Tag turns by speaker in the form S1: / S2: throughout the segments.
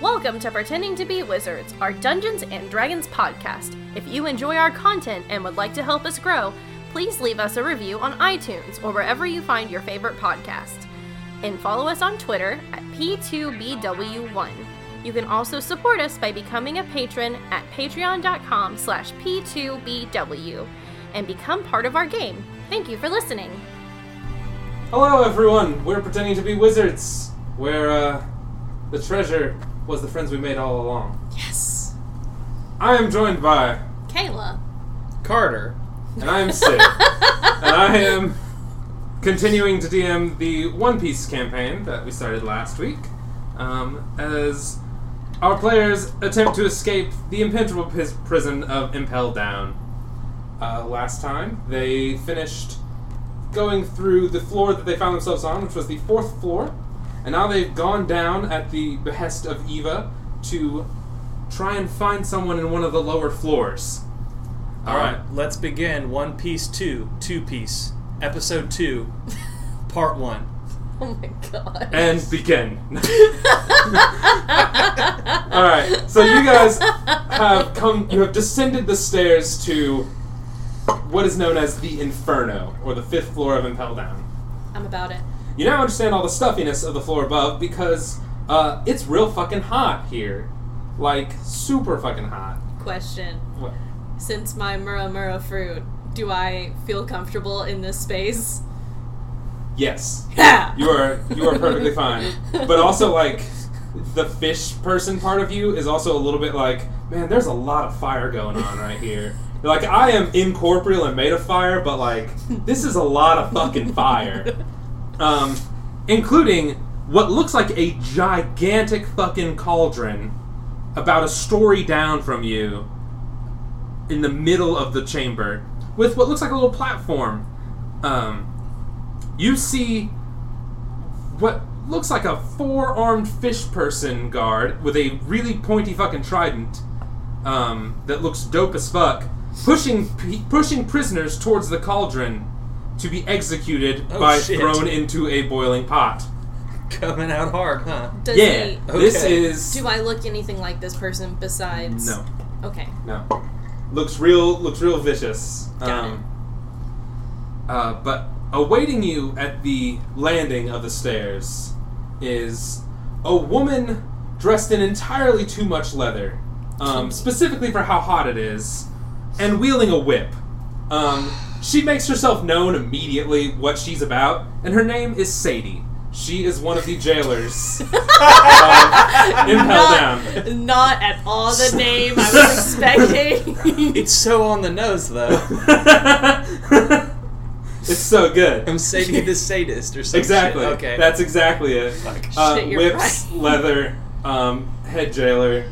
S1: Welcome to Pretending to Be Wizards, our Dungeons and Dragons podcast. If you enjoy our content and would like to help us grow, please leave us a review on iTunes or wherever you find your favorite podcast. And follow us on Twitter at P2BW1. You can also support us by becoming a patron at patreon.com slash P2BW and become part of our game. Thank you for listening.
S2: Hello, everyone. We're pretending to be wizards. Where uh, the treasure was the friends we made all along.
S3: Yes.
S2: I am joined by,
S1: Kayla.
S4: Carter.
S2: and I am Sid, and I am continuing to DM the One Piece campaign that we started last week, um, as our players attempt to escape the impenetrable pis- prison of Impel Down. Uh, last time they finished going through the floor that they found themselves on, which was the fourth floor, and now they've gone down at the behest of Eva to try and find someone in one of the lower floors. Uh, All right.
S4: Let's begin One Piece 2, Two Piece, Episode 2, Part 1.
S3: Oh my god.
S2: and begin. All right. So you guys have come. You have descended the stairs to what is known as the Inferno, or the fifth floor of Impel Down.
S3: I'm about it.
S2: You now understand all the stuffiness of the floor above because uh, it's real fucking hot here, like super fucking hot.
S3: Question.
S2: What?
S3: Since my Mura Mura fruit, do I feel comfortable in this space?
S2: Yes,
S3: Ha!
S2: you are you are perfectly fine. But also like. The fish person part of you is also a little bit like, man, there's a lot of fire going on right here. Like I am incorporeal and made of fire, but like this is a lot of fucking fire, um, including what looks like a gigantic fucking cauldron, about a story down from you, in the middle of the chamber, with what looks like a little platform. Um, you see what looks like a four-armed fish person guard with a really pointy fucking trident um, that looks dope as fuck, pushing p- pushing prisoners towards the cauldron to be executed
S4: Oh,
S2: by
S4: shit.
S2: thrown into a boiling pot.
S4: Coming out hard, huh?
S3: Does
S2: yeah,
S3: he-
S2: this
S4: Okay.
S2: is
S3: do I look anything like this person besides?
S2: no,
S3: Okay.
S2: no. Looks real, looks real vicious.
S3: Got
S2: uh, but awaiting you at the landing of the stairs is a woman dressed in entirely too much leather, um, specifically for how hot it is, and wielding a whip. Um, she makes herself known immediately what she's about, and her name is Sadie. She is one of the jailers. uh, impel
S3: Not-
S2: down.
S3: Not at all the name I was expecting.
S4: It's so on the nose, though.
S2: it's so good.
S4: I'm Sadie the Sadist or something.
S2: Exactly.
S4: Okay.
S2: That's exactly it.
S4: Fuck.
S2: Uh,
S3: Shit, you're
S2: whips,
S3: right.
S2: leather, um, head jailer.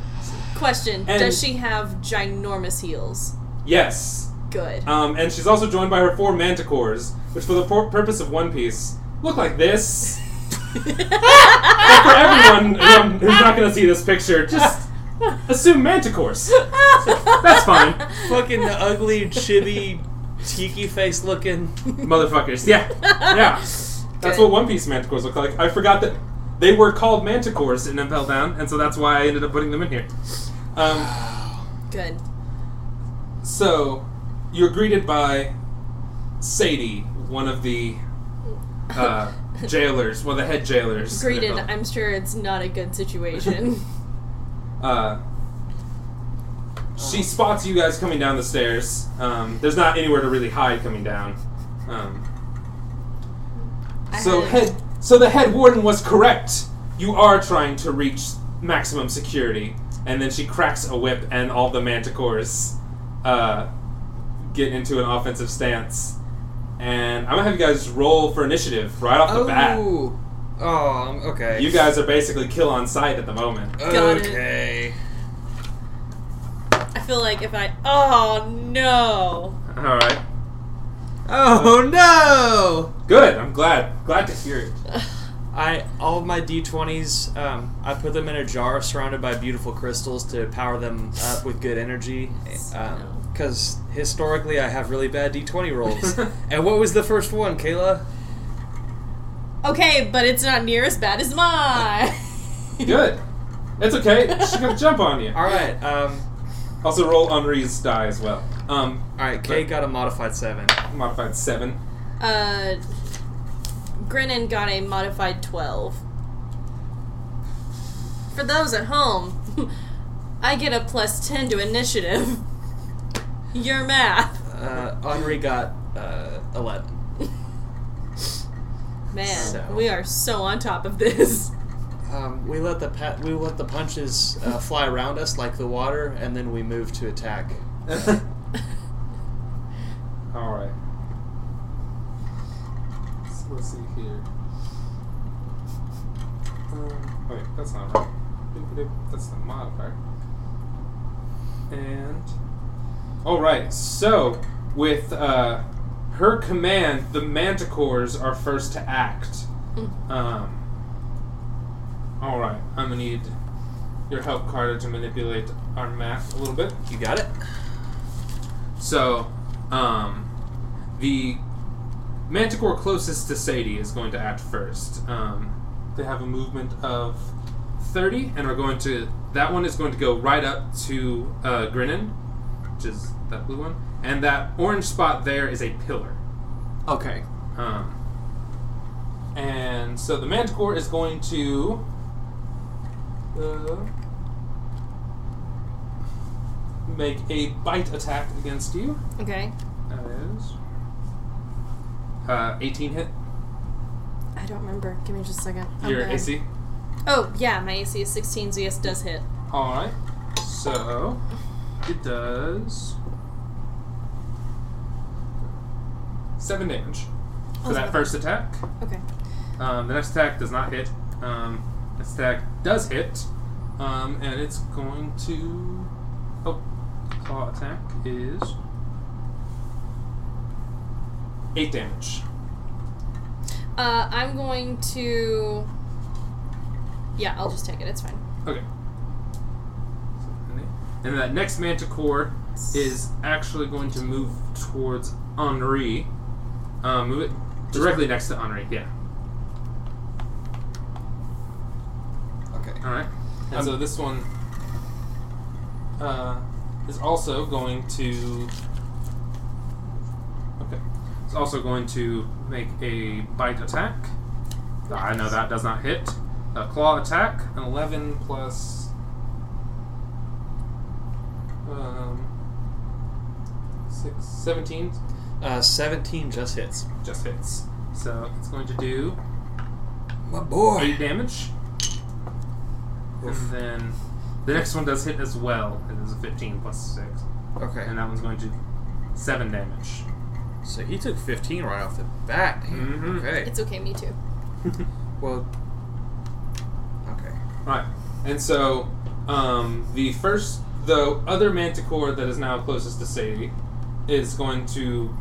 S3: Question.
S2: And-
S3: Does she have ginormous heels?
S2: Yes.
S3: Good.
S2: Um, and she's also joined by her four manticores, which, for the pur- purpose of One Piece, look like this. But for everyone who- who's not going to see this picture, just assume manticores. That's fine.
S4: Fucking the ugly, chibi, tiki face looking.
S2: Motherfuckers. Yeah. Yeah. That's
S3: Good.
S2: what One Piece manticores look like. I forgot that they were called manticores in Impel Down, and so that's why I ended up putting them in here. Um,
S3: Good.
S2: So, you're greeted by Sadie, one of the uh, jailers, one of the head jailers.
S3: Greeted. I'm sure it's not a good situation.
S2: Uh, she spots you guys coming down the stairs. Um, there's not anywhere to really hide coming down. Um,
S3: I
S2: so
S3: had-
S2: head, so the head warden was correct. You are trying to reach maximum security, and then she cracks a whip, and all the manticores uh, get into an offensive stance. And I'm gonna have you guys roll for initiative right off the bat.
S4: Oh. Oh, um, okay.
S2: You guys are basically kill on sight at the moment.
S3: Got it.
S4: Okay.
S3: I feel like if I. Oh no.
S2: All right,
S4: Oh, no!
S2: good. I'm glad, glad to hear it.
S4: I all of my d20s, um, I put them in a jar surrounded by beautiful crystals to power them up with good energy. Because historically, I have really bad d20 rolls. and what was the first one, Kayla?
S3: Okay, but it's not near as bad as mine.
S2: Good. It's okay. She's gonna jump on you.
S4: All right. Um,
S2: Also, roll Henri's die as well. Um,
S4: all right. Kay got a modified seven.
S2: modified seven.
S3: Uh, Grinnan got a modified 12. For those at home, I get a plus 10 to initiative. Your math.
S4: Uh, Henri got uh, eleven.
S3: Man,
S4: So.
S3: we are so on top of this.
S4: Um, we let the pa- we let the punches uh, fly around us like the water, and then we move to attack.
S2: All right. So let's see here. Um, wait, that's not right. Doop-a-doop, That's the modifier. And all right. So with uh, her command, the Manticores are first to act. Um, all right. I'm gonna need your help, Carter, to manipulate our map a little bit.
S4: You got it.
S2: So, um, the Manticore closest to Sadie is going to act first. Um, they have a movement of 30, and are going to. That one is going to go right up to uh, Grinnin, which is that blue one, and that orange spot there is a pillar.
S4: Okay.
S2: Um, and so the Manticore is going to. Uh, make a bite attack against you.
S3: Okay.
S2: That is. Uh, 18 hit.
S3: I don't remember. Give me just a second. I'm
S2: Your
S3: bad.
S2: AC.
S3: Oh, yeah, my AC is 16, so yes, does hit.
S2: Alright. So, it does. 7 damage for
S3: Oh,
S2: that
S3: so-
S2: first attack.
S3: Okay.
S2: Um, the next attack does not hit. Um, this attack does hit. Um, and it's going to. Oh, claw attack is. 8 damage.
S3: Uh, I'm going to. Yeah, I'll just take it. It's fine.
S2: Okay. And that next manticore is actually going to move towards Henri. Um, move it directly next to Henri, yeah.
S4: Okay.
S2: Alright. And so this one uh, is also going to. Okay. It's also going to make a bite attack. I know that does not hit. A claw attack, an 11 plus. Um, six, 17
S4: Uh, Seventeen just hits.
S2: just hits. So it's going to do
S4: My
S2: 8
S4: boy.
S2: damage. And
S4: Oof.
S2: then the next one does hit as well. It is a 15 plus 6.
S4: Okay.
S2: And that one's going to 7 damage.
S4: So he took fifteen right off the bat.
S2: Mhm.
S4: Okay.
S3: It's okay, me too.
S4: Well. Okay.
S2: Alright. And so, um, the first, the other manticore that is now closest to Sadie is going to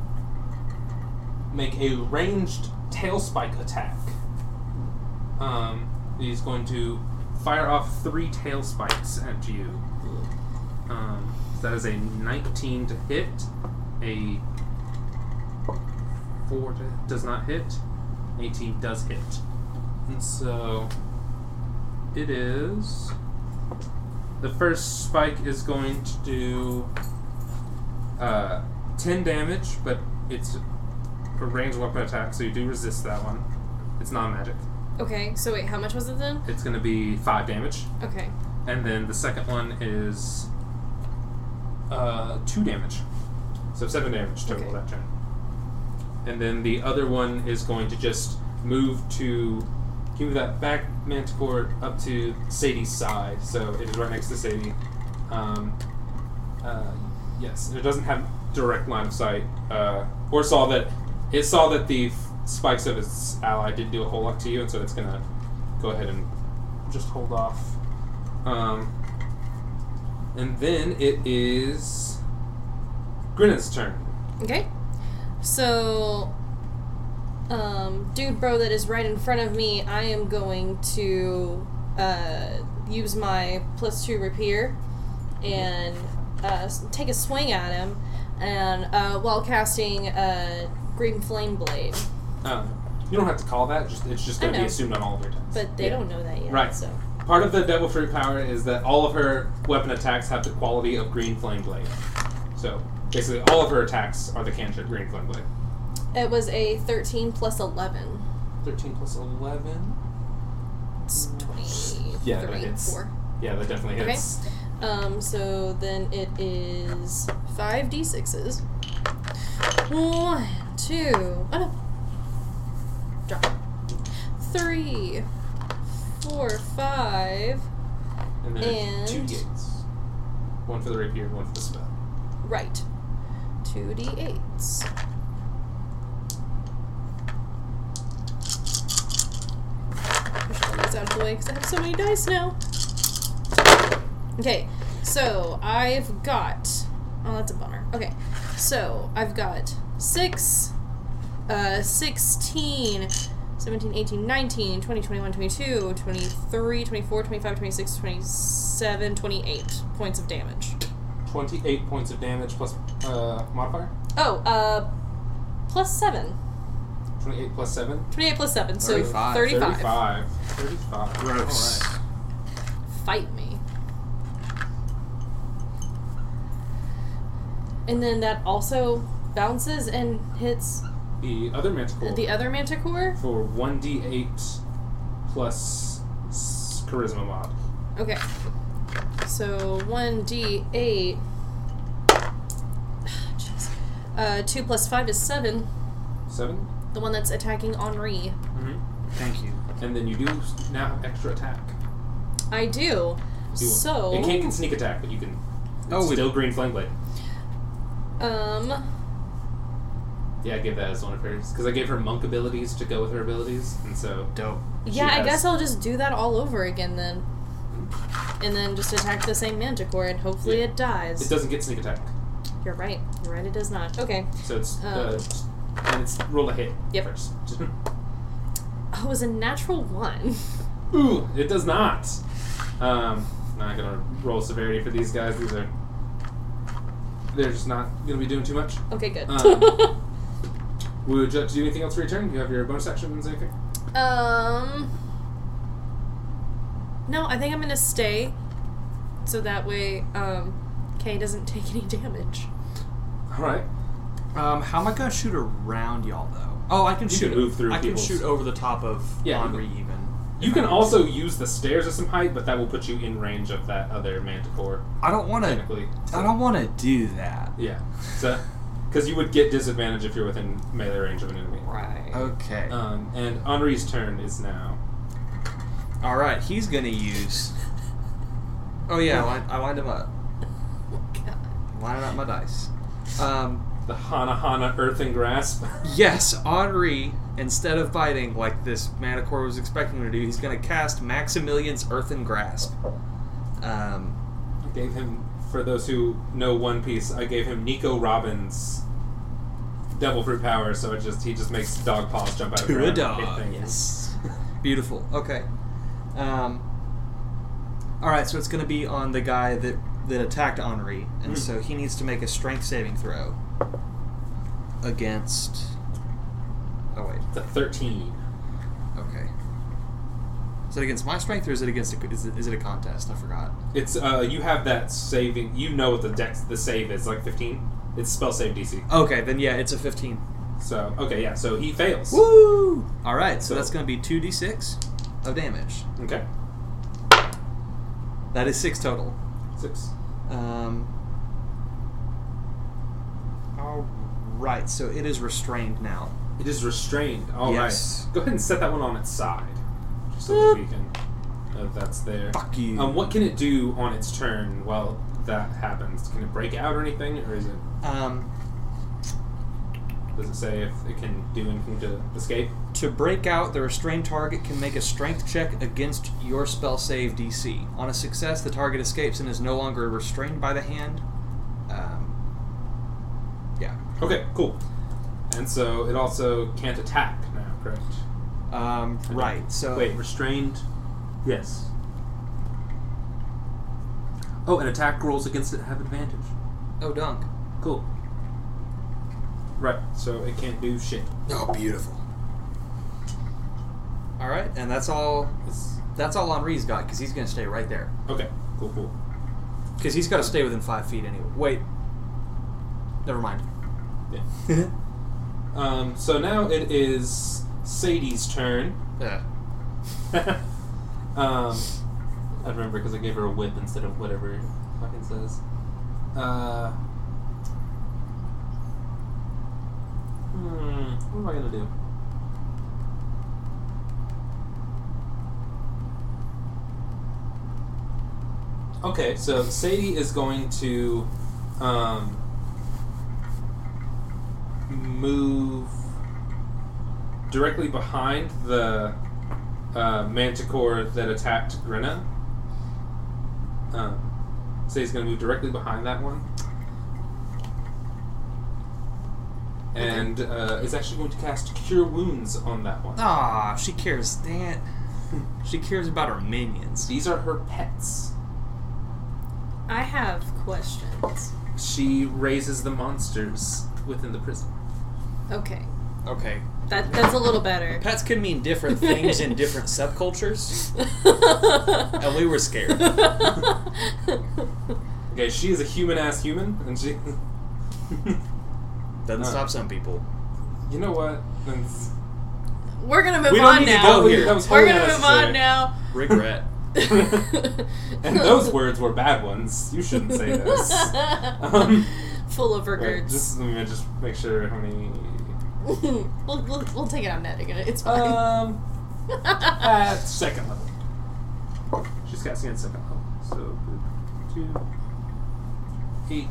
S2: make a ranged tail spike attack. Um, he's going to fire off three tail spikes at you. Um, that is a 19 to hit, a 4 to, does not hit, 18 does hit. And so it is. The first spike is going to do uh, 10 damage, but it's a ranged weapon attack, so you do resist that one. It's non magic.
S3: Okay, so wait, how much was it then?
S2: It's going to be 5 damage.
S3: Okay.
S2: And then the second one is uh, two damage. So seven damage total
S3: Okay.
S2: that turn. And then the other one is going to just move to can you move that back manticore up to Sadie's side. So it is right next to Sadie. Um, uh, yes, and it doesn't have direct line of sight. Uh, or saw that it saw that the f- spikes of its ally did do a whole lot to you, and so it's gonna go ahead and just hold off. Um, and then it is Grinnin's turn.
S3: Okay. So, um, dude, bro, that is right in front of me, I am going to uh, use my plus two rapier and uh, s- take a swing at him, and uh, while casting uh, Green Flame Blade.
S2: Um, you don't have to call that; just it's just
S3: I
S2: going to be
S3: know.
S2: assumed on all of your tests.
S3: But they don't know that yet.
S2: Right.
S3: So
S2: part of the devil fruit power is that all of her weapon attacks have the quality of green flame blade. So basically, all of her attacks are the cantrip green flame blade.
S3: It was a 13 plus 11.
S2: Thirteen plus eleven.
S3: It's 23,
S2: Yeah, that hits.
S3: 4.
S2: Yeah, that definitely
S3: Okay.
S2: hits.
S3: Um, so then it is five d6s. One, two, oh no. Drop. Three, four, five.
S2: And then two
S3: And-
S2: gates. One for the rapier, one for the spell.
S3: Right. Two d8s. Push all these out of the way because I have so many dice now. Okay, so I've got. Oh, that's a bummer. Okay, so I've got 6, uh, 16, 17, 18, 19, 20, 21, 22, 23, 24, 25, 26, 27, 28 points of damage.
S2: Twenty-eight points of damage plus uh, modifier.
S3: Oh, uh, plus 7.
S2: Twenty-eight plus seven.
S3: 28 plus 7, so 35.
S4: 35.
S2: 35. 35.
S4: Gross.
S2: All right.
S3: Fight me. And then that also bounces and hits
S2: The other manticore
S3: the other manticore.
S2: for 1d8 plus s- charisma mod.
S3: Okay. So 1d8. Jeez. Uh, 2 plus 5 is 7.
S2: 7?
S3: The one that's attacking Henri.
S2: Mm-hmm.
S4: Thank you.
S2: And then you do s- now extra attack.
S3: I do.
S2: Do you-
S3: So.
S2: It can't can sneak attack, but you can. It's
S4: Oh, we-
S2: still green flame blade.
S3: Um.
S2: Yeah, I gave that as one of hers. Because I gave her monk abilities to go with her abilities, and so.
S4: Dope.
S3: Yeah,
S2: She
S3: I guess
S2: has-
S3: I'll just do that all over again then. And then just attack the same manticore and hopefully
S2: Yeah.
S3: it dies.
S2: It doesn't get sneak attack.
S3: You're right. You're right, it does not. Okay.
S2: So it's.
S3: Um.
S2: uh, and it's roll a hit
S3: Yep.
S2: first.
S3: Oh, it was a natural one.
S2: Ooh, it does not. Um, not gonna roll severity for these guys. These are they're just not gonna be doing too much.
S3: Okay, good.
S2: Um. Would you like to do anything else for your turn? You have your bonus actions, anything?
S3: um. No, I think I'm gonna stay. So that way, um, Kay doesn't take any damage.
S2: All right.
S4: Um, how am I gonna shoot around y'all though? Oh, I can
S2: You
S4: shoot.
S2: can move through
S4: I can
S2: people's-
S4: shoot over the top of
S2: Yeah, you
S4: Henri even.
S2: You can also use the stairs at some height, but that will put you in range of that other manticore
S4: I don't want to.
S2: technically.
S4: I don't want to do that.
S2: Yeah. So, because you would get disadvantage if you're within melee range of an enemy.
S3: Right.
S4: Okay.
S2: Um, and Henri's turn is now.
S4: All right. He's gonna use. Oh yeah, I, lined, I lined him up. Lining up my dice. Um,
S2: The Hana Hana Earthen Grasp.
S4: yes, Henri. Instead of biting like this manticore was expecting him to do, he's gonna cast Maximilian's Earthen Grasp. Um,
S2: I gave him, for those who know One Piece, I gave him Nico Robbins' devil fruit power. So it just he just makes dog paws jump out of the
S4: To a
S2: ground and hit
S4: dog,
S2: things.
S4: yes. Beautiful. Okay. Um, all right, so it's going to be on the guy that that attacked Henri, and
S2: Mhm.
S4: so he needs to make a strength saving throw against. Oh wait.
S2: It's a thirteen.
S4: Okay. Is it against my strength or is it against a, is, it, is it a contest? I forgot.
S2: It's uh you have that saving. You know what the dex the save is like fifteen. It's spell save DC.
S4: Okay, then yeah, it's a fifteen.
S2: So okay yeah. So he fails.
S4: Woo! All right, so
S2: So-
S4: that's going to be two d six of damage.
S2: Okay.
S4: That is six total.
S2: Six.
S4: Um, all right, so it is restrained now.
S2: It is restrained. All right.
S4: Yes.
S2: Go ahead and set that one on its side, just so that we can. If that's there.
S4: Fuck you.
S2: Um, what can it do on its turn while that happens? Can it break out or anything, or is it?
S4: Um,
S2: Does it say if it can do anything to escape?
S4: to break out, the restrained target can make a strength check against your spell save DC. On a success, the target escapes and is no longer restrained by the hand. Um, yeah.
S2: Okay, cool. And so it also can't attack now, correct?
S4: Um, right. So
S2: Wait, restrained. Yes. Oh, and attack rolls against it have advantage.
S4: Oh, dunk.
S2: Cool. Right, so it can't do shit.
S4: Oh, beautiful. All right, and that's all.
S2: It's
S4: That's all Henri's got because he's gonna stay right there
S2: Okay, cool, cool.
S4: because he's got to stay within five feet anyway. Wait, never mind.
S2: Yeah. Um, so now it is Sadie's turn.
S4: yeah.
S2: um, I remember because I gave her a whip instead of whatever it fucking says. Uh, hmm, what am I gonna do? Okay, so Sadie is going to um, move directly behind the uh, manticore that attacked Grinna. Um, so he's going to move directly behind that one. And uh, is actually going to cast Cure Wounds on that one.
S4: Ah, she cares that. She cares about her minions.
S2: These are her pets.
S3: I have questions.
S2: She raises the monsters within the prison.
S3: Okay,
S4: Okay.
S3: that that's a little better.
S4: Pets can mean different things in different subcultures, and we were scared.
S2: Okay, she is a human ass human, and she.
S4: Doesn't stop some people.
S2: you know what? That's-
S3: We're gonna move
S4: We don't
S3: on
S4: need to
S3: now.
S4: go here.
S2: that was
S3: We're
S2: wholly
S3: gonna move on
S2: unnecessary.
S3: now.
S4: Regret.
S2: And those words were bad ones. You shouldn't say those. Um,
S3: Full of
S2: Wait,
S3: regrets.
S2: just let me just make sure how many.
S3: we'll, we'll, we'll take it on net again. It's fine.
S4: Uh,
S2: Um, at
S3: uh,
S2: second level. She's casting at second level, so two, eight,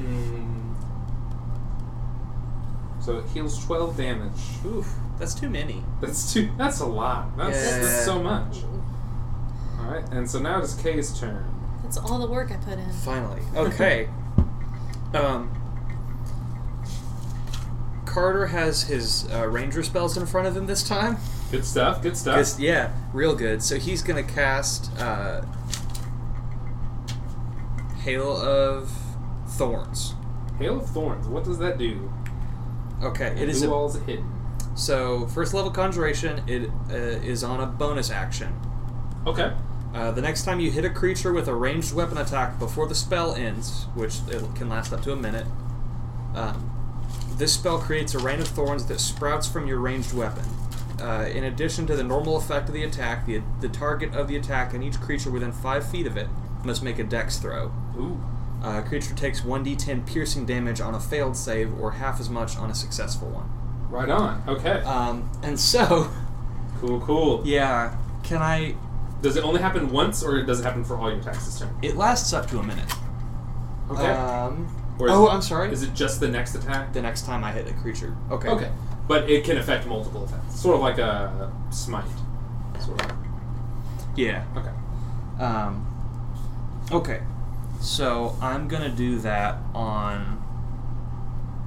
S2: mm, so it heals twelve damage.
S4: Oof, that's too many.
S2: That's too. That's a lot. That's,
S4: Yeah.
S2: that's so much. All right, and so now it's Kay's turn.
S3: That's all the work I put in.
S4: Finally. Okay. um, Carter has his uh, ranger spells in front of him this time.
S2: Good stuff. Good stuff.
S4: This- yeah, real good. So he's gonna cast uh, Hail of Thorns.
S2: Hail of Thorns. What does that do?
S4: Okay, it is
S2: Blue
S4: a,
S2: walls hit.
S4: so first level conjuration. It uh, is on a bonus action.
S2: Okay.
S4: Uh, the next time you hit a creature with a ranged weapon attack before the spell ends, which it can last up to a minute, um, this spell creates a rain of thorns that sprouts from your ranged weapon. Uh, in addition to the normal effect of the attack, the, the target of the attack and each creature within 5 feet of it must make a dex throw.
S2: Ooh.
S4: Uh, a creature takes 1d10 piercing damage on a failed save or half as much on a successful one.
S2: Right on. Okay.
S4: Um, and so,
S2: Cool, cool.
S4: yeah, can I.
S2: Does it only happen once, or does it happen for all your attacks this turn?
S4: It lasts up to a minute.
S2: Okay.
S4: Um,
S2: Or is
S4: oh,
S2: it-
S4: I'm sorry.
S2: Is it just the next attack?
S4: the next time I hit a creature. Okay.
S2: Okay. But it can affect multiple attacks. Sort of like a smite. Sort of.
S4: Yeah.
S2: Okay.
S4: Um, okay. So I'm gonna do that on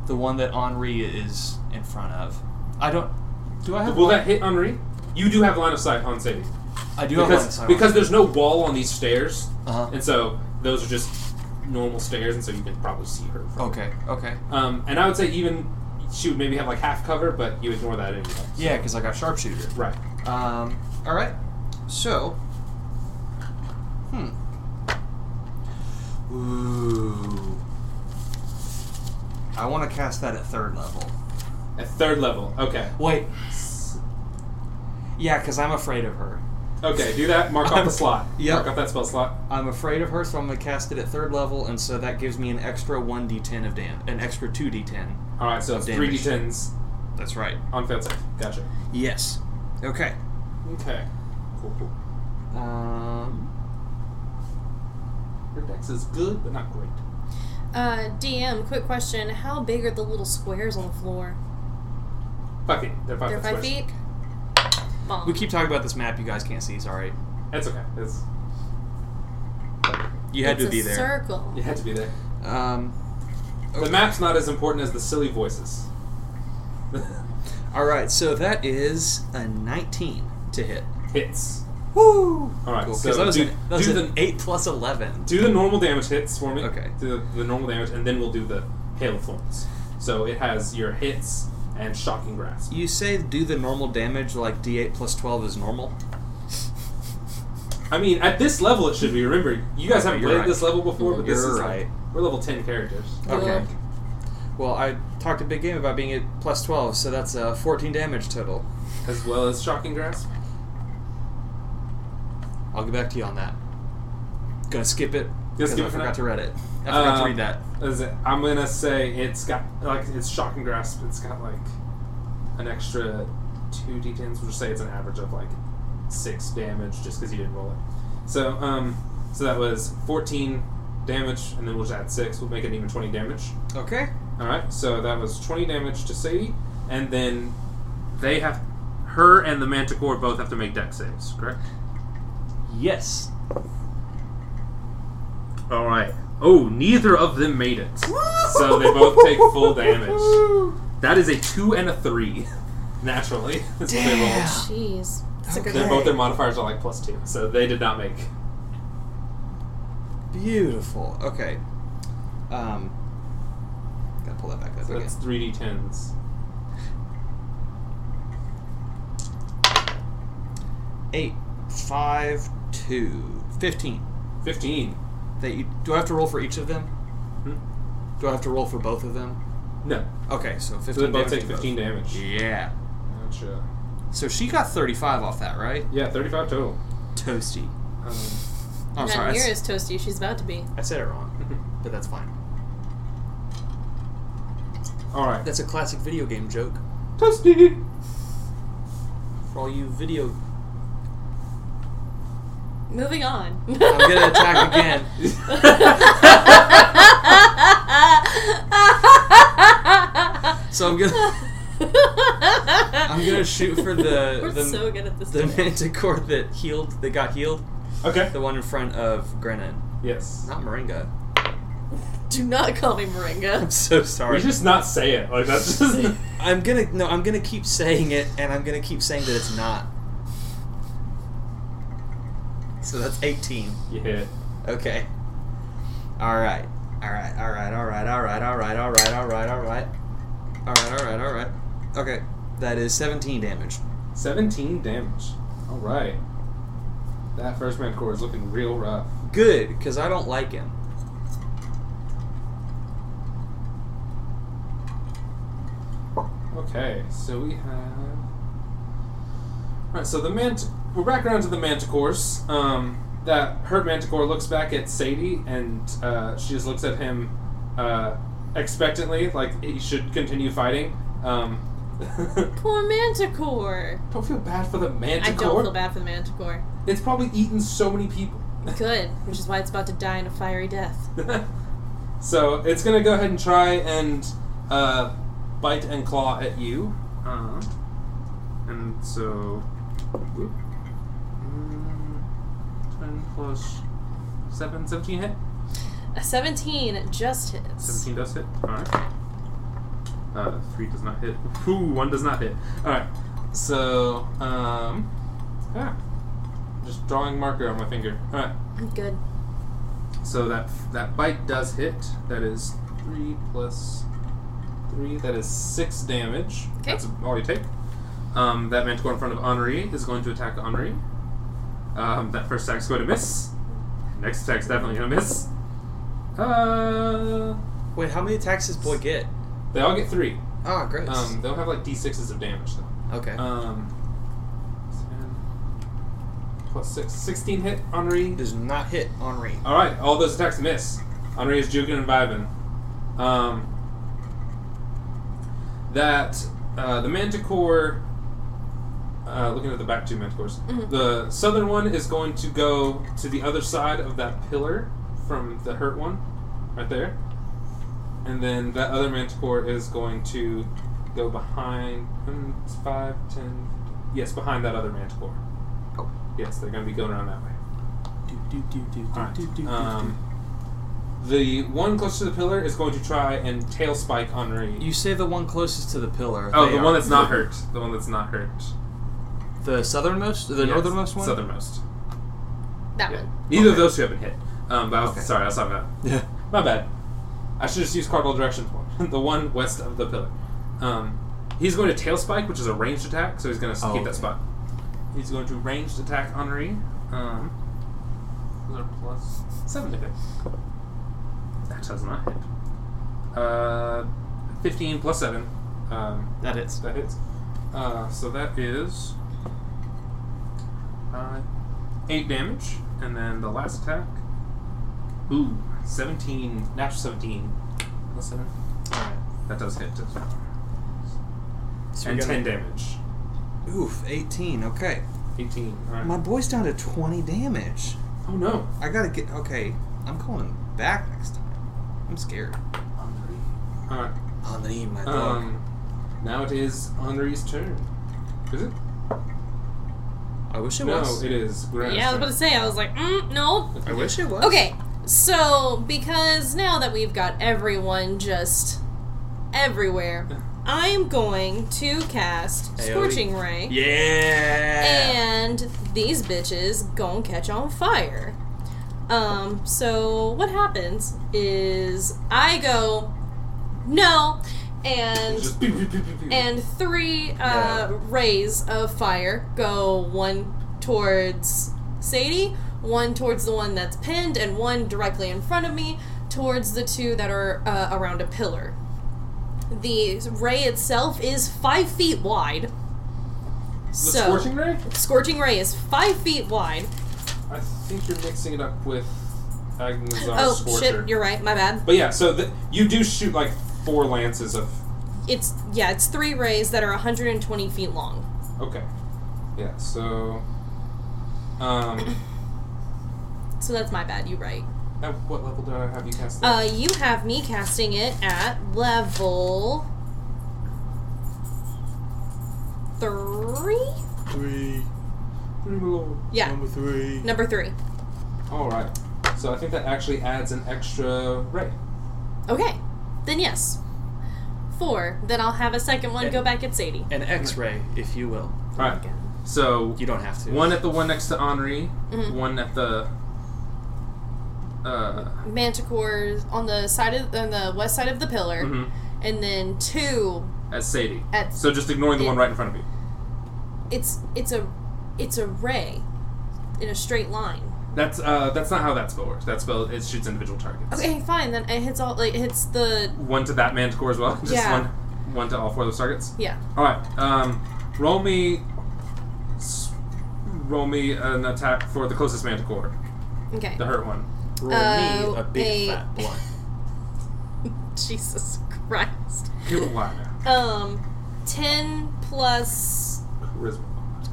S4: the one that Henri is in front of. I don't. Do I have?
S2: Will that hit Henri? You do have line of sight on Sadie.
S4: I do have.
S2: Because,
S4: one
S2: because there's no wall on these stairs,
S4: Uh-huh.
S2: and so those are just normal stairs, and so you can probably see her. From.
S4: Okay. Okay.
S2: Um, and I would say even she would maybe have like half cover, but you ignore that anyway.
S4: Yeah, because I got sharpshooter.
S2: Right.
S4: Um. All right. So. Hmm. Ooh. I want to cast that at third level.
S2: At third level. Okay.
S4: Wait. Yeah, because I'm afraid of her.
S2: Okay. Do that. Mark off the slot.
S4: Yep.
S2: Mark off that spell slot.
S4: I'm afraid of her, so I'm gonna cast it at third level, and so that gives me an extra one d10 of damage, an extra two d10.
S2: All right. So it's three
S4: damage.
S2: d10s
S4: That's right.
S2: on failed save. Gotcha.
S4: Yes. Okay.
S2: Okay. Cool. Cool.
S4: Um,
S2: Your dex is good, but not great.
S3: Uh, DM, quick question. How big are the little squares on the floor?
S2: Five feet. They're five,
S3: They're
S2: foot
S3: five
S2: squares.
S3: feet? Bomb.
S4: we keep talking about this map. You guys can't see. Sorry.
S2: That's okay. It's,
S4: You had
S3: it's
S4: to be
S3: a
S4: there.
S3: circle.
S2: you had to be there.
S4: Um.
S2: The map's not as important as the silly voices.
S4: All right. So that is a 19 to hit.
S2: hits.
S4: Woo!
S2: All right,
S4: Cool.
S2: so
S4: Because that was,
S2: do-
S4: an, that was
S2: do
S4: an
S2: the-
S4: eight plus 11.
S2: Do the normal damage hits for me.
S4: Okay.
S2: Do the, the normal damage, and then we'll do the hail of thorns. So it has your hits, and shocking grasp.
S4: You say do the normal damage, like D8 plus 12 is normal.
S2: I mean, at this level, it should be. Remember, you guys haven't
S4: You're
S2: played
S4: right.
S2: this level before, but this
S4: You're
S2: is
S4: right.
S2: like, we're level ten characters.
S4: Okay.
S3: Cool.
S4: Well, I talked a big game about being at plus 12, so that's uh, 14 damage total.
S2: as well as shocking grasp.
S4: I'll get back to you on that. Gonna skip it.
S2: Just
S4: 'cause
S2: skip
S4: I
S2: it for
S4: forgot
S2: now.
S4: to read it. I forgot to
S2: Um,
S4: read that.
S2: Is it, I'm gonna say it's got like it's shocking grasp. It's got like an extra two d10s. We'll just say it's an average of like six damage just because you didn't roll it. So um, so that was 14 damage, and then we'll just add six. We'll make it even 20 damage.
S4: Okay.
S2: All right. So that was 20 damage to Sadie, and then they have her and the manticore both have to make deck saves. Correct.
S4: Yes.
S2: All right. Oh, neither of them made it. So they both take full damage. That is a two and a three, naturally. That's what they rolled.
S4: Damn.
S3: Oh, Jeez. That's a
S4: Okay.
S3: good
S2: They're both their modifiers are like plus two, so they did not make.
S4: Beautiful. Okay. Um, gotta pull that back up
S2: So
S4: again.
S2: that's three d tens.
S4: Eight, five, two, fifteen.
S2: Fifteen. Hmm?
S4: That you do I have to roll for each of them? Do I have to roll for both of them?
S2: No.
S4: Okay, so fifteen.
S2: So they both
S4: damage
S2: take
S4: to both.
S2: fifteen damage.
S4: Yeah.
S2: Gotcha.
S4: So she got thirty-five off that, right?
S2: Yeah, thirty-five total.
S4: Toasty.
S2: Um,
S4: Oh, I'm sorry. I,
S3: Not near
S4: s-
S3: as toasty. She's about to be.
S4: I said it wrong, but that's fine.
S2: all right.
S4: That's a classic video game joke
S2: Toasty.
S4: for all you video.
S3: Moving on. I'm
S4: I'm gonna attack again. So I'm gonna I'm gonna shoot for the
S3: We're
S4: the,
S3: so good at this.
S4: the
S3: today.
S4: manticore that healed that got healed,
S2: Okay.
S4: the one in front of Grennan,
S2: Yes.
S4: not Moringa.
S3: Do not call me Moringa.
S4: I'm so
S2: We
S4: sorry.
S2: just not say it. Like that's just.
S4: I'm gonna no. I'm gonna keep saying it, and I'm gonna keep saying that it's not. So that's 18.
S2: you hit.
S4: Okay. All right. All right. All right. All right. All right. All right. All right. All right. All right. All right. All right. All right. Okay. That is 17 damage.
S2: 17 damage. All right. That first man core is looking real rough.
S4: Good, because I don't like him.
S2: Okay, so we have. Alright, so the mant. We're back around to the manticores. Um, that hurt manticore looks back at Sadie and uh, she just looks at him uh, expectantly, like he should continue fighting. Um,
S3: Poor Manticore.
S2: don't feel bad for the
S3: I
S2: manticore.
S3: don't feel bad for the Manticore.
S2: It's probably eaten so many people.
S3: Good, which is why it's about to die in a fiery death.
S2: so it's gonna go ahead and try and uh, bite and claw at you. Uh, and so, whoop. Mm, ten plus seven, 17 hit.
S3: A 17 just hits.
S2: Seventeen does hit. All right. Uh, three does not hit. Ooh, one does not hit. All right. So, um, yeah. Just drawing marker on my finger. All right.
S3: Good.
S2: So that that bite does hit. That is three plus three. That is six damage.
S3: Okay.
S2: That's all you take. Um, that manticore in front of Henri is going to attack Henri. Um, that first attack's going to miss. Next attack's definitely going to miss. Uh,
S4: Wait, how many attacks does boy get?
S2: they all get three.
S4: Ah, great.
S2: Um, they'll have like d6s of damage though.
S4: okay.
S2: Um, 10 plus six. 16 hit Henri.
S4: Does not hit Henri.
S2: All right, all those attacks miss. Henri is juking and vibing. Um, that uh, the Manticore. Uh, looking at the back two Manticores,
S3: Mhm.
S2: the southern one is going to go to the other side of that pillar from the hurt one, right there, and then that other Manticore is going to go behind mm, it's five, ten, yes, behind that other Manticore.
S4: Oh.
S2: Yes, they're going to be going around that way.
S4: Do, do, do, do, do,
S2: Alright,
S4: do, do, do,
S2: Um, the one close to the pillar is going to try and tail spike
S4: do.
S2: Henri.
S4: You say the one closest to the pillar.
S2: Oh,
S4: They
S2: the
S4: are-
S2: one that's not hurt. The one that's not hurt.
S4: The southernmost? The
S2: Yes,
S4: northernmost one?
S2: Southernmost.
S3: That
S2: Yeah.
S3: one.
S2: Neither of those two have been hit. Um, but I was,
S4: Okay.
S2: sorry, I was talking about.
S4: Yeah.
S2: My bad. I should just use cardinal directions one. the one west of the pillar. Um, He's going to tail spike, which is a ranged attack, so he's going to
S5: Oh,
S2: keep that
S5: okay.
S2: spot. He's going to ranged attack Henri. Um, those are plus seven to hit. That does not hit. Uh, fifteen plus seven. Um,
S4: That hits.
S2: that hits. Uh, so that is uh, eight damage, and then the last attack. Ooh, seventeen. Natural seventeen. Plus seven.
S4: Alright.
S2: That does hit. As well.
S4: So
S2: And
S4: we got
S2: ten
S4: a-
S2: damage.
S4: Oof, 18. Okay.
S2: Eighteen. All right.
S4: My boy's down to 20 damage.
S2: oh no.
S4: I gotta get. Okay, I'm calling him back next time. I'm scared.
S2: All right.
S4: Henri, my dog.
S2: Um, now it is Henri's turn. Is it?
S4: I wish it
S2: no,
S4: was.
S2: it is. Grass
S3: Yeah, I was
S2: turn.
S3: about to say, I was like, mm, no.
S4: I wish it was.
S3: Okay, so because now that we've got everyone just everywhere, I am going to cast
S4: AoE.
S3: Scorching Ray.
S4: Yeah.
S3: And these bitches gonna catch on fire. Um, so what happens is I go, no, and
S2: Just pew, pew, pew, pew, pew.
S3: and three uh, rays of fire go one towards Sadie, one towards the one that's pinned, and one directly in front of me towards the two that are uh, around a pillar. The ray itself is five feet wide.
S2: the
S3: so
S2: scorching ray.
S3: scorching ray is five feet wide.
S2: I think you're mixing it up with Agnazar's
S3: oh
S2: scorcher.
S3: shit! You're right. My bad.
S2: But yeah, so th- you do shoot like four lances of.
S3: It's yeah. It's three rays that are 120 feet long.
S2: Okay. Yeah. So. Um.
S3: So that's my bad. You right.
S2: At what level do I have you cast that?
S3: Uh, you have me casting it at level three.
S5: Three.
S2: Three below.
S3: Yeah,
S5: Number three.
S3: number three.
S2: All right. So I think that actually adds an extra ray.
S3: Okay, then yes, four. Then I'll have a second one go back at Sadie.
S4: An X-ray, if you will.
S2: All right. So
S4: You don't have to.
S2: one at the one next to Henri,
S3: Mhm.
S2: one at the. Uh.
S3: Manticore's on the side of on the west side of the pillar,
S2: mhm,
S3: and then two.
S2: At Sadie.
S3: At-
S2: so just ignoring the one right in front of you.
S3: It's it's a it's a ray in a straight line.
S2: That's uh. That's not how that spell works. That spell it shoots individual targets.
S3: Okay, fine. Then it hits all like it hits the
S2: One to that manticore as well. Just
S3: Yeah.
S2: one. One to all four of those targets.
S3: yeah.
S2: All right. Um, roll me. s- Roll me an attack for the closest manticore,
S3: Okay.
S2: the hurt one.
S4: Roll
S3: Uh,
S4: me a big
S3: a-
S4: fat blunt.
S3: Jesus Christ.
S2: Give it a while now.
S3: Um, 10 plus
S2: Charisma.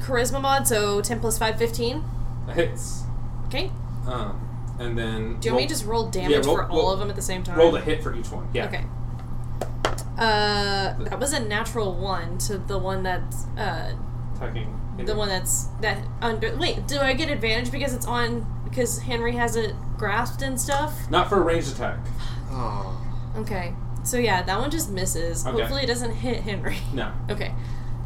S3: charisma mod, so 10 plus 5, 15.
S2: That hits.
S3: Okay.
S2: Um, and then.
S3: Do you
S2: roll,
S3: want me to just roll damage
S2: roll-
S3: for all
S2: roll-
S3: of them at the same time?
S2: roll a hit for each one? Yeah.
S3: Okay. Uh, that was a natural one to the one that's, uh,
S2: Attacking.
S3: the one that's, that under, wait, do I get advantage because it's on, because Henry has it grasped and stuff?
S2: Not for a ranged attack.
S4: Oh.
S3: Okay. So yeah, that one just misses.
S2: Okay.
S3: Hopefully it doesn't hit Henry.
S2: No.
S3: Okay.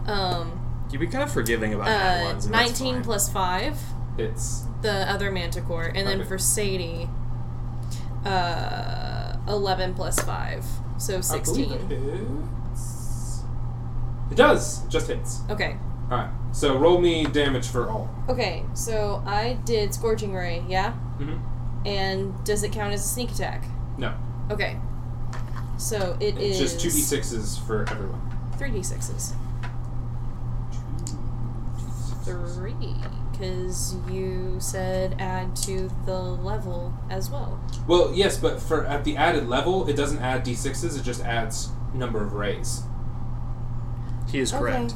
S3: Um,
S4: You be kind of forgiving about that
S3: uh,
S4: one. so that's
S3: 19
S4: fine.
S3: plus 5.
S2: It's
S3: the other manticore and then
S2: Okay.
S3: for sadie uh 11 plus 5 so
S2: I believe
S3: 16
S2: It hits. It does. Just hits.
S3: okay
S2: All right. So roll me damage for all.
S3: okay so i did scorching ray yeah
S2: Mhm.
S3: Mm-hmm. and does it count as a sneak attack
S2: No.
S3: okay so it
S2: It's
S3: is
S2: just two d sixes for everyone.
S3: 3d6s 3 because you said add to the level as well
S2: Well, yes, but for at the added level, it doesn't add d6s. It just adds number of rays.
S4: He is correct.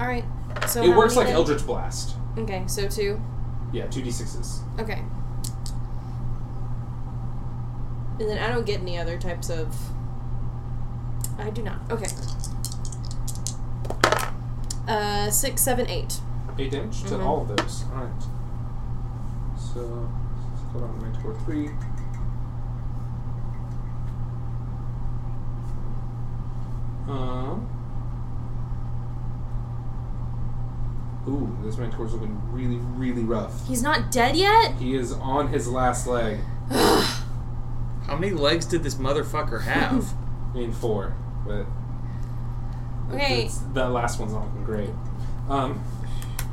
S3: all right so
S2: it
S3: how
S2: works like
S3: many did-
S2: Eldritch Blast.
S3: okay so two
S2: Yeah, two d6s.
S3: Okay. And then I don't get any other types of. I do not. Okay. Uh, six, seven, eight.
S2: Eight damage to
S3: Mhm.
S2: all of those. All right. So hold on, Mentor three. Um. Ooh, this mentor's looking really, really rough.
S3: He's not dead yet.
S2: He is on his last leg.
S4: How many legs did this motherfucker have?
S2: I mean four, but
S3: Okay.
S2: It's- that last one's not looking great. Um,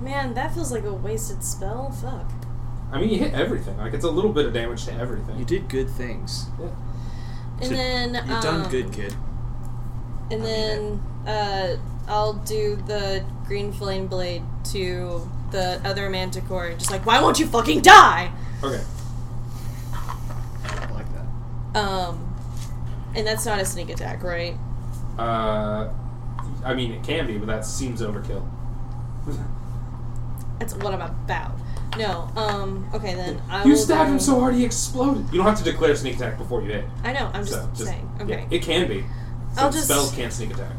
S3: Man, that feels like a wasted spell. Fuck.
S2: I mean, you hit everything. Like it's a little bit of damage to everything.
S4: You did good things.
S3: And
S4: So,
S3: then
S4: You've
S3: um,
S4: done good, kid.
S3: And
S4: I mean
S3: then uh, I'll do the green flame blade to the other manticore, just like, why won't you fucking die?
S2: Okay.
S4: I like that.
S3: Um, and that's not a sneak attack, right?
S2: Uh, I mean, it can be, but that seems overkill.
S3: That's what I'm about. No. Um. Okay, then I
S2: you
S3: will
S2: stabbed
S3: do-
S2: him so hard he exploded. You don't have to declare sneak attack before you hit.
S3: I know. I'm just,
S2: so just
S3: saying.
S2: yeah,
S3: Okay.
S2: it can be. So
S3: I'll just-
S2: spells can't sneak attack.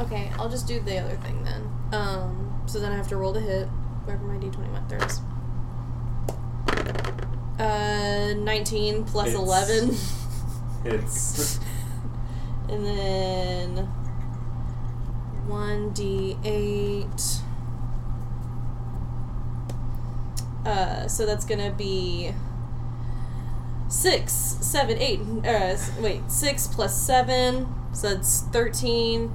S3: okay. I'll just do the other thing then. Um. So then I have to roll to hit wherever my d20 went. There it is. Uh, 19 plus
S2: Hits.
S3: 11.
S2: It's
S3: and then 1d8 uh, so that's gonna be 6 7 8 uh, s- wait 6 plus 7 so that's 13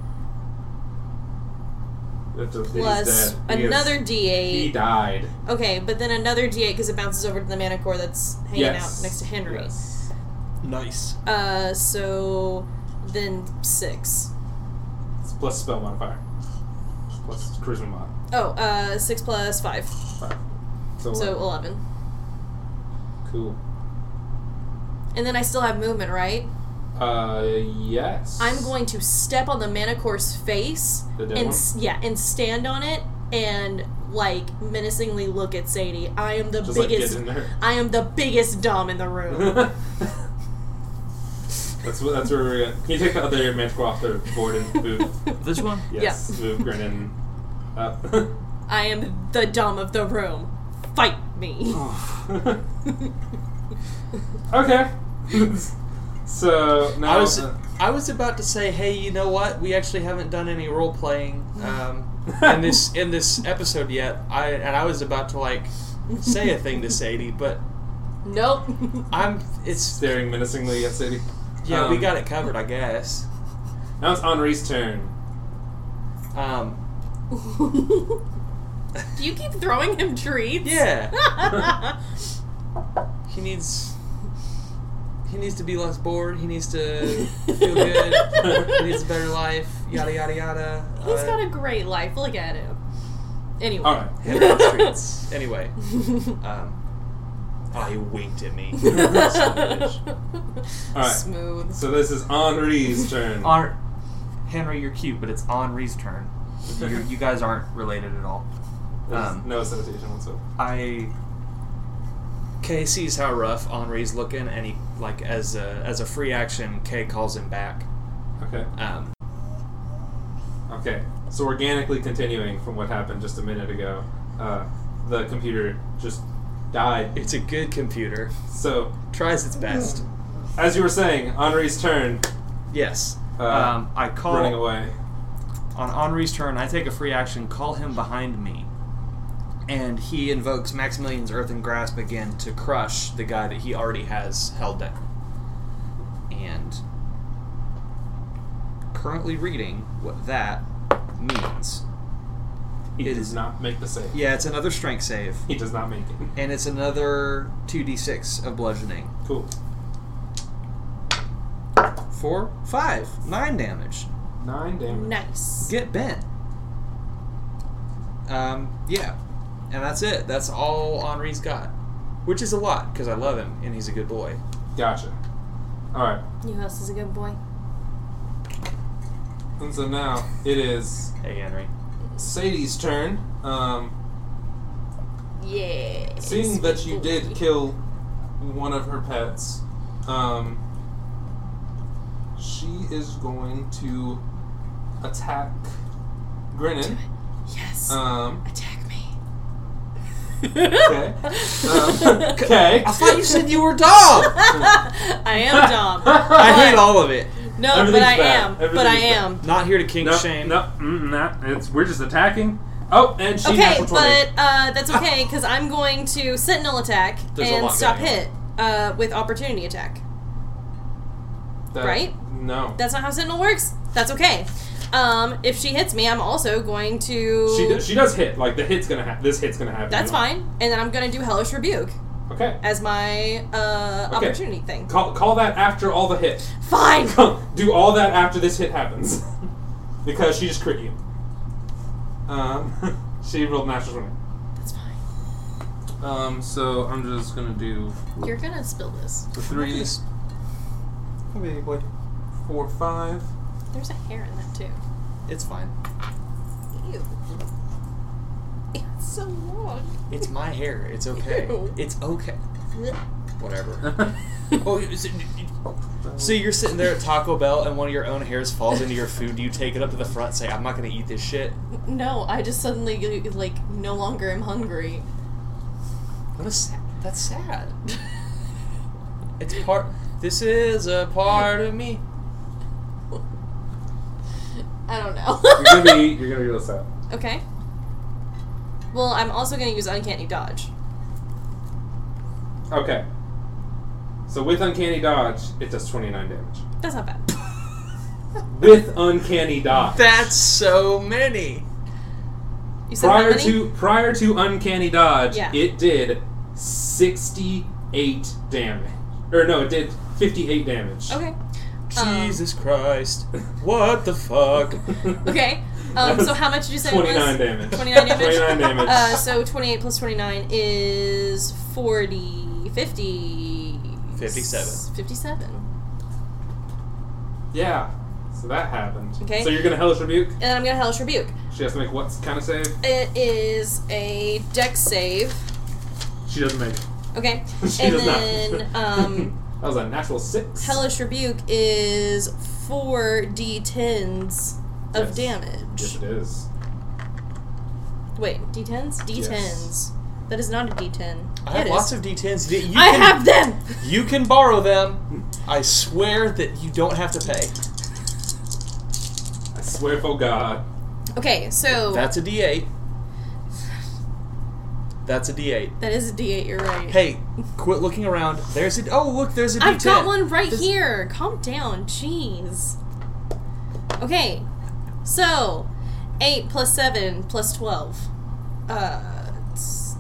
S2: it's a,
S3: plus
S2: he's dead. He is-
S3: another
S2: He
S3: d8
S2: died.
S3: okay but then another d8 because it bounces over to the manticore that's hanging
S2: yes.
S3: out next to henry
S2: Yes.
S4: Nice.
S3: uh, so then 6
S2: It's plus spell modifier. Plus charisma mod.
S3: oh uh, 6 plus 5
S2: Five. So, uh,
S3: so 11
S2: cool.
S3: And then I still have movement, right?
S2: Uh, yes.
S3: I'm going to step on the manicore's face
S2: The dead
S3: and
S2: one?
S3: s- yeah, and stand on it and like menacingly look at Sadie. I am the
S2: Just like
S3: biggest.
S2: get in there.
S3: I am the biggest dom in the room.
S2: that's what. That's where we're. Gonna, can you take the other manticore off the board and move?
S4: This one?
S2: Yes.
S3: Yeah.
S2: Move Grinnin up.
S3: I am the dom of the room. Fight me.
S2: okay. so now
S4: I was
S2: uh,
S4: I was about to say, hey, you know what? We actually haven't done any role playing
S3: Mm.
S4: um, in this in this episode yet. I and I was about to like say a thing to Sadie, but
S3: nope.
S4: I'm it's
S2: staring menacingly at Sadie.
S4: yeah, we
S2: Um,
S4: got it covered, I guess.
S2: Now it's Henri's turn.
S4: Um,
S3: Do you keep throwing him treats?
S4: yeah, he needs he needs to be less bored. He needs to feel good. he needs a better life. Yada yada yada.
S3: He's
S4: Uh,
S3: got a great life. Look at him. Anyway.
S2: All right.
S4: hit on the streets. Anyway, um, oh, he winked at me.
S2: All right.
S3: Smooth.
S2: So this is Henri's turn.
S5: Ar- Henry, you're cute, but it's Henri's turn. you you guys aren't related at all.
S2: There's
S5: um,
S2: no hesitation whatsoever.
S5: I
S4: Kay sees how rough Henri's looking, and he like as a as a free action, Kay calls him back.
S2: Okay.
S4: Um,
S2: Okay, so organically continuing from what happened just a minute ago, uh, the computer just died.
S4: it's a good computer.
S2: So,
S4: Tries its best.
S2: as you were saying, Henri's turn,
S4: Yes.
S2: uh,
S5: um, I call
S2: running away.
S5: on Henri's turn. I take a free action, call him behind me,
S4: And he invokes Maximilian's Earthen Grasp again to crush the guy that he already has held down. And currently reading what that means.
S2: He
S4: It
S2: does
S4: is-
S2: not make the save.
S4: Yeah, it's another strength save.
S2: He does not make it.
S4: And it's another 2d6 of bludgeoning.
S2: Cool.
S4: Four, five, nine damage.
S2: Nine damage.
S3: Nice.
S4: Get bent. Um, yeah. And that's it. That's all Henri's got. Which is a lot, because I love him and he's a good boy.
S2: Gotcha. Alright,
S3: You house is a good boy.
S2: and so now it is
S5: Hey, Henry.
S2: Sadie's turn. Um,
S3: Yeah.
S2: seeing that you did kill one of her pets, um, she is going to attack Grinnin.
S3: Yes.
S2: Um,
S3: Attack me.
S2: okay. Um, okay.
S4: I thought you said you were dog!
S2: Uh.
S3: I am Dom.
S4: I hate all of it.
S3: No, but
S2: Everything's
S3: I
S2: bad.
S3: am. But I
S2: Everything's bad.
S3: am.
S4: Not here to kink
S2: No,
S4: shame.
S2: no, mm, nah, it's we're just attacking. Oh, and she
S3: Okay,
S2: natural 20.
S3: but uh, that's okay because I'm going to sentinel attack
S4: There's a
S3: and
S4: lot
S3: stop
S4: going on.
S3: hit uh, with opportunity attack.
S2: That-
S3: right?
S2: No.
S3: That's not how sentinel works. That's okay. Um, if she hits me, I'm also going to.
S2: She does, she does hit. Like the hit's gonna happen. This hit's gonna happen.
S3: That's fine. And then I'm going to do Hellish Rebuke
S2: Okay.
S3: as my uh,
S2: Okay.
S3: opportunity thing.
S2: Call call that after all the hit.
S3: Fine!
S2: Do all that after this hit happens, because she just crit you. Um, she rolled natural twenty.
S3: That's fine.
S2: Um, so I'm just gonna do
S3: You're going to spill this.
S2: the three,
S4: Oh, baby boy.
S2: four, five.
S3: There's a hair in that, too.
S4: It's fine.
S3: Ew. It's so long.
S4: It's my hair. It's okay.
S3: Ew.
S4: It's okay. Whatever.
S2: oh,
S4: Oh, you- so, so you're sitting there at Taco Bell and one of your own hairs falls into your food. Do you take it up to the front and say, I'm not going to eat this shit?
S3: No, I just suddenly, like, no longer am hungry.
S4: What a sa- That's sad. It's part. This is a part of me.
S3: I don't know.
S2: you're gonna be you're gonna be this out.
S3: Okay. Well, I'm also going to use Uncanny Dodge.
S2: Okay. So with uncanny dodge, it does 29 damage.
S3: That's not bad.
S2: With uncanny dodge.
S4: That's so many.
S3: You said how
S2: prior
S3: many?
S2: to prior to uncanny dodge,
S3: Yeah.
S2: it did 68 damage. Or no, it did 58 damage.
S3: Okay. Um,
S4: Jesus Christ. What the fuck?
S3: Okay. Um, so how much did you say it was?
S2: 29 damage.
S3: 29 damage?
S2: 29 damage.
S3: Uh, so 28 plus 29 is 40, 50...
S4: 57.
S3: 57.
S2: yeah. So that happened.
S3: Okay.
S2: So you're gonna hellish rebuke.
S3: And then I'm going to Hellish Rebuke.
S2: She has to make what kind of save?
S3: It is a deck save.
S2: She doesn't make. it.
S3: Okay.
S2: she
S3: and
S2: does
S3: then
S2: not.
S3: um,
S2: that was a natural six.
S3: Hellish Rebuke is 4d10s of
S2: Yes.
S3: damage.
S2: Yes, it is.
S3: Wait, d10s? d10s.
S2: Yes.
S3: That is not a d10.
S4: I
S3: Yeah,
S4: have
S3: it
S4: lots
S3: is.
S4: of D10s. that You
S3: I
S4: can,
S3: have them!
S4: You can borrow them. I swear that you don't have to pay.
S2: I swear for God.
S3: Okay, so
S4: That's a D8. That's a D8.
S3: that is a d8, you're right.
S4: Hey, quit looking around. There's a. Oh, look, there's a D10.
S3: I've got one right
S4: This-
S3: here. Calm down, jeez. Okay, so eight plus seven plus twelve. Uh, it's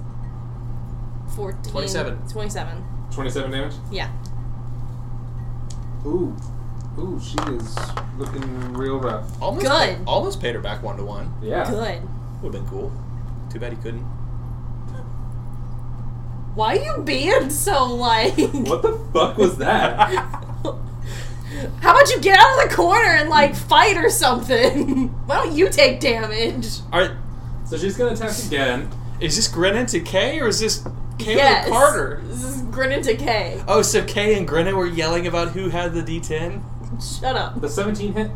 S3: fourteen.
S4: 27.
S3: Twenty-seven.
S2: 27 damage.
S3: Yeah.
S2: Ooh. Ooh, she is looking real rough.
S4: Almost
S3: Good.
S4: Paid, almost paid her back one to one.
S2: Yeah.
S3: Good.
S4: Would have been cool. Too bad he couldn't.
S3: Why you being so like?
S2: What the fuck was that?
S3: How about you get out of the corner and like fight or something? Why don't you take damage?
S4: Are,
S2: so she's gonna attack again.
S4: is this Grinnin to K or is this Caleb
S3: yes.
S4: Carter?
S3: This is grin and decay.
S4: Oh, so K and Grinnin were yelling about who had the D10?
S3: Shut up.
S2: The 17 hit.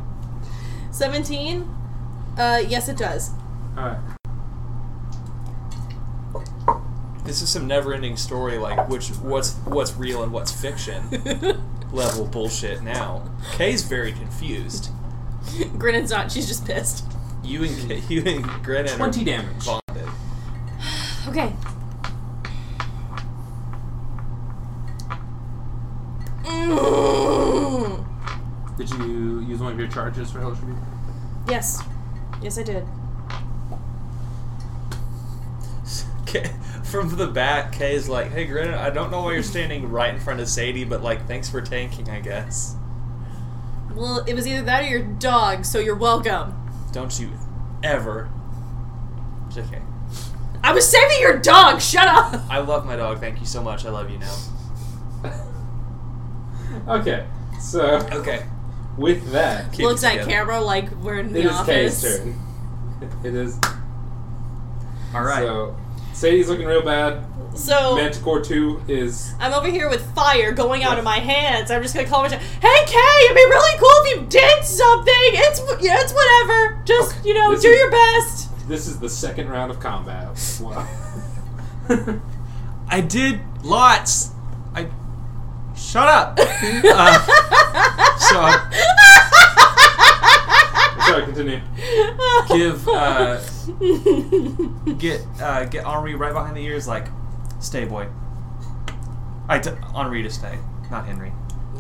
S3: 17? Uh, yes, it does.
S2: Alright.
S4: This is some never-ending story, like which what's what's real and what's fiction level bullshit. Now Kay's very confused.
S3: Grinnin's not, she's just pissed.
S4: You and K, you and Grinnin
S2: 20
S4: are
S2: damage.
S4: bonded.
S3: Okay. Mm.
S2: Did you use one of your charges for Hellish Rebuke?
S3: Yes. Yes, I did.
S4: K, from the back, Kay is like, "Hey, Grinnin, I don't know why you're standing right in front of Sadie, but like, thanks for tanking, I guess.
S3: Well, it was either that or your dog, so you're welcome.
S4: Don't you ever." It's okay.
S3: I was saving your dog, shut up!
S4: I love my dog. Thank you so much. I love you now.
S2: Okay. So
S4: Okay.
S2: with that,
S4: Keep
S3: Looks
S4: it
S3: at
S4: together.
S3: camera like we're in the
S2: it is
S3: office.
S2: Kay's turn. It is.
S5: All right.
S2: So Sadie's looking real bad.
S3: So,
S2: Manticore two is
S3: I'm over here with fire going out of my hands. I'm just gonna call myself. Hey, Kay, it'd be really cool if you did something. It's yeah, it's whatever. Just you know,
S2: This
S3: do
S2: is-
S3: your best.
S2: this is the second round of combat. Wow.
S4: I did lots. I shut up. Uh, so I
S2: Sorry, continue.
S4: give uh, get uh, get Henri right behind the ears, like, stay, boy. I t- Henri to stay, not Henry.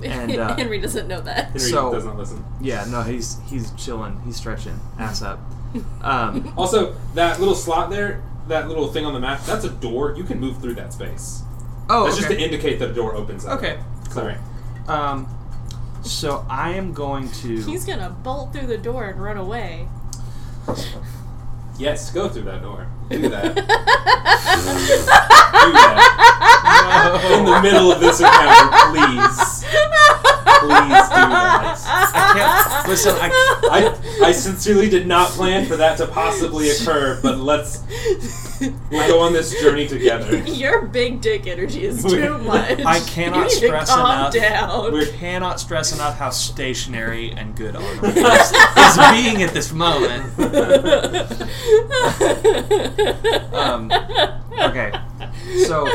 S4: And, uh,
S3: Henry doesn't know that.
S2: Henry
S4: So-
S2: does not listen.
S4: Yeah, no, he's he's chilling. He's stretching, ass up. Um,
S2: Also, that little slot there, that little thing on the map, that's a door. You can move through that space.
S4: oh,
S2: that's
S4: okay.
S2: just to indicate that a door opens up.
S4: Okay,
S2: Sorry.
S4: um, so I am going to.
S3: He's gonna bolt through the door and run away.
S2: Yes, go through that door. Do that. do that.
S4: No.
S2: In the middle of this encounter, please. Please do that.
S4: I can't listen. I,
S2: I, I sincerely did not plan for that to possibly occur, but let's we'll go on this journey together.
S3: Your big dick energy is
S2: too
S3: too
S2: much.
S3: much.
S4: I cannot
S3: you need to
S4: stress
S3: calm
S4: enough.
S3: Down.
S2: We're-
S4: cannot stress enough how stationary and good Arnold is, is being at this moment. Um, okay, so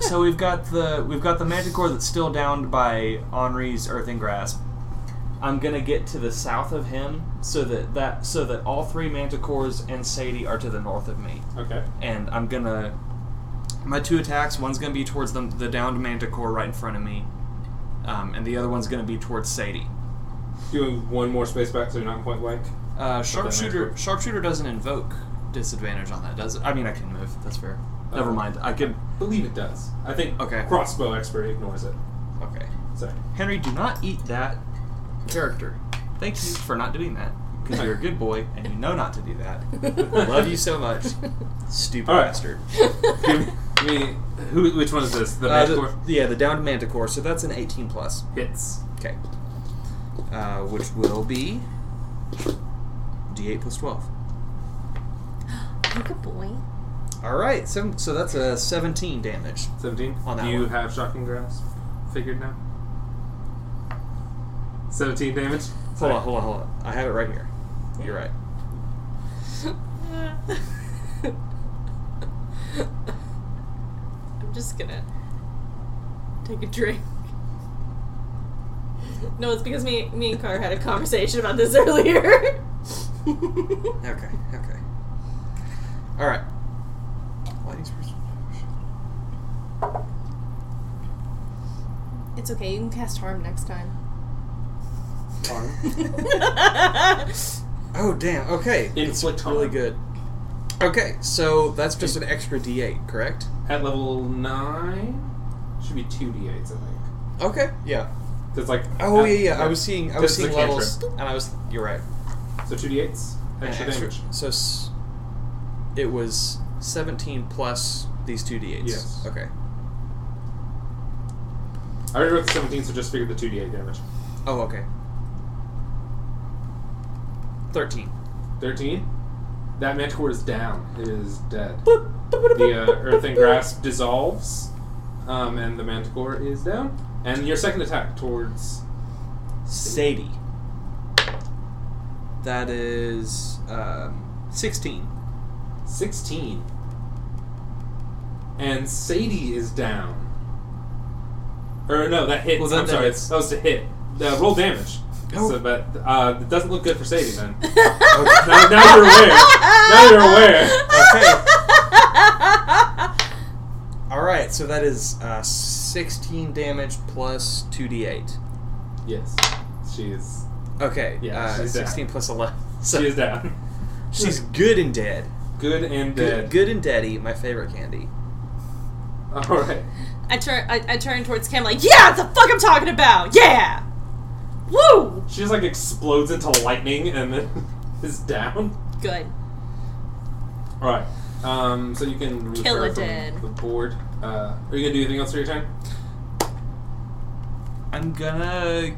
S4: so we've got the we've got the Manticore that's still downed by Henri's Earth and Grasp. I'm gonna get to the south of him so that that so that all three Manticores and Sadie are to the north of me,
S2: Okay.
S4: and I'm gonna my two attacks. One's gonna be towards the the downed Manticore right in front of me, um, and the other one's gonna be towards Sadie.
S2: Doing one more space back so you're not in point blank.
S4: Uh,
S2: Manticore.
S4: sharpshooter sharpshooter doesn't invoke disadvantage on that, does it? I mean, I can move. That's fair. Um, Never
S2: Uh,
S4: mind. I
S2: I
S4: can.
S2: believe it does. I think
S4: Okay.
S2: crossbow expert ignores it.
S4: Okay.
S2: Sorry.
S4: Henry, do not eat that character. Thank you for not doing that because you're a good boy and you know not to do that. Love you so much, stupid
S2: All right.
S4: bastard.
S2: Give me who? Which one is this? The
S4: Uh,
S2: manticore
S4: the- yeah, the downed manticore. So that's an 18 plus.
S2: hits.
S4: Okay. Uh, which will be D8 plus 12.
S3: Good boy.
S4: All right. So so that's a 17 damage.
S2: Seventeen.
S4: On that
S2: Do you
S4: one.
S2: have shocking grasp figured now? Seventeen damage.
S4: Hold on, hold on, hold on. I have it right here. You're right.
S3: I'm just gonna take a drink. No, it's because me, me and Car had a conversation about this earlier.
S4: Okay, okay. All right. Lighting's first.
S3: it's okay. You can cast harm next time.
S4: Oh damn. Okay. It's
S2: Inflict
S4: really
S2: harm.
S4: good. Okay, so that's just an extra D8, correct?
S2: At level nine, should be two d8s, I think.
S4: Okay. Yeah.
S2: 'Cause, like
S4: Oh
S2: at-
S4: yeah, yeah. I was seeing I was
S2: This is a
S4: seeing levels, and I was you're right.
S2: So two d8s,
S4: An
S2: extra damage.
S4: So s- it was 17 plus these two D8s.
S2: Yes.
S4: Okay.
S2: I already wrote the seventeen, so just figure the two d8 damage.
S4: Oh, okay. 13.
S2: Thirteen. That manticore is down. It is dead. The uh, earth and grasp dissolves, um, and the manticore is down. And your second attack towards
S4: Sadie. That is um, 16.
S2: 16. And Sadie is down. Or no, that hits.
S4: Well, that-
S2: I'm
S4: that
S2: sorry,
S4: hits.
S2: that was a hit. Uh, roll damage.
S4: Oh.
S2: So, but uh, it doesn't look good for Sadie then. now, now you're aware. Now you're aware.
S4: Okay. All right, so that is uh, 16 damage plus 2d8.
S2: Yes, she is.
S4: Okay,
S2: Yeah,
S4: uh,
S2: she's down.
S4: 16 plus 11. So
S2: She is down.
S4: she's good and dead.
S2: Good and
S4: Good,
S2: dead.
S4: good and deady, my favorite candy.
S2: All right.
S3: I turn, I, I turn towards Cam like, yeah, that's the fuck I'm talking about. Yeah, woo,
S2: She just like explodes into lightning and then is down.
S3: good.
S2: All right. Um, so you can remove
S3: Kill
S2: her
S3: a
S2: from
S3: dead.
S2: the board. Uh, are you gonna do anything else for your turn?
S4: I'm gonna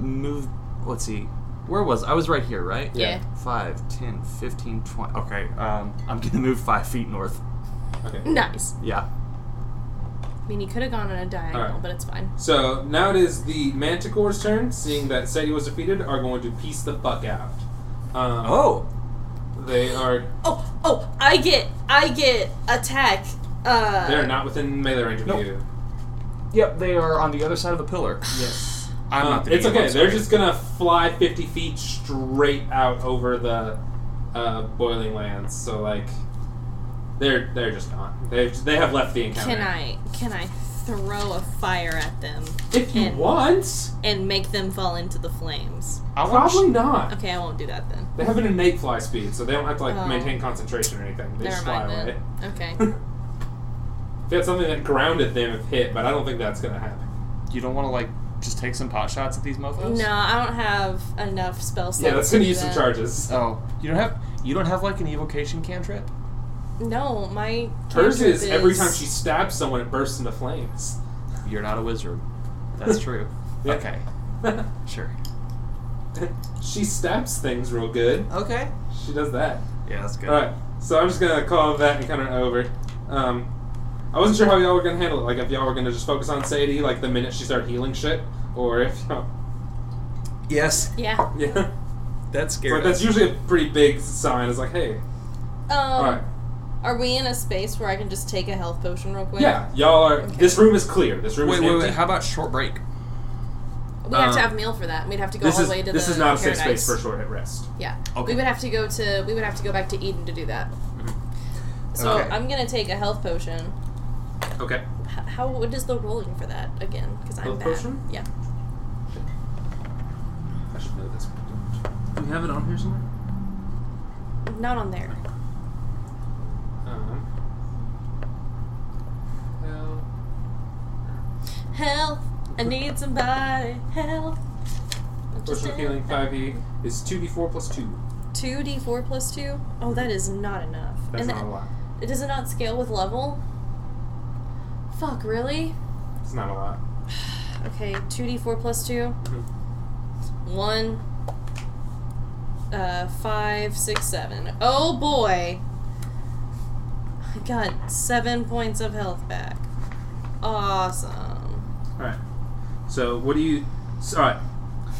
S4: move. Let's see. Where was I? was right here, right?
S2: Yeah.
S4: 5, 10, 15, 20. Okay, um, I'm gonna move 5 feet north.
S2: Okay.
S3: Nice.
S4: Yeah.
S3: I mean, he could have gone on a diagonal,
S2: Alright.
S3: but it's fine.
S2: So now it is the Manticore's turn. Seeing that Sadie was defeated, are going to piece the fuck out. Um,
S4: Oh!
S2: they are.
S3: Oh, oh, I get, I get attack. Uh,
S2: They are not within melee range of
S4: Nope.
S2: you.
S4: Yep, they are on the other side of the pillar.
S2: Yes.
S4: I'm not the
S2: Um, it's
S4: DM,
S2: okay.
S4: I'm
S2: They're
S4: sorry.
S2: just gonna fly fifty feet straight out over the uh, boiling lands. So like, they're they're just gone. They they have left the encounter.
S3: Can I, can I throw a fire at them
S2: If you
S3: And-
S2: want,
S3: and make them fall into the flames.
S5: I watched.
S2: probably not.
S3: Okay, I won't do that then.
S2: They have an innate fly speed, so they don't have to like
S3: Oh.
S2: maintain concentration or anything. They just
S3: Never
S2: fly
S3: mind
S2: away.
S3: then. Okay.
S2: They had something that grounded them if hit, but I don't think that's gonna happen.
S5: You don't want to like just take some pot shots at these mofos.
S3: No, I don't have enough spell slots.
S2: Yeah, that's
S3: to
S2: gonna
S3: do
S2: use some
S3: that.
S2: charges.
S5: Oh, you don't have you don't have like an evocation cantrip.
S3: No, my
S2: Uh, Hers
S3: cantrip
S2: is every time she stabs someone, it bursts into flames.
S5: You're not a wizard. That's true.
S2: Yeah.
S5: Okay, sure.
S2: she stabs things real good.
S5: Okay.
S2: She does that.
S5: Yeah, that's good.
S2: All right, so I'm just gonna call that and kind of over. Um, I wasn't sure how y'all were gonna handle it. Like, if y'all were gonna just focus on Sadie, like the minute she started healing shit, or if y'all,
S4: Yes,
S3: Yeah.
S2: yeah,
S4: that
S2: It's
S4: scared
S2: like that's
S4: us.
S2: usually a pretty big sign. It's like, hey,
S3: Um,
S2: all right,
S3: Are we in a space where I can just take a health potion real quick?
S2: yeah, y'all are. This room is clear. This room
S4: Wait,
S2: is
S4: wait,
S2: empty.
S4: wait. How about short break?
S3: We have to
S2: Um,
S3: have meal for that. We'd have to go
S2: this
S3: all
S2: is
S3: the way to
S2: this
S3: the
S2: is not a safe
S3: paradise.
S2: space for a short hit rest.
S3: Yeah.
S5: Okay.
S3: We would have to go to we would have to go back to Eden to do that. Mm-hmm. So
S4: Okay.
S3: I'm gonna take a health potion.
S2: Okay.
S3: H- How what is the rolling for that again? Because I'm
S2: Health
S3: bad.
S2: potion?
S3: Yeah.
S2: I should know this.
S4: Do we have it on here somewhere?
S3: Not on there.
S2: Um, well,
S3: Health. I need somebody. Help.
S2: Personal E. healing 5e is 2d4 plus 2.
S3: Two D four plus two? Oh, that is not enough.
S2: That's
S3: and
S2: not a lot.
S3: that, does it not scale with level? Fuck, really?
S2: It's not a lot.
S3: Okay, two D four plus two.
S2: Mhm.
S3: One. Uh, five, six, seven. Oh boy. I got seven points of health back. Awesome.
S2: Alright. So, what do you. So, Alright.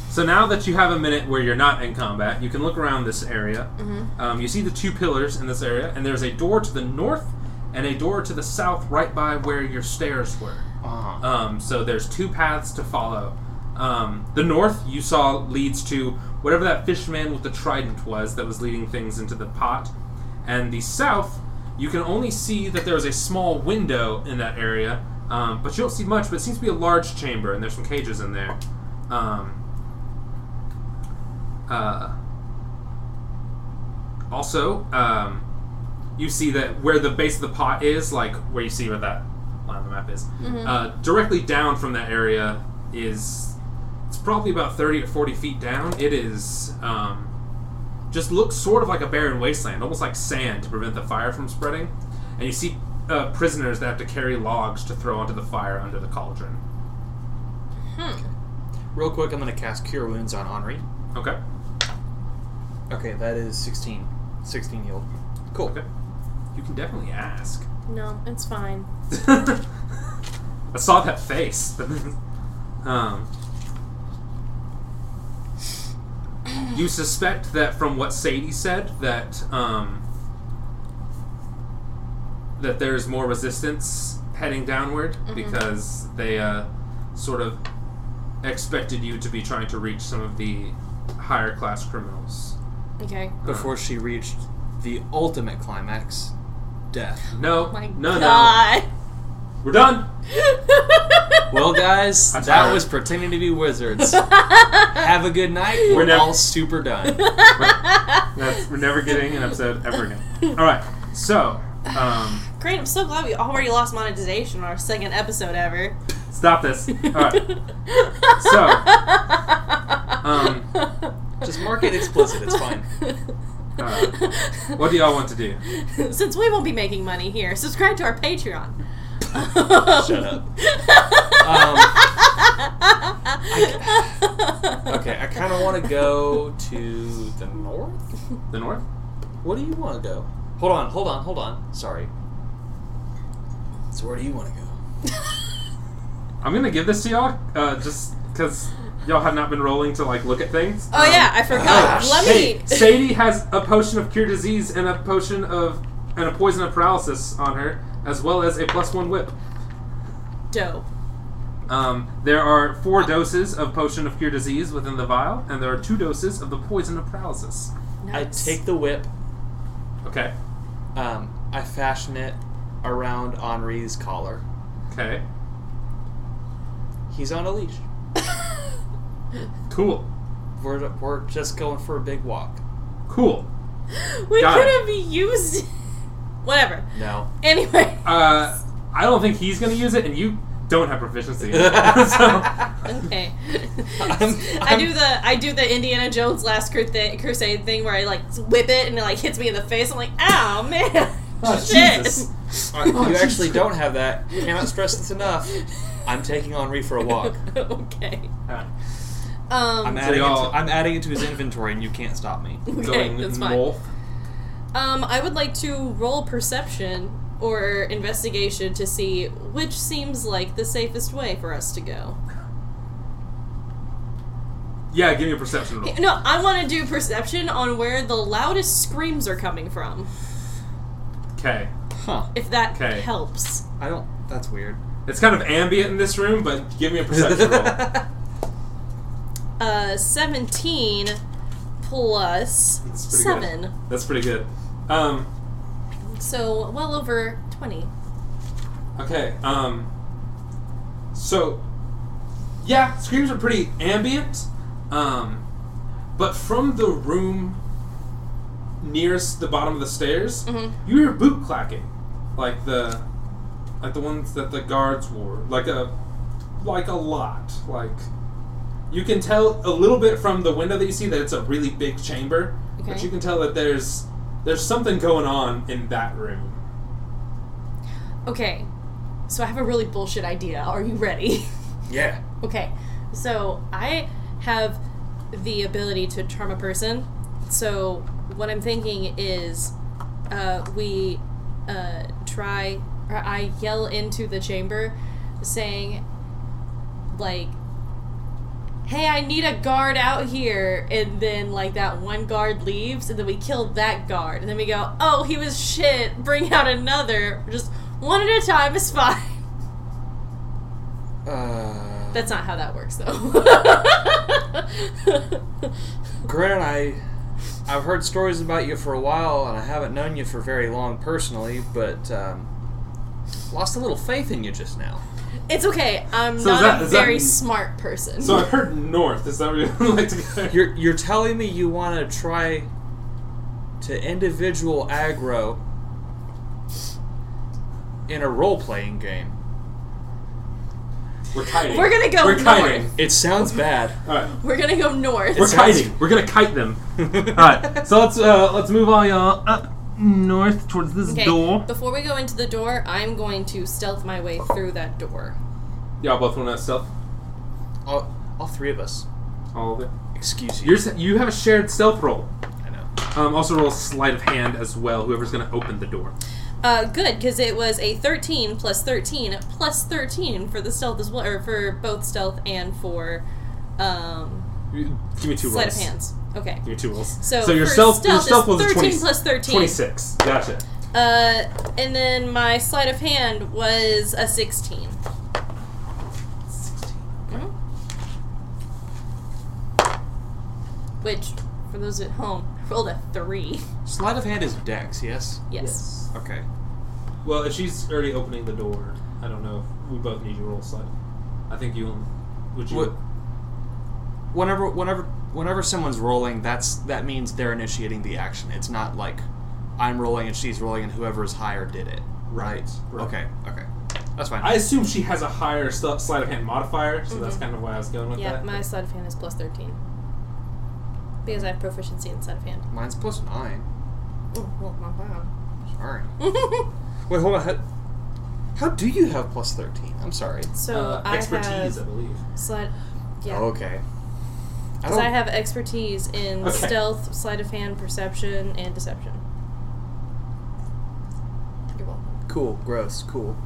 S2: So, now that you have a minute where you're not in combat, you can look around this area.
S3: Mhm.
S2: Um, you see the two pillars in this area, and there's a door to the north and a door to the south right by where your stairs were.
S5: Uh-huh.
S2: Um, so there's two paths to follow. Um, the north you saw leads to whatever that fishman with the trident was that was leading things into the pot, and the south you can only see that there is a small window in that area, um, but you don't see much. But it seems to be a large chamber, and there's some cages in there. Um, uh, also, um, you see that where the base of the pot is, like where you see where that line on the map is, uh, directly down from that area is it's probably about thirty to forty feet down. It is um, just looks sort of like a barren wasteland, almost like sand to prevent the fire from spreading. And you see uh, prisoners that have to carry logs to throw onto the fire under the cauldron.
S3: Hmm.
S4: Real quick, I'm gonna cast Cure Wounds on Henri.
S2: Okay.
S4: Okay, that is 16. 16 healed. Cool.
S2: Okay. You can definitely ask.
S3: No, it's fine.
S2: I saw that face. um, you suspect that from what Sadie said that um, that there's more resistance heading downward
S3: Mm-hmm.
S2: because they uh, sort of expected you to be trying to reach some of the higher class criminals.
S3: Okay.
S4: Before she reached the ultimate climax, death.
S2: No,
S3: Oh My
S2: no,
S3: God.
S2: no. We're done.
S4: Well, guys,
S2: I'm
S4: that
S2: tired.
S4: was pretending to be wizards. Have a good night. We're,
S2: We're nev-
S4: all super done.
S2: That's, we're never getting an episode ever again. All right, so um,
S3: Great, I'm so glad we already lost monetization on our second episode ever.
S2: stop this. All right, so um,
S4: Just mark it explicit. It's fine.
S2: uh, what do y'all want to do?
S3: Since we won't be making money here, subscribe to our Patreon.
S4: Shut up. Um, okay, I kind of want to go to the north.
S2: The north?
S4: What do you want to go? Hold on, hold on, hold on. Sorry. So where do you want to go?
S2: I'm gonna give this to y'all uh, just because y'all have not been rolling to like look at things. Um,
S3: Oh yeah, I forgot.
S4: gosh.
S3: Let
S2: Hey,
S3: me.
S2: Sadie has a potion of cure disease and a potion of and a poison of paralysis on her, as well as a plus one whip.
S3: Dope.
S2: Um, there are four doses of potion of cure disease within the vial, and there are two doses of the poison of paralysis.
S4: I
S3: Nice.
S4: take the whip.
S2: Okay.
S4: Um, I fashion it around Henri's collar.
S2: Okay.
S4: He's on a leash.
S2: Cool.
S4: We're, we're just going for a big walk.
S2: Cool.
S3: we
S2: Got
S3: could
S2: it.
S3: have used whatever.
S4: No.
S3: Anyway,
S2: Uh, I don't think he's going to use it, and you don't have proficiency. in it. so,
S3: okay.
S4: I'm-
S3: I
S4: I'm-
S3: do the I do the Indiana Jones Last Crusade, Crusade thing where I like whip it and it like hits me in the face. I'm like, ow man,
S2: Oh,
S3: shit.
S2: Jesus.
S4: Uh, you actually don't have that. Cannot stress this enough. I'm taking Henri for a walk.
S3: okay.
S2: uh,
S3: Um,
S4: I'm
S2: So
S4: adding, it to,
S2: y'all-
S4: I'm adding it to his inventory, and you can't stop me.
S3: okay,
S2: going
S3: that's fine.
S2: Wolf.
S3: Um, I would like to roll perception or investigation to see which seems like the safest way for us to go.
S2: Yeah, give me a perception roll.
S3: No, I want to do perception on where the loudest screams are coming from,
S2: Okay.
S4: Huh.
S3: if that
S2: Okay.
S3: helps.
S4: I don't. That's weird.
S2: It's kind of ambient in this room, but give me a perception roll.
S3: Uh, 17 plus
S2: That's pretty
S3: 7.
S2: That's pretty good. Um,
S3: So, well over 20.
S2: Okay. Um. So, yeah, screams are pretty ambient. Um, but from the room nearest the bottom of the stairs,
S3: Mhm.
S2: you hear boot clacking, like the, like the ones that the guards wore, like a, like a lot. Like, you can tell a little bit from the window that you see that it's a really big chamber, but
S3: Okay.
S2: you can tell that there's there's something going on in that room.
S3: Okay, so I have a really bullshit idea. Are you ready?
S4: Yeah.
S3: Okay, so I have the ability to charm a person. So what I'm thinking is, uh, we uh, try or I yell into the chamber, saying, like, "Hey, I need a guard out here," and then like that one guard leaves, and then we kill that guard, and then we go, "Oh, he was shit. Bring out another. Just one at a time is fine."
S4: Uh,
S3: That's not how that works, though.
S4: Grant, I, I've heard stories about you for a while, and I haven't known you for very long personally, but um, lost a little faith in you just now.
S3: it's okay. I'm
S2: So is
S3: not
S2: that-
S3: a
S2: is that-
S3: very smart person.
S2: So I've heard north. Is that where you like to go?
S4: You're you're telling me you want to try to individual aggro in a role playing game.
S2: We're kiting.
S3: We're gonna go
S2: We're kiting.
S3: north.
S4: It sounds bad.
S2: All right.
S3: We're gonna go north.
S2: We're
S4: sounds-
S2: kiting. We're gonna kite them. All right. So let's uh, let's move on, y'all, up north towards this
S3: okay.
S2: door.
S3: Before we go into the door, I'm going to stealth my way through that door.
S2: Y'all both want that stealth.
S4: all, all three of us.
S2: All of it.
S4: Excuse you.
S2: Yours, you have a shared stealth roll.
S4: I know.
S2: Um, also roll sleight of hand as well. Whoever's gonna open the door.
S3: Uh, good, because it was a 13 plus 13 plus 13 for the stealth as well, or for both stealth and for um,
S2: You- Give me two
S3: sleight
S2: rolls.
S3: of hands. Okay.
S2: Give me two rolls.
S3: So,
S2: your
S3: for
S2: stealth, your
S3: stealth
S2: stealth
S3: is
S2: was a
S3: 13
S2: 20,
S3: plus 13.
S2: Twenty-six. Gotcha.
S3: Uh, and then my sleight of hand was a 16. Mhm. Which, for those at home, I rolled a 3.
S4: Sleight of hand is Dex, yes?
S3: Yes.
S4: Okay.
S2: Well, if she's already opening the door, I don't know. if We both need to roll sleight. I think you. Would you?
S4: What- Whenever whenever whenever someone's rolling, that's that means they're initiating the action. It's not like I'm rolling and she's rolling and whoever is higher did it.
S2: Right, right.
S4: Okay, okay. That's fine.
S2: I assume she has a higher st- sleight of hand modifier, so that's kind of why I was going with
S3: Mm-hmm. Yeah,
S2: that. Uh,
S3: my sleight of hand is plus 13. Because I have proficiency in sleight of hand.
S4: Mine's plus nine.
S3: Oh, well, my wow.
S4: Sorry. Wait, hold on. How, how do you have plus 13? I'm sorry.
S3: so
S2: Uh,
S3: I
S2: expertise, I
S3: have
S2: believe.
S3: sleight. Yeah.
S4: Okay. I
S3: Because
S4: don't,
S3: Oh, I have expertise in
S2: Okay.
S3: stealth, sleight of hand, perception, and deception. You're welcome.
S4: Cool, gross, cool.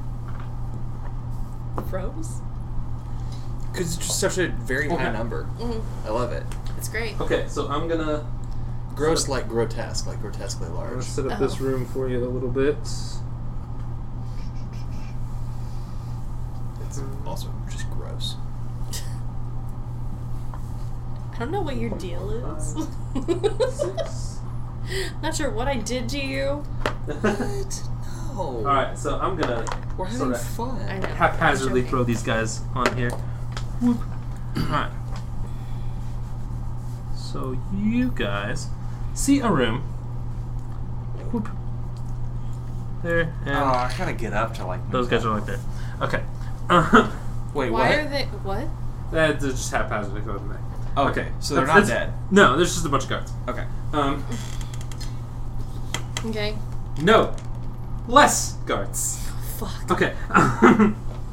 S3: Rose?
S4: Because it's just such a very high
S2: Okay.
S4: number.
S3: Mm-hmm.
S4: I love it.
S3: It's great.
S2: Okay, so I'm gonna
S4: Gross, like grotesque, like grotesquely
S2: I'm gonna
S4: large.
S2: set up
S3: Oh.
S2: this room for you a little bit.
S4: It's also just gross.
S3: I don't know what your deal is. Not sure what I did to you.
S4: What? No.
S2: All right, so I'm gonna
S4: We're having
S2: sort of
S4: fun.
S3: I know.
S2: haphazardly
S3: Joking.
S2: throw these guys on here.
S4: Alright.
S2: So you guys see a room. Whoop. There and
S4: Oh, I gotta get up to like.
S2: those guys are like there. Okay. Uh-huh.
S4: Wait,
S3: Why
S4: what?
S3: are they. What?
S2: That's just haphazardly thrown there.
S4: Oh, okay, so they're
S2: That's-
S4: not dead.
S2: that's- No, there's just a bunch of cards.
S4: Okay.
S2: Um,
S3: Okay.
S2: no, less guards.
S3: Fuck.
S2: Okay.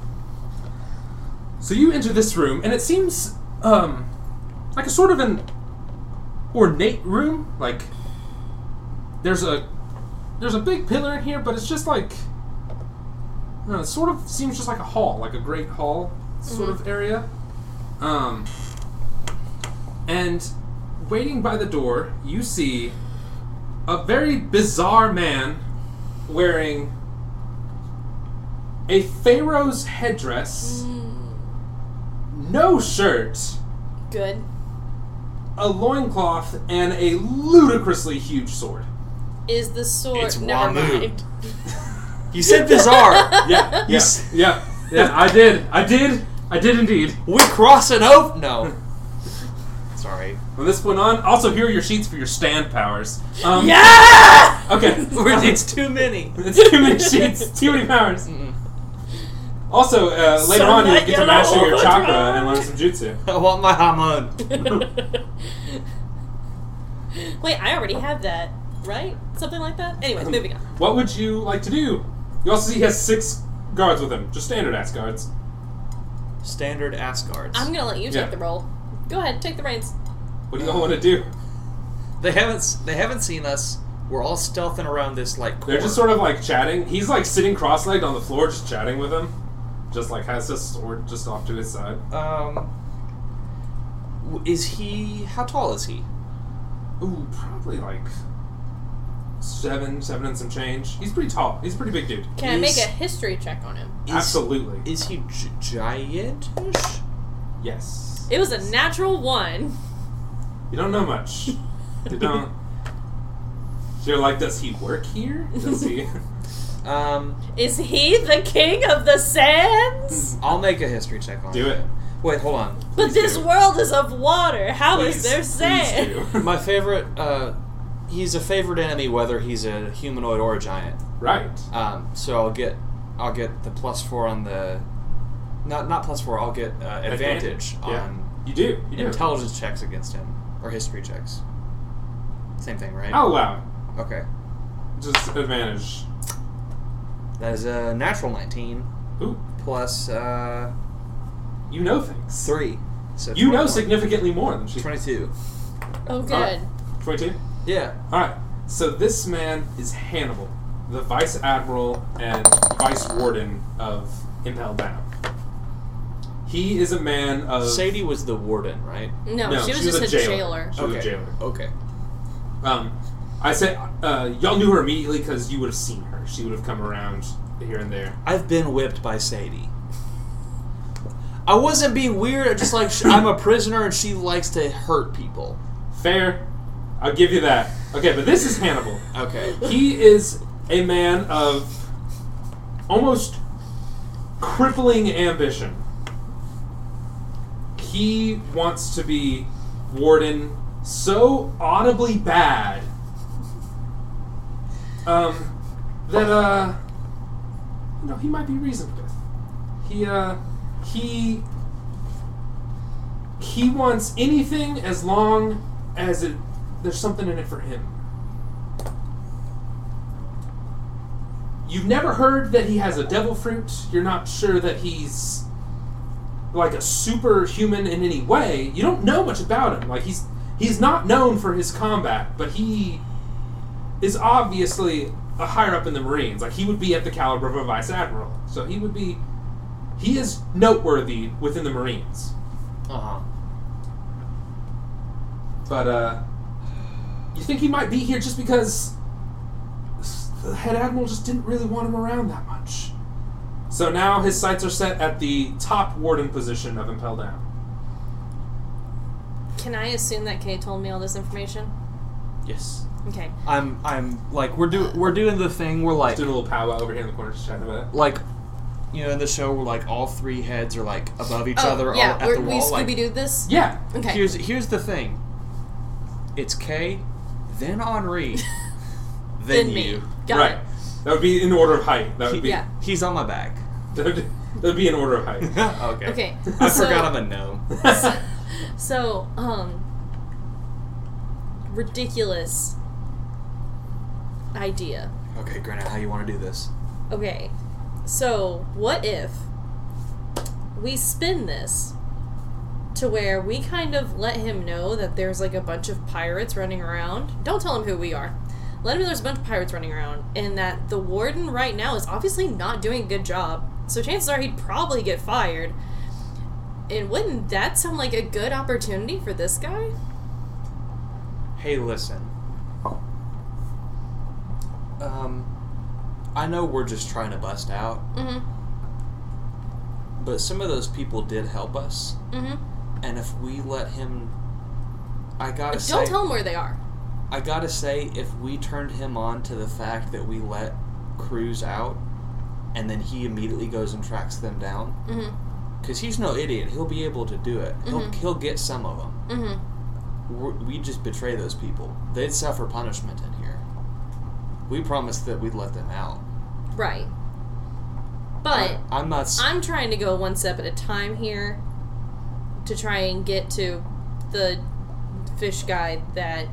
S2: so you enter this room, and it seems um, like a sort of an ornate room. Like there's a there's a big pillar in here, but it's just like I don't know, it sort of seems just like a hall, like a great hall sort of area. Um, and waiting by the door, you see a very bizarre man wearing a pharaoh's headdress,
S3: Mm.
S2: no shirt,
S3: Good.
S2: a loincloth, and a ludicrously huge sword.
S3: Is the sword.
S4: It's
S3: Never
S4: Wamu.
S3: mind.
S4: You said bizarre.
S2: Yeah,
S4: You s-
S2: yeah, yeah. I did, I did, I did indeed.
S4: we cross an oath. No. Sorry.
S2: From this point on, also here are your sheets for your stand powers. Um,
S3: Yeah!
S2: Okay.
S4: We're- it's too many.
S2: It's too many sheets, too many powers. Also, uh, later on, you
S3: Sunlight
S2: get to
S3: yellow
S2: master your chakra
S3: overdrive.
S2: and learn some jutsu.
S4: I want my hamon.
S3: Wait, I already have that, right? Something like that? Anyways, moving on.
S2: What would you like to do? You also see he has six guards with him, just standard ass guards.
S4: Standard Asgards.
S3: I'm gonna let you
S2: Yeah.
S3: take the role. Go ahead, take the reins.
S2: What do you all want to do?
S4: They haven't. s- They haven't seen us. We're all stealthing around this like. Core.
S2: They're just sort of like chatting. He's like sitting cross-legged on the floor, just chatting with him. Just like has his sword just off to his side.
S4: Um. w- Is he? How tall is he?
S2: Ooh, probably like seven, seven and some change. He's pretty tall. He's a pretty big dude.
S3: Can I make
S4: Is-
S3: a history check on him?
S4: Is,
S2: Absolutely.
S4: Is he gi- giantish?
S2: yes.
S3: It was a natural one.
S2: You don't know much. You don't. So you're like, does he work here? Does he?
S4: Um.
S3: Is he the king of the sands?
S4: I'll make a history check on.
S2: do
S4: him.
S2: it.
S4: Wait, hold on.
S3: But
S2: Please
S3: this
S2: do.
S3: world is of water. How is
S2: Please,
S3: there
S2: please
S3: sand?
S2: do.
S4: My favorite. Uh, he's a favorite enemy, whether he's a humanoid or a giant.
S2: right.
S4: Um. So I'll get. I'll get the plus four on the. Not not plus four. I'll get uh, advantage
S2: Yeah.
S4: on
S2: You do. You do.
S4: intelligence checks against him or history checks. Same thing, right?
S2: I'll allow it.
S4: Okay.
S2: Just advantage.
S4: That is a natural 19
S2: Ooh,
S4: plus uh,
S2: you know things.
S4: 3. So
S2: You know
S4: 21.
S2: significantly more than she.
S4: 22.
S3: Oh, good.
S2: Alright. Twenty-two.
S4: Yeah.
S2: All right. So this man is Hannibal, the vice admiral and vice warden of Impel Down. He is a man of.
S4: Sadie was the warden, right?
S3: No,
S2: no,
S3: she was just
S2: a
S3: a
S2: jailer.
S3: jailer.
S2: She
S4: okay.
S2: was a jailer.
S4: Okay.
S2: Um, I say uh, y'all knew her immediately because you would have seen her. She would have come around here and there.
S4: I've been whipped by Sadie. I wasn't being weird. I'm just like sh- I'm a prisoner and she likes to hurt people.
S2: Fair. I'll give you that. Okay, but this is Hannibal.
S4: Okay.
S2: He is a man of almost crippling ambition. He wants to be warden so audibly bad um, that uh, you know he might be reasoned with. He uh, he he wants anything as long as it there's something in it for him. You've never heard that he has a devil fruit. You're not sure that he's like a superhuman in any way. You don't know much about him. Like he's he's not known for his combat, but he is obviously a higher up in the Marines. Like he would be at the caliber of a vice admiral. So he would be he is noteworthy within the Marines.
S4: Uh-huh.
S2: But uh you think he might be here just because the head admiral just didn't really want him around that much. So now his sights are set at the top warden position of Impel Down.
S3: Can I assume that Kay told me all this information?
S2: Yes.
S3: Okay.
S4: I'm I'm like we're do we're doing the thing we're like
S2: Doing a little powwow over here in the corner, just chatting about it.
S4: like you know, in the show where like all three heads are like above each
S3: oh,
S4: other all
S3: yeah,
S4: at
S3: we're-
S4: the
S3: we
S4: wall? like,
S3: Scooby Doo this.
S2: Yeah.
S3: Okay.
S4: Here's here's the thing. It's K, then Henri, then,
S3: Then me.
S4: you.
S3: Got
S2: right. That would be in order of height. That would be.
S3: Yeah.
S4: He's on my back.
S2: That would, that would be in order of height.
S4: okay.
S3: it. Okay.
S4: I
S3: so,
S4: forgot I'm a gnome.
S3: So, um, ridiculous idea.
S4: Okay, Granite, how you want to do this?
S3: Okay, so what if we spin this to where we kind of let him know that there's like a bunch of pirates running around? Don't tell him who we are. Let him know there's a bunch of pirates running around, and that the warden right now is obviously not doing a good job. So chances are he'd probably get fired. And wouldn't that sound like a good opportunity for this guy?
S4: Hey, listen. Um, I know we're just trying to bust out,
S3: Mm-hmm.
S4: but some of those people did help us,
S3: Mm-hmm.
S4: and if we let him, I gotta say,
S3: Don't tell him where they are.
S4: I gotta say, if we turned him on to the fact that we let Cruz out, and then he immediately goes and tracks them down,
S3: Mm-hmm.
S4: because he's no idiot, he'll be able to do it. He'll
S3: Mhm.
S4: he'll get some of them.
S3: Mm-hmm.
S4: We're- we just betray those people. They'd suffer punishment in here. We promised that we'd let them out.
S3: Right. But
S4: I, am not. s-
S3: I'm trying to go one step at a time here to try and get to the fish guy that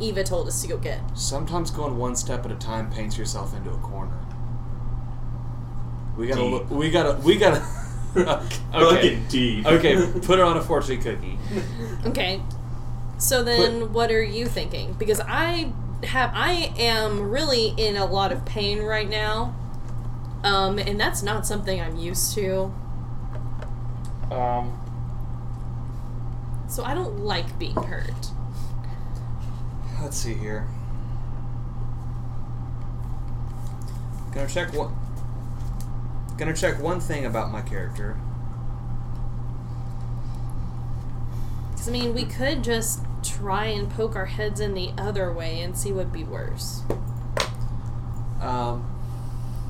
S3: Eva told us to go get.
S4: sometimes going one step at a time paints yourself into a corner. We gotta
S2: Deep.
S4: look. We gotta. We gotta. okay.
S2: Fucking deep.
S4: Okay. Put it on a fortune cookie.
S3: Okay. So then what are you thinking? Because I have I am really in a lot of pain right now. Um and that's not something I'm used to.
S4: Um.
S3: So I don't like being hurt.
S4: Let's see here. Gonna check one. Gonna check one thing about my character.
S3: Cuz I mean, we could just try and poke our heads in the other way and see what'd be worse.
S4: Um.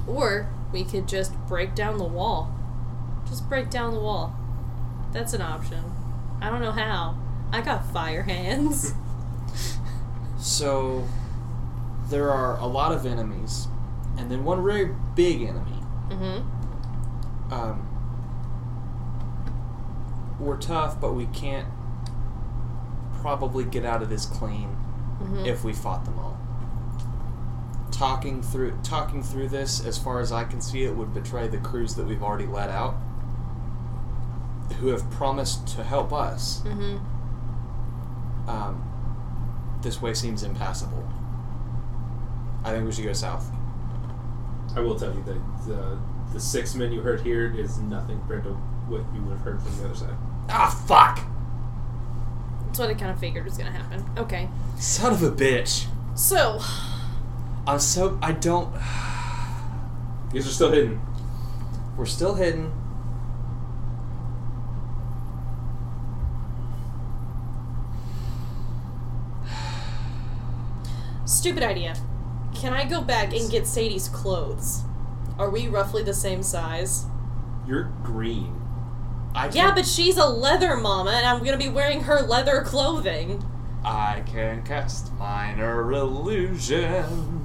S3: Or we could just break down the wall. Just break down the wall. That's an option. I don't know how. I got fire hands.
S4: So there are a lot of enemies, and then one very big enemy.
S3: mm-hmm.
S4: Um, we're tough, but we can't probably get out of this clean
S3: Mm-hmm.
S4: if we fought them all. Talking through talking through this, as far as I can see, it would betray the crews that we've already let out, who have promised to help us.
S3: mm-hmm.
S4: Um, this way seems impassable. I think we should go south.
S2: I will tell you that the, the six men you heard here is nothing compared to what you would have heard from the other side.
S4: Ah, fuck!
S3: That's what I kind of figured was going to happen. Okay.
S4: Son of a bitch.
S3: So,
S4: I'm so. I don't.
S2: These are still hidden.
S4: We're still hidden.
S3: stupid idea. Can I go back and get Sadie's clothes? Are we roughly the same size?
S2: You're green.
S4: I can,
S3: Yeah, but she's a leather mama and I'm going to be wearing her leather clothing.
S4: I can cast minor illusion.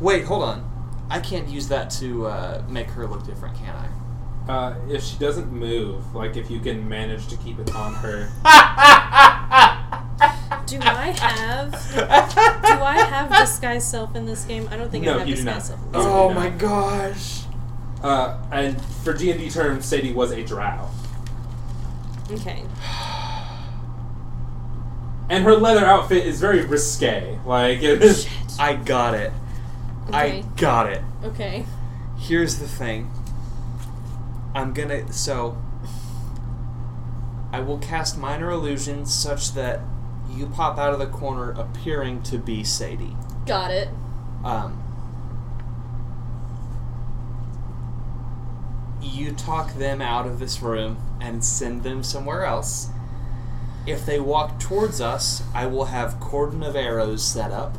S4: Wait, hold on. I can't use that to uh, make her look different, can I?
S2: Uh, if she doesn't move, like if you can manage to keep it on her,
S3: Do I have Do I have disguise self in this game? I don't think
S2: No,
S3: I have
S2: you do
S3: disguise
S2: not.
S3: self.
S2: Oh.
S4: Oh my gosh.
S2: uh, and for D and D terms, Sadie was a drow,
S3: Okay.
S2: and her leather outfit is very risque. Like it is.
S4: I got it.
S3: Okay.
S4: I got it.
S3: Okay.
S4: Here's the thing. I'm gonna so I will cast minor illusions such that you pop out of the corner appearing to be Sadie.
S3: Got it.
S4: Um You talk them out of this room and send them somewhere else. If they walk towards us, I will have cordon of arrows set up.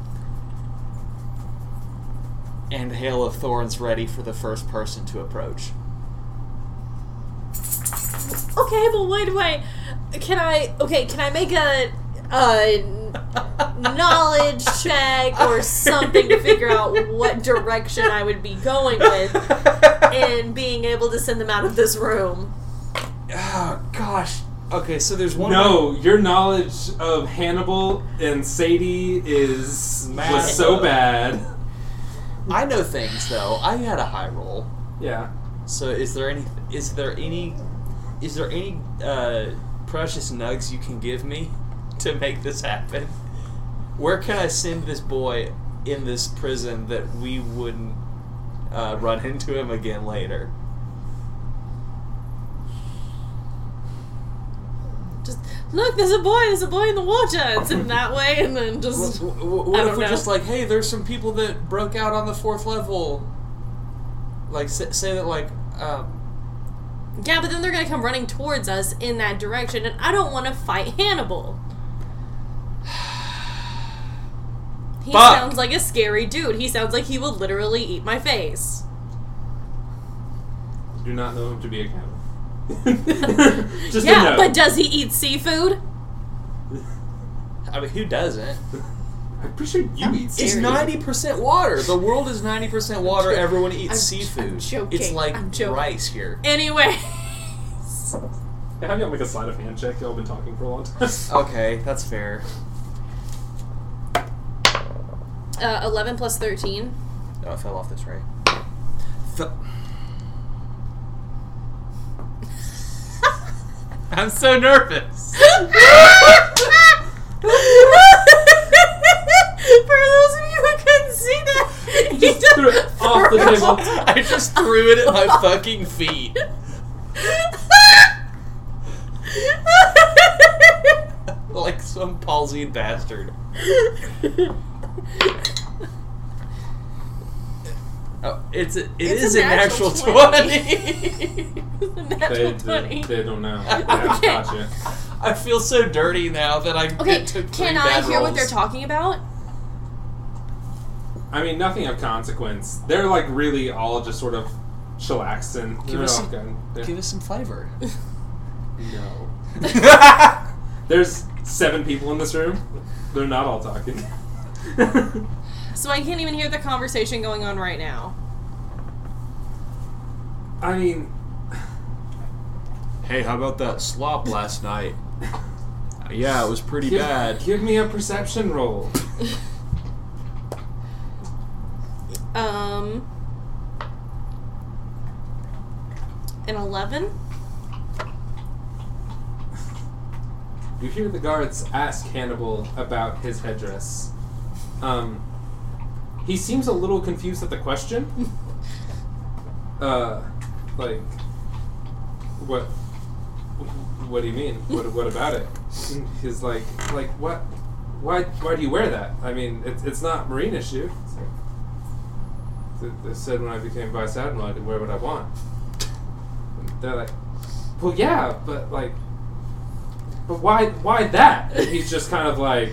S4: and hail of thorns ready for the first person to approach.
S3: Okay, but wait, wait. Can I? Okay, can I make a, a knowledge check or something to figure out what direction I would be going with in being able to send them out of this room?
S4: Oh gosh. Okay, so there's one.
S2: No, your knowledge of Hannibal and Sadie is
S4: Mad.
S2: was so bad.
S4: I know things though. I had a high roll.
S2: Yeah.
S4: So is there any? Is there any? Is there any uh, precious nugs you can give me to make this happen? Where can I send this boy in this prison that we wouldn't uh, run into him again later?
S3: Just look, there's a boy. There's a boy in the water. It's in that way, and then
S4: What,
S3: just I
S4: what
S3: don't
S4: if we're
S3: know.
S4: just like, hey, there's some people that broke out on the fourth level? Like, say, say that, like, um,
S3: yeah. But then they're gonna come running towards us in that direction, and I don't want to fight Hannibal. He
S4: Fuck.
S3: sounds like a scary dude. He sounds like he will literally eat my face.
S2: Do not know him to be a cannibal. Just
S3: yeah,
S2: a no.
S3: but does he eat seafood?
S4: I mean, who doesn't?
S2: I'm pretty sure you eat
S4: It's
S2: cereal.
S4: ninety percent water. The world is ninety percent water.
S3: joking.
S4: Everyone eats
S3: I'm j-
S4: seafood.
S3: I'm joking.
S4: It's like
S3: I'm joking.
S4: rice here.
S3: Anyway,
S2: Have y'all make a sleight of hand check? Y'all been talking for a long time.
S4: Okay, that's fair.
S3: uh, eleven plus thirteen.
S4: Oh, I fell off this tray. I'm so nervous.
S3: For those of you who couldn't see that, he just
S2: threw it off the
S3: threw
S2: table.
S3: it.
S4: I just threw it at my fucking feet. like some palsied bastard. Oh, it's a,
S3: It's
S4: it's
S3: a
S4: an
S3: natural
S4: actual
S3: 20.
S4: 20.
S2: They,
S3: Natural
S2: they,
S3: twenty.
S2: they don't know.
S4: Okay.
S2: Yeah, gotcha.
S4: I feel so dirty now that I
S3: Okay,
S4: it took three
S3: can I
S4: bad
S3: hear what
S4: rolls.
S3: they're talking about?
S2: I mean, nothing of consequence. They're like really all just sort of chillaxed and
S4: Give
S2: they're
S4: us
S2: all
S4: some-
S2: good. They're-
S4: Give us some flavor.
S2: No. There's seven people in this room. They're not all talking.
S3: So I can't even hear the conversation going on right now.
S2: I mean,
S5: Hey, how about that slop last night? Yeah, it was pretty
S2: give,
S5: bad.
S2: give me a perception roll.
S3: Um, an eleven.
S2: You hear the guards ask Hannibal about his headdress. Um, he seems a little confused at the question. Uh, like, what? What do you mean? What? What about it? He's like, like what? Why? Why do you wear that? I mean, it's it's not marine issue. It's like, "They- They said when I became vice admiral, I could wear what I want. And they're like, well, yeah, but like, but why? Why that? And he's just kind of like,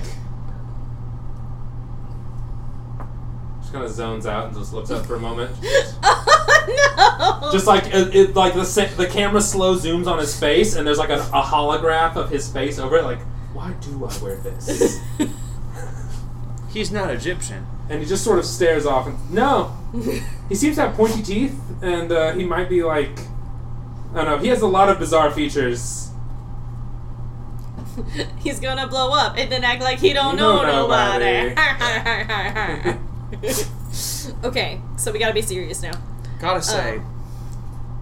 S2: just kind of zones out and just looks up for a moment.
S3: Oh no!
S2: Just like it, it like the sa- the camera slow zooms on his face, and there's like a, a holograph of his face over it. Like, why do I wear this?
S4: He's not Egyptian.
S2: and he just sort of stares off. And no, he seems to have pointy teeth, and uh, he might be like, I don't know. He has a lot of bizarre features.
S3: He's gonna blow up and then act like he don't
S2: You know
S3: know nobody.
S2: nobody.
S3: okay, so we gotta be serious now.
S4: Gotta say,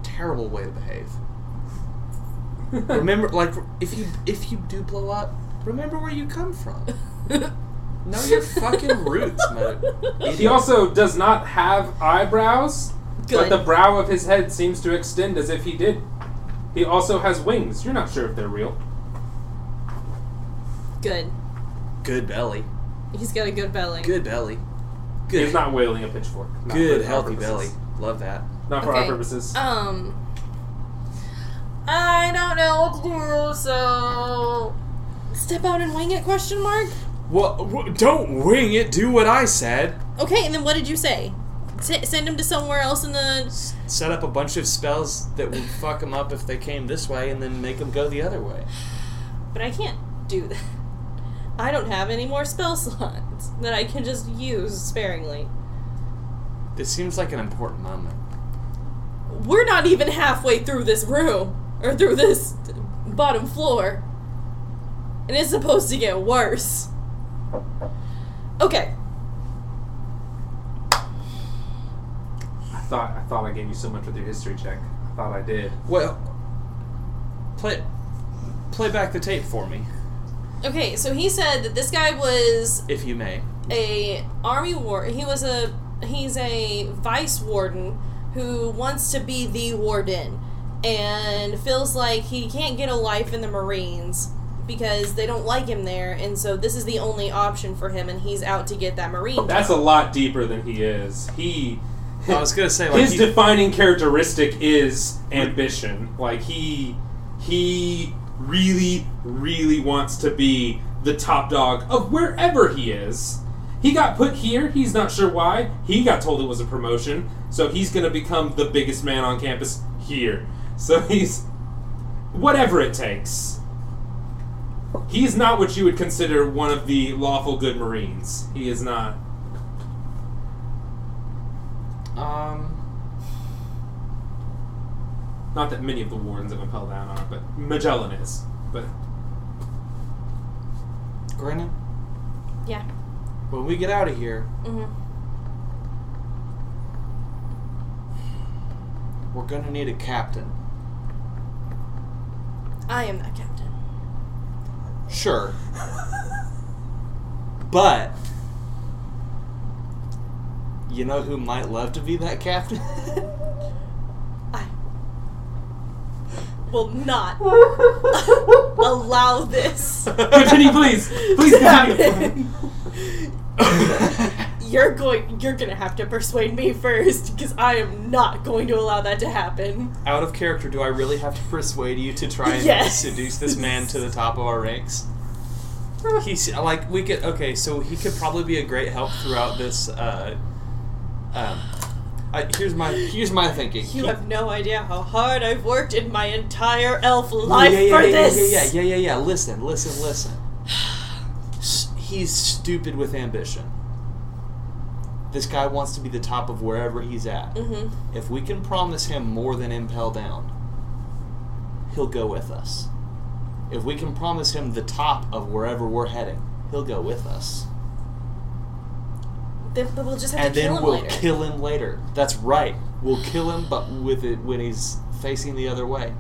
S4: terrible way to behave. Remember, like, if you if you do blow up, remember where you come from. Know your fucking roots, man.
S2: he also does not have eyebrows, but
S3: Good.
S2: the brow of his head seems to extend as if he did. He also has wings. You're not sure if they're real.
S3: Good.
S4: Good belly.
S3: He's got a good belly.
S4: Good belly. Good.
S2: He's not wailing a pitchfork. Not
S4: good
S2: for our
S4: healthy belly.
S2: purposes.
S4: Love that.
S2: Not for
S3: Okay.
S2: our purposes.
S3: Um. I don't know what to do, so step out and wing it? Question mark.
S4: Well, don't wing it. Do what I said.
S3: Okay, and then what did you say? S- send him to somewhere else in the.
S4: S- Set up a bunch of spells that would fuck them up if they came this way, and then make them go the other way.
S3: But I can't do that. I don't have any more spell slots that I can just use sparingly.
S4: This seems like an important moment.
S3: We're not even halfway through this room or through this bottom floor. And it's supposed to get worse. Okay.
S2: I thought I thought I gave you so much with your history check. I thought I did.
S4: Well, play play back the tape for me,
S3: Okay, so he said that this guy was
S4: if you may.
S3: a army war. He was a he's a vice warden who wants to be the warden and feels like he can't get a life in the Marines because they don't like him there, and so this is the only option for him, and he's out to get that Marine.
S2: That's a lot deeper than he is. He
S4: I was gonna say like
S2: his
S4: he-
S2: defining characteristic is ambition. Like he he really really wants to be the top dog of wherever he is. He got put here, he's not sure why. He got told it was a promotion, so he's going to become the biggest man on campus here. So he's whatever it takes. He's not what you would consider one of the lawful good marines. He is not.
S4: um
S2: Not that many of the wardens have been held down on, but Magellan is. But
S4: Grinna,
S3: Yeah.
S4: when we get out of here,
S3: Mm-hmm.
S4: we're gonna need a captain.
S3: I am that captain.
S4: Sure. but you know who might love to be that captain?
S3: I will not allow this.
S2: continue, please, please continue.
S3: happen. You're going. You're gonna have to persuade me first, because I am not going to allow that to happen.
S4: Out of character, do I really have to persuade you to try and
S3: Yes.
S4: seduce this man to the top of our ranks? He's like we could okay, so he could probably be a great help throughout this. Uh, um, I, here's my here's my thinking.
S3: You
S4: He-
S3: have no idea how hard I've worked in my entire elf
S4: Yeah,
S3: life
S4: yeah, yeah,
S3: for
S4: yeah,
S3: this.
S4: Yeah, yeah, yeah, yeah, yeah. Listen, listen, listen. S- He's stupid with ambition. This guy wants to be the top of wherever he's at.
S3: Mm-hmm.
S4: If we can promise him more than impel down, he'll go with us. If we can promise him the top of wherever we're heading, he'll go with us.
S3: Then but we'll just have
S4: and
S3: to
S4: then
S3: kill him
S4: we'll
S3: later.
S4: kill him later. That's right. We'll kill him, but with it when he's facing the other way.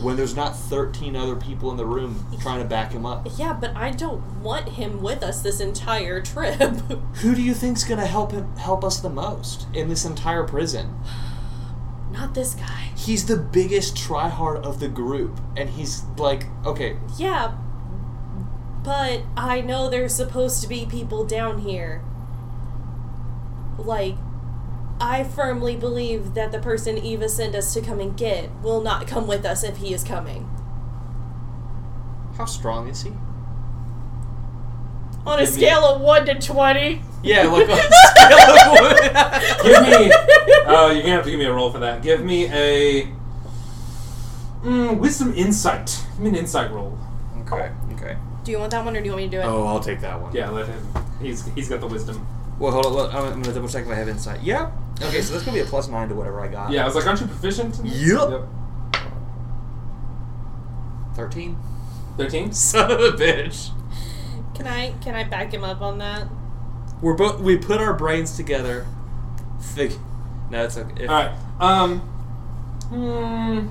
S4: When there's not 13 other people in the room trying to back him up.
S3: yeah, but I don't want him with us this entire trip.
S4: Who do you think's gonna help him help us the most in this entire prison?
S3: not this guy.
S4: He's the biggest tryhard of the group, and he's like, okay,
S3: Yeah, but I know there's supposed to be people down here. Like, I firmly believe that the person Eva sent us to come and get will not come with us if he is coming.
S4: how strong is he?
S3: On a
S4: Give me-
S3: scale of 1 to 20.
S4: Yeah, like on a scale of
S2: Give me. Oh, you're gonna have to give me a roll for that. Give me a mm, wisdom insight. Give me an insight roll.
S4: Okay, okay.
S3: Do you want that one or do you want me to do it?
S4: Oh, I'll take that one.
S2: Yeah, let him. He's he's got the wisdom.
S4: Well, hold on. look, I'm I'm gonna double check if I have insight. Yeah. Okay, so that's gonna be a plus nine to whatever I got.
S2: Yeah, I was like, aren't you proficient? in this?"
S4: Yup. Thirteen.
S2: Thirteen.
S4: Son of a bitch.
S3: Can I can I back him up on that?
S4: We're both. We put our brains together. Fig. No, it's okay. If-
S2: All right. Um. Hmm.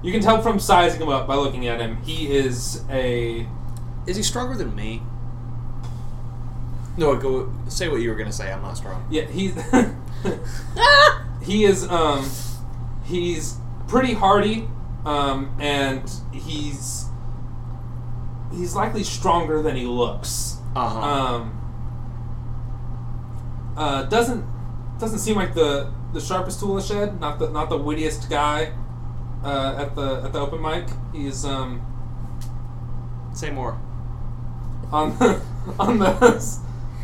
S2: You can tell from sizing him up by looking at him. He is a
S4: Is he stronger than me? No, go say what you were gonna say. I'm not strong.
S2: yeah. He's he is um he's pretty hardy um and he's he's likely stronger than he looks
S4: Uh
S3: Uh-huh.
S4: huh.
S2: um uh doesn't doesn't seem like the the sharpest tool in the shed not the not the wittiest guy uh, at the at the open mic he's um
S4: say more.
S2: on the on the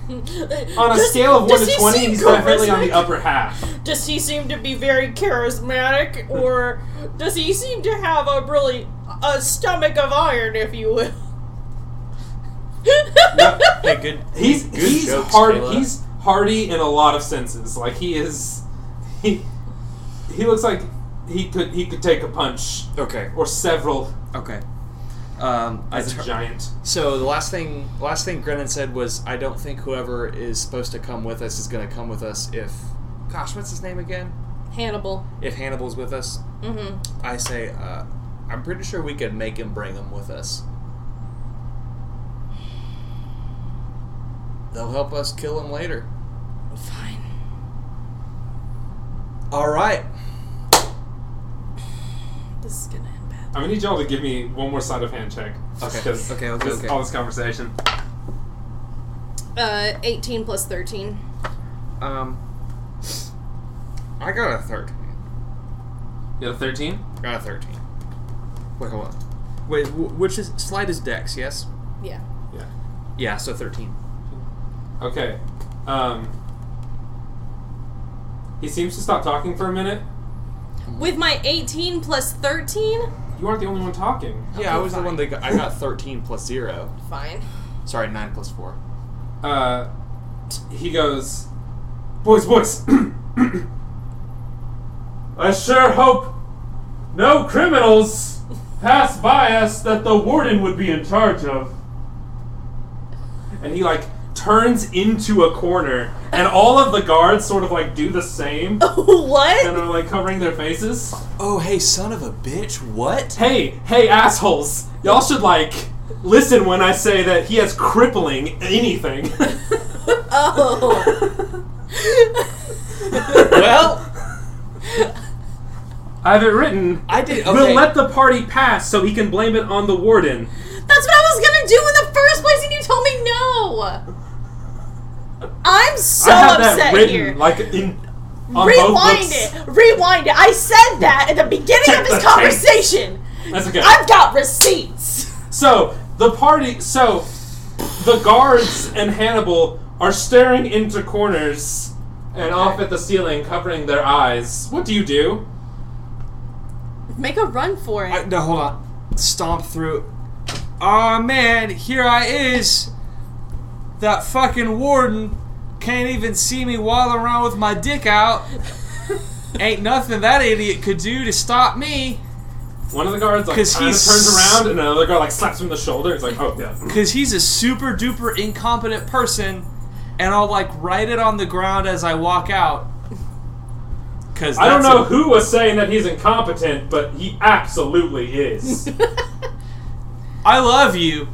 S2: On a
S3: Does-
S2: scale of 1
S3: does
S2: to
S3: he
S2: 20,
S3: seem
S2: he's definitely on the
S3: charismatic?
S2: upper half.
S3: Does he seem to be very charismatic, or does he seem to have a really a stomach of iron, if you will?
S2: No,
S4: Hey, good.
S2: He's
S4: good
S2: he's
S4: jokes,
S2: hard
S4: Kayla.
S2: he's hardy in a lot of senses. Like he is he he looks like he could he could take a punch
S4: okay.
S2: or several
S4: Okay. Um, I
S2: as a
S4: tur-
S2: giant.
S4: So the last thing, last thing Grennan said was, "I don't think whoever is supposed to come with us is going to come with us if, gosh, what's his name again?
S3: Hannibal.
S4: If Hannibal's with us."
S3: Mm-hmm.
S4: I say, uh, I'm pretty sure we could make him bring him with us. They'll help us kill him later.
S3: Fine.
S4: All right.
S3: This is gonna end bad.
S2: I'm gonna need y'all to give me one more side of hand check.
S4: Okay,
S2: Because
S4: okay, okay,
S2: this-
S4: okay.
S2: All this conversation.
S3: Uh, 18 plus 13.
S4: Um, I got a thirteen.
S2: You got a 13?
S4: Got a thirteen. Wait, hold on. Wait, wh- which is slide is Dex? Yes.
S3: Yeah.
S2: Yeah.
S4: Yeah. So thirteen.
S2: Okay. Um, he seems to stop talking for a minute.
S3: With my 18 plus 13?
S2: You aren't the only one talking.
S4: yeah, I
S3: Okay,
S4: was
S3: fine.
S4: the one that got, I got thirteen plus zero.
S3: Fine.
S4: Sorry, nine plus four.
S2: Uh, he goes, Boys, boys! I sure hope no criminals pass by us that the warden would be in charge of. And he, like, turns into a corner, and all of the guards sort of, like, do the same and
S3: what?
S2: are, like, covering their faces.
S5: Oh, hey, son of a bitch, what?
S2: Hey, hey, assholes! Y'all should like listen when I say that he has crippling anything.
S3: Oh.
S4: Well,
S2: I have it written.
S4: I did. Okay.
S2: We'll let the party pass so he can blame it on the warden.
S3: That's what I was gonna do in the first place, and you told me no. I'm so
S2: I have
S3: upset
S2: that written
S3: here.
S2: like in on both
S3: Rewind
S2: books.
S3: it. Rewind it. I said that at the beginning
S2: Check
S3: of this
S2: the tape.
S3: conversation.
S2: That's okay.
S3: I've got receipts.
S2: So the party, so the guards and Hannibal are staring into corners and off at the ceiling, covering their eyes. What do you do?
S3: Make a run for it.
S4: I, no, hold on. Stomp through. Aw, man, here I is. That fucking warden can't even see me waddling around with my dick out. Ain't nothing that idiot could do to stop me.
S2: One of the guards like
S4: 'Cause
S2: kind of
S4: he's-
S2: turns around, and another guard like slaps him in the shoulder. It's like, oh yeah.
S4: Because he's a super duper incompetent person, and I'll like write it on the ground as I walk out. Because
S2: I don't know who was saying that he's incompetent, but he absolutely is.
S4: I love you.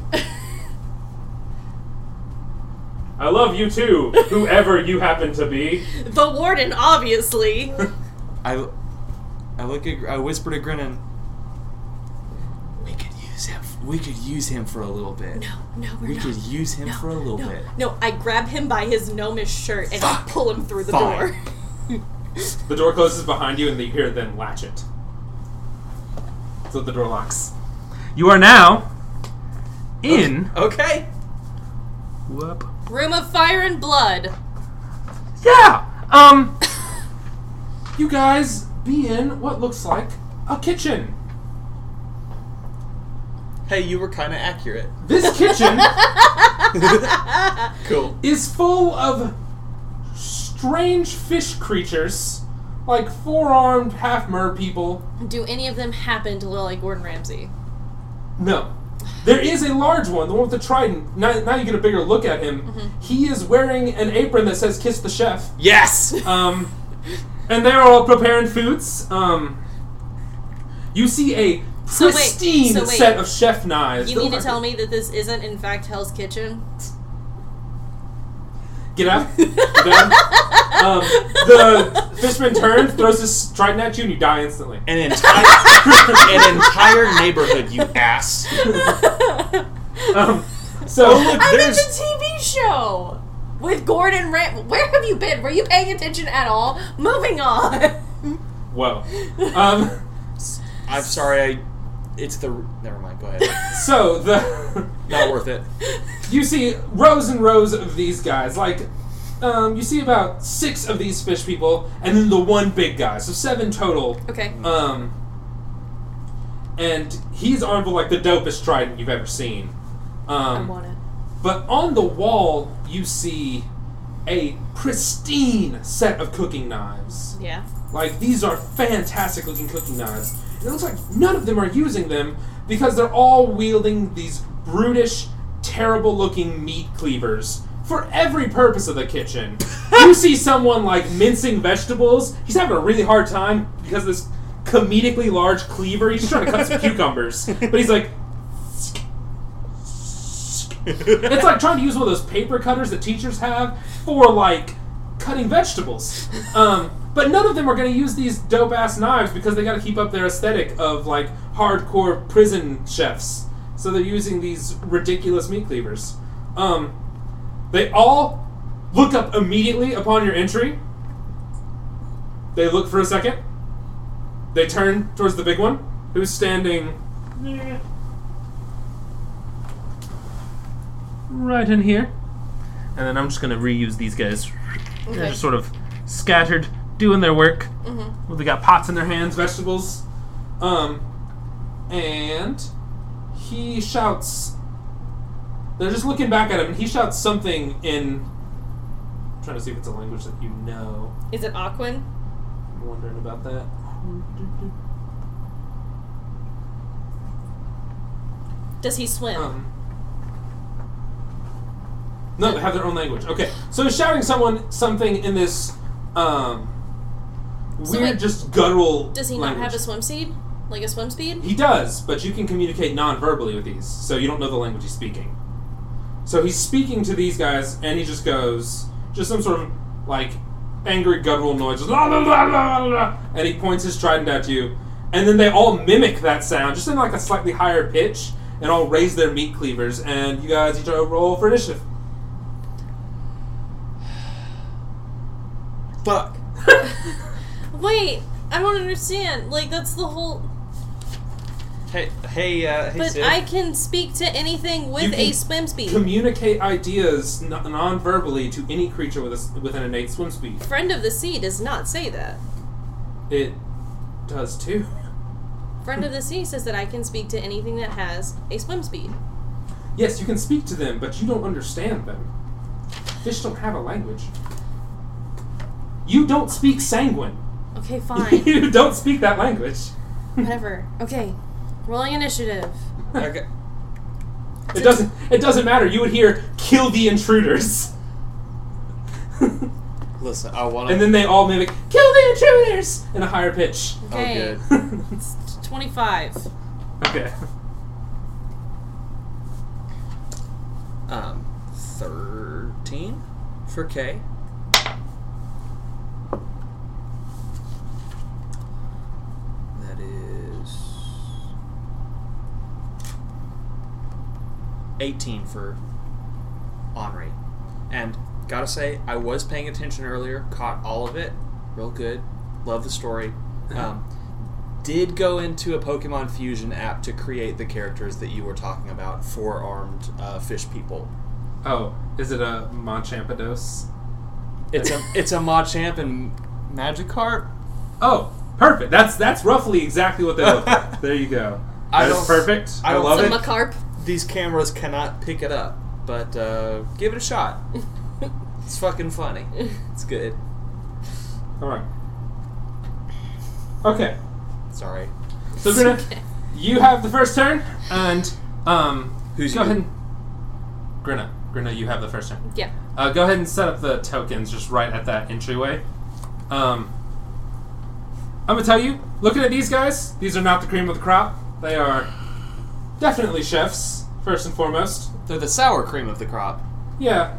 S2: I love you too, whoever you happen to be.
S3: the warden, obviously.
S4: I, I look at, I whisper to Grinnin. We could use him. We could use him for a little bit.
S3: No, no, we're
S4: we
S3: not.
S4: could use him
S3: No,
S4: for a little
S3: no,
S4: bit.
S3: No, I grab him by his gnomish shirt and I
S4: Fuck.
S3: pull him through the
S4: Fine.
S3: door.
S2: The door closes behind you, and you hear them latch it. So the door locks. You are now in.
S4: Okay.
S2: Whoop.
S3: Room of Fire and Blood.
S2: Yeah. Um. you guys be in what looks like a kitchen.
S4: Hey, you were kind of accurate.
S2: This kitchen
S4: Cool.
S2: is full of strange fish creatures, like four-armed half-mer people.
S3: Do any of them happen to look like Gordon Ramsay?
S2: No. There is a large one, the one with the trident. Now, now you get a bigger look at him. He is wearing an apron that says "Kiss the Chef."
S4: Yes.
S2: Um, and they're all preparing foods. Um, you see a
S3: So wait,
S2: pristine
S3: so wait.
S2: set of chef knives.
S3: You
S2: that
S3: mean to
S2: look
S3: tell
S2: like-
S3: me that this isn't, in fact, Hell's Kitchen?
S2: Get out. Get out. um, the fishman turns, throws his trident at you, and you die instantly.
S5: An entire, an entire neighborhood, you ass.
S2: Um, so
S3: I'm in the
S5: There's-
S3: TV show with Gordon Ram. Where have you been? Were you paying attention at all? Moving on.
S2: whoa. Um,
S4: I'm sorry. I It's the. Never mind. Go ahead.
S2: So the
S4: Not worth it.
S2: you see rows and rows of these guys. Like, um, you see about six of these fish people, and then the one big guy. So seven total.
S3: Okay.
S2: Um, and he's armed with like the dopest trident you've ever seen.
S3: I
S2: Um,
S3: want it.
S2: but on the wall, you see a pristine set of cooking knives.
S3: Yeah.
S2: Like these are fantastic looking cooking knives. And it looks like none of them are using them because they're all wielding these brutish, terrible looking meat cleavers for every purpose of the kitchen. you see someone like mincing vegetables, he's having a really hard time because of this comedically large cleaver, he's trying to cut some cucumbers. But he's like it's like trying to use one of those paper cutters that teachers have for like cutting vegetables. Um, but none of them are going to use these dope ass knives because they got to keep up their aesthetic of like hardcore prison chefs. So they're using these ridiculous meat cleavers. Um, they all look up immediately upon your entry. They look for a second. They turn towards the big one, who's standing right in here. And then I'm just gonna reuse these guys. They're
S3: Okay.
S2: just sort of scattered, doing their work. Well, they got pots in their hands, vegetables. Um, and he shouts. They're just looking back at him, and he shouts something in. I'm trying to see if it's a language that you know.
S3: Is it Aquin?
S2: I'm wondering about that.
S3: Does he swim?
S2: Um, no, they have their own language. Okay, so he's shouting someone something in this um, weird,
S3: So wait,
S2: just guttural.
S3: Does he
S2: language.
S3: not have a swim seed? Like a swim speed?
S2: He does, but you can communicate non-verbally with these, so you don't know the language he's speaking. So he's speaking to these guys, and he just goes, just some sort of like angry guttural noise, just la la la la la, la, and he points his trident at you, and then they all mimic that sound, just in like a slightly higher pitch, and all raise their meat cleavers, and you guys each a roll for initiative.
S4: Fuck.
S3: Wait, I don't understand. Like that's the whole.
S4: Hey, hey, uh, hey,
S3: But
S4: Sid.
S3: I can speak to anything
S2: You
S3: with
S2: can
S3: a swim speed.
S2: Communicate ideas n- non-verbally to any creature with a s with an innate swim speed.
S3: Friend of the Sea does not say that.
S2: It does too.
S3: Friend of the Sea says that I can speak to anything that has a swim speed.
S2: Yes, you can speak to them, but you don't understand them. Fish don't have a language. You don't speak sanguine.
S3: Okay, fine.
S2: you don't speak that language.
S3: Whatever. Okay. Rolling initiative.
S4: Okay.
S2: It doesn't. It doesn't matter. You would hear "kill the intruders," and
S4: Listen, I want to.
S2: then they all mimic "kill the intruders" in a higher pitch.
S4: oh,
S3: Okay.
S4: good.
S3: T- 25.
S2: okay.
S4: Um, 13 for K. That is 18 for Henri. And gotta say, I was paying attention earlier, caught all of it. Real good. Love the story. Um, did go into a Pokemon Fusion app to create the characters that you were talking about for armed uh, fish people.
S2: Oh, is it a Monchampados?
S4: It's a it's a Machamp and Magikarp.
S2: Oh, perfect. That's that's roughly exactly what they look like. There you go.
S4: I
S2: That's
S4: don't-
S2: perfect.
S4: I
S2: I
S4: don't
S2: love
S3: So
S2: it.
S3: Macarp.
S4: These cameras cannot pick it up, but uh, give it a shot. It's fucking funny. It's good.
S2: All right. Okay.
S4: Sorry.
S2: So Bruna, you have the first turn, and um,
S4: Who's
S2: go
S4: you?
S2: ahead. And, Grina, Grina, you have the first turn.
S3: Yeah.
S2: Uh, go ahead and set up the tokens just right at that entryway. Um, I'm gonna tell you, looking at these guys, these are not the cream of the crop. They are definitely chefs first and foremost.
S4: They're the sour cream of the crop.
S2: Yeah.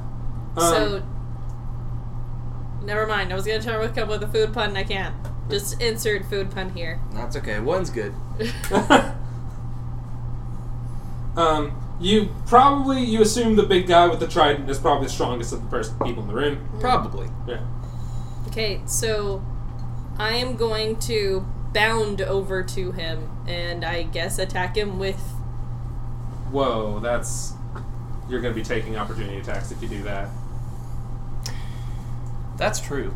S2: Um,
S3: so. Never mind. I was going to try to come up with a food pun and I can't. Just insert food pun here.
S4: That's okay. One's good.
S2: um, you probably you assume the big guy with the trident is probably the strongest of the first people in the room.
S4: Probably.
S2: Yeah.
S3: Okay, so I am going to bound over to him and I guess attack him with.
S2: Whoa, that's. You're going to be taking opportunity attacks if you do that.
S4: That's true.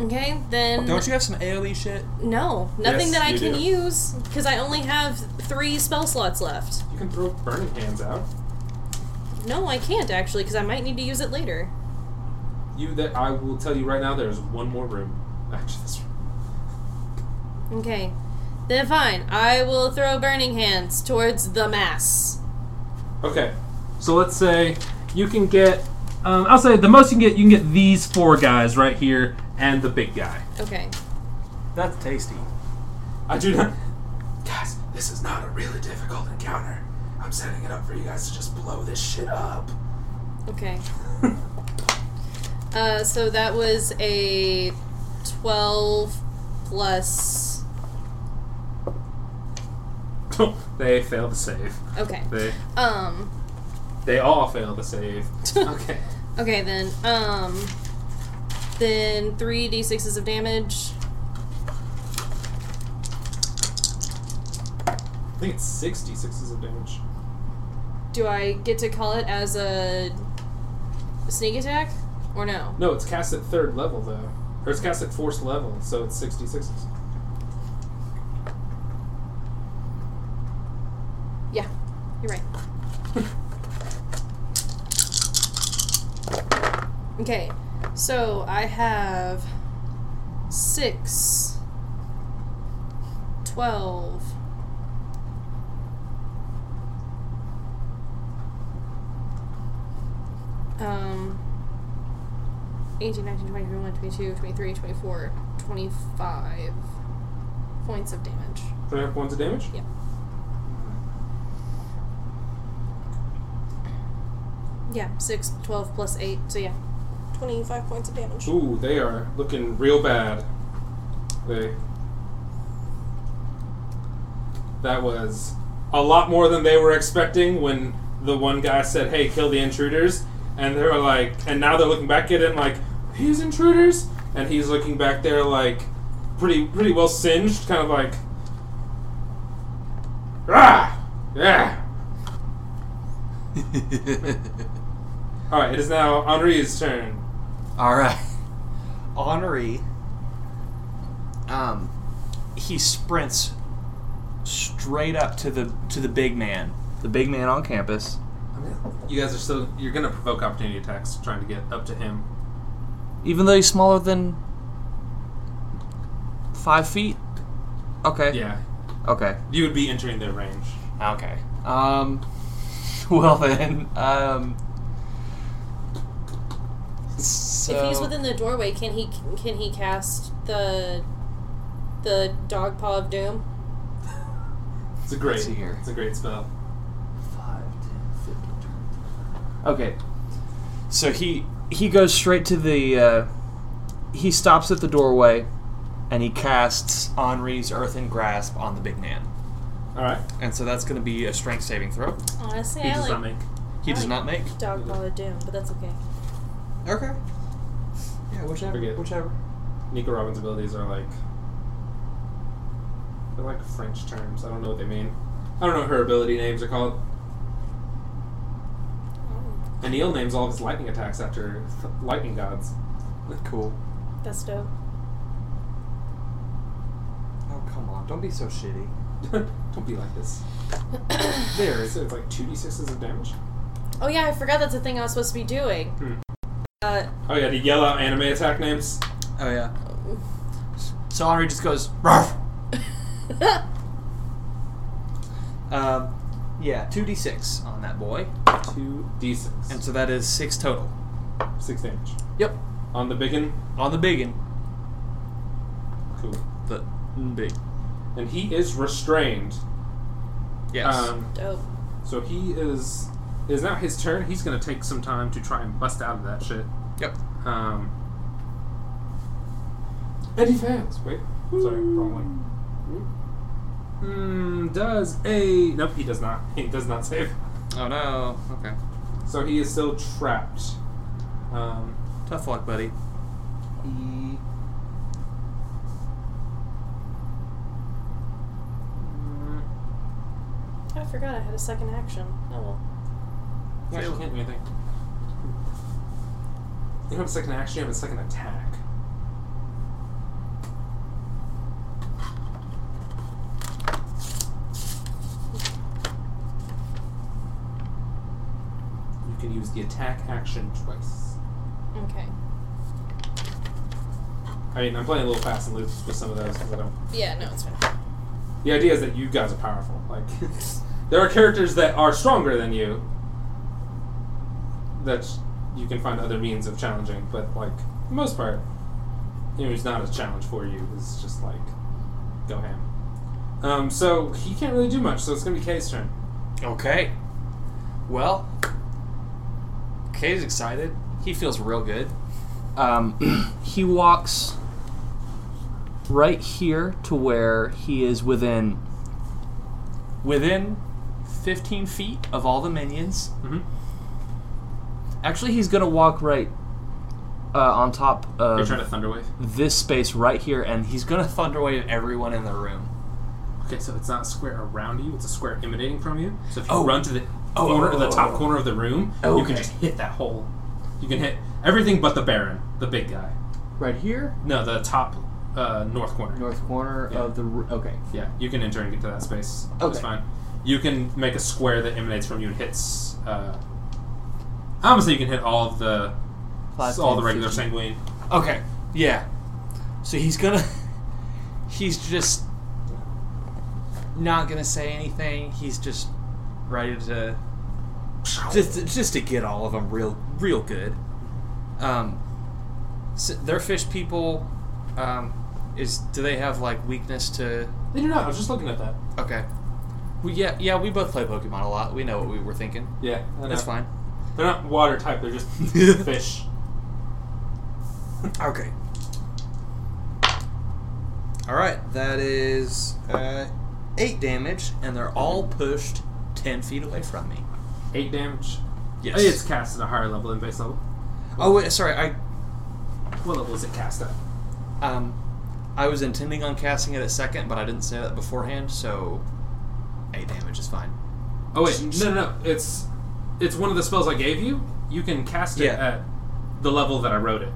S3: Okay, then.
S4: Don't you have some AoE shit?
S3: No, nothing
S2: Yes,
S3: that I
S2: you
S3: can
S2: do.
S3: use because I only have three spell slots left.
S2: You can throw burning hands out.
S3: No, I can't actually because I might need to use it later.
S2: You that I will tell you right now. There's one more room. Actually, this room.
S3: Okay, then fine. I will throw burning hands towards the mass.
S2: Okay.
S6: So let's say you can get. Um, I'll say the most you can get. You can get these four guys right here and the big guy.
S3: Okay.
S5: That's tasty.
S2: I do not. Guys, this is not a really difficult encounter. I'm setting it up for you guys to just blow this shit up.
S3: Okay. uh, so that was a 12 plus.
S2: they fail the save.
S3: Okay.
S2: They
S3: Um.
S2: they all fail the save. Okay.
S3: Okay then. Um. Then three d6s of damage.
S2: I think it's 66s of damage.
S3: Do I get to call it as a sneak attack or no?
S2: No, it's cast at third level though, or it's cast at fourth level, so it's 66s.
S3: Yeah, you're right. okay, so I have six, twelve, um, 18, 19, 20, 21, 22, 23, 24, 25 points of damage.
S2: Three half points of damage.
S3: Yeah. Yeah, 6, 12 plus 8, so yeah. 25 points of damage.
S2: Ooh, they are looking real bad. They. That was a lot more than they were expecting when the one guy said, "Hey, kill the intruders," and they were like, and now they're looking back at him like, "He's intruders," and he's looking back there like, pretty pretty well singed, kind of like, ah, yeah. All right, it is now Henri's turn.
S4: All right. Honoree. Um, he sprints straight up to the to the big man, the big man on campus.
S2: You guys are still. You're gonna provoke opportunity attacks, trying to get up to him.
S4: Even though he's smaller than five feet. Okay.
S2: Yeah,
S4: Okay.
S2: you would be entering their range.
S4: Okay. Um. Well then. Um. So,
S3: If
S2: uh,
S3: he's within the doorway, can he can he cast the the dog paw of doom?
S2: It's a great.
S4: Let's see here.
S2: It's a great spell.
S4: Okay. So he he goes straight to the uh, he stops at the doorway and he casts Henri's Earthen Grasp on the big man.
S2: All right.
S4: And so that's going to be a strength saving throw.
S3: Honestly,
S2: He
S3: I
S2: does
S3: like
S2: not make.
S4: He does not make.
S3: dog paw of doom, but that's okay.
S4: Okay. Yeah, whichever.
S2: Forget it.
S4: Whichever.
S2: Nico Robin's abilities are like. They're like French terms. I don't know what they mean. I don't know what her ability names are called.
S3: Oh.
S2: Anil names all of his lightning attacks after lightning gods.
S4: Cool.
S3: That's dope.
S4: Oh come on! Don't be so shitty.
S2: don't be like this. there. So it's like two d sixes of damage.
S3: Oh yeah, I forgot that's a thing I was supposed to be doing.
S2: Hmm.
S3: Uh,
S2: Oh yeah, to yell out anime attack names.
S4: Oh yeah. So Henri just goes. Ruff! Um, yeah, two d six on that boy,
S2: Two d six.
S4: and so that is six total.
S2: Six damage.
S4: Yep.
S2: On the biggin.
S4: On the big one.
S2: Cool.
S4: The big.
S2: And he is restrained.
S4: Yes.
S2: Um,
S3: dope.
S2: so he is. It is now his turn. He's going to take some time to try and bust out of that shit.
S4: yep.
S2: Um, and he fails. Wait. Sorry, wrong one. Hmm, does a. Nope, he does not. He does not save.
S4: Oh no. Okay.
S2: So he is still trapped. Um,
S4: Tough luck, buddy.
S5: be.
S3: I forgot I had a second action. Oh well.
S2: You actually can't do anything. You don't have a second action, you have a second attack. You can use the attack action twice.
S3: Okay.
S2: I mean, I'm playing a little fast and loose with some of those because I don't.
S3: Yeah, no, it's fine.
S2: The idea is that you guys are powerful. Like, there are characters that are stronger than you that you can find other means of challenging, but, like, for the most part, you know, it's not a challenge for you. It's just, like, go ham. Um, so, he can't really do much, so it's going to be Kay's turn.
S4: Okay. Well, Kay's excited. He feels real good.
S5: Um, he walks right here to where he is within within 15 feet of all the minions.
S2: Mm-hmm.
S6: Mhm.
S5: Actually, he's gonna walk right uh, on top
S2: You're
S5: of
S2: trying to Thunderwave?
S5: this space right here, and he's gonna thunderwave everyone in the room.
S2: Okay, so it's not a square around you, it's a square emanating from you. So if you
S5: Oh.
S2: run to the
S5: Oh,
S2: corner,
S5: oh, oh,
S2: the top
S5: oh.
S2: corner of the room,
S5: Oh,
S2: you can
S5: okay.
S2: just hit that hole. You can hit everything but the Baron, the big guy.
S5: Right here,
S2: No, the top uh, north corner.
S5: north corner
S2: Yeah.
S5: of the r- okay.
S2: Yeah, you can enter and get to that space. That's
S5: Okay.
S2: fine. You can make a square that emanates from you and hits. Uh, honestly, you can hit all of the
S5: Five,
S2: all the
S5: 10,
S2: regular
S5: 15.
S2: sanguine.
S4: Okay. Yeah. So he's gonna. He's just not gonna say anything. He's just ready to just just to get all of them real real good. Um, s their fish people. Um, is do they have like weakness to?
S2: They do not. I was just looking at that.
S4: Okay. We yeah yeah we both play Pokemon a lot. We know what we were thinking.
S2: Yeah, I
S4: That's
S2: know.
S4: fine.
S2: They're not water type. They're just fish.
S4: Okay. All right, that is uh, eight damage, and they're all pushed ten feet away from me.
S2: Eight damage.
S4: Yes.
S2: It's cast at a higher level than base level.
S4: oh wait, sorry.
S2: What level is it cast at?
S4: I um, I was intending on casting it at second, but I didn't say that beforehand, so eight damage is fine.
S2: Oh wait, no, no, no. It's it's one of the spells I gave you. You can cast it
S4: Yeah.
S2: at the level that I wrote it.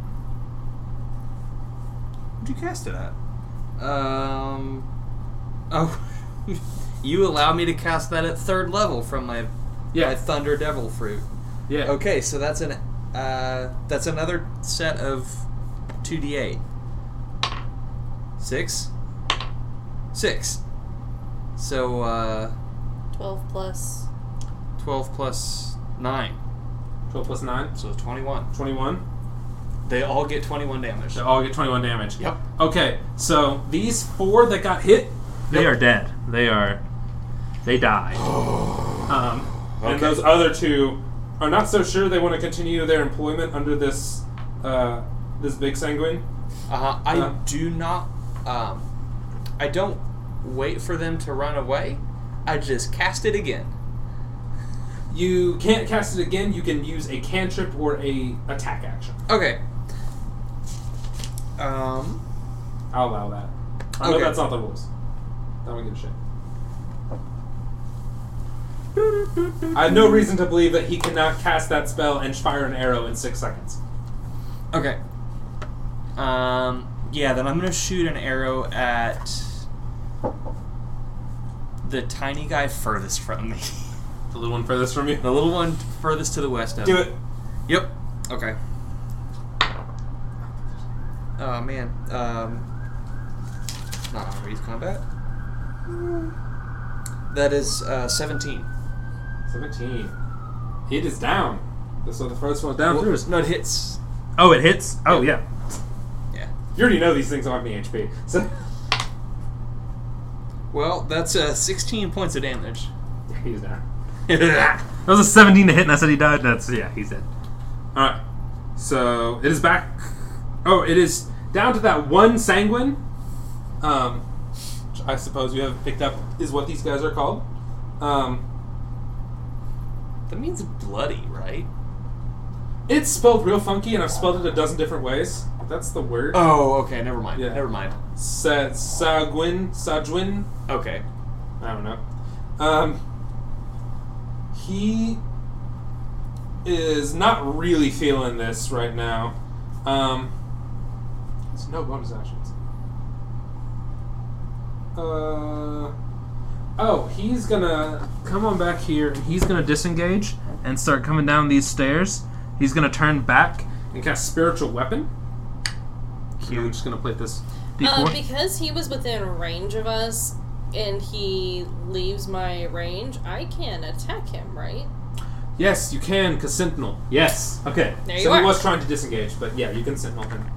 S4: What'd you cast it at? Um. Oh. you allow me to cast that at third level from my
S2: Yeah.
S4: my Thunder Devil fruit.
S2: Yeah.
S4: Okay, so that's an uh, that's another set of two d eight. Six. Six. So uh,
S3: 12 plus.
S4: twelve plus nine,
S2: Twelve plus nine.
S4: so twenty one.
S2: Twenty-one.
S4: They all get twenty one damage.
S2: They all get 21 damage.
S4: Yep.
S2: Okay, so these four that got hit,
S6: They are dead. They are. They die.
S2: um, and
S4: Okay.
S2: those other two are not so sure they want to continue their employment under this uh, this big sanguine.
S4: Uh, I
S2: Uh.
S4: do not. Um, I don't wait for them to run away. I just cast it again.
S2: You can't cast it again. You can use a cantrip or a attack action.
S4: Okay. Um.
S2: I'll allow that. I know
S4: Okay.
S2: that's not the rules. I don't give a shit. I have no reason to believe that he cannot cast that spell and fire an arrow in six seconds.
S4: Okay. Um. Yeah. Then I'm gonna shoot an arrow at the tiny guy furthest from me.
S2: The little one furthest from you.
S4: the little one furthest to the west of
S2: Do
S4: me.
S2: it.
S4: Yep. Okay. Oh man. Um, not on wreath combat. That is uh, seventeen.
S2: 17. It is down. So the first one down.
S4: Well, no, it hits.
S6: Oh, it hits. Oh yeah.
S4: Yeah.
S2: You already know these things on me HP. So
S4: Well, that's uh, sixteen points of damage.
S2: he's down.
S4: okay.
S6: That was a 17 to hit, and I said he died. That's yeah, he's dead.
S2: All right. So it is back. Oh, it is down to that one sanguine. Um, which I suppose you have picked up is what these guys are called. Um,
S4: That means bloody, right?
S2: it's spelled real funky, and I've spelled it a dozen different ways. That's the word.
S5: Oh, okay. Never mind.
S2: Yeah.
S5: Never mind.
S2: Sa- Sagwin, Sajwin.
S5: Okay.
S2: I don't know. Um, he is not really feeling this right now. Um, it's no bonus actions. Uh, oh, he's gonna come on back here.
S6: He's gonna disengage and start coming down these stairs. He's gonna turn back.
S2: and cast spiritual weapon. And I'm
S6: Huge
S2: just gonna play this.
S6: D4.
S3: Uh, because he was within range of us and he leaves my range, I can attack him, right?
S2: Yes, you can, cause sentinel. Yes. Okay.
S3: There you
S2: so
S3: are.
S2: he was trying to disengage, but yeah, you can sentinel him.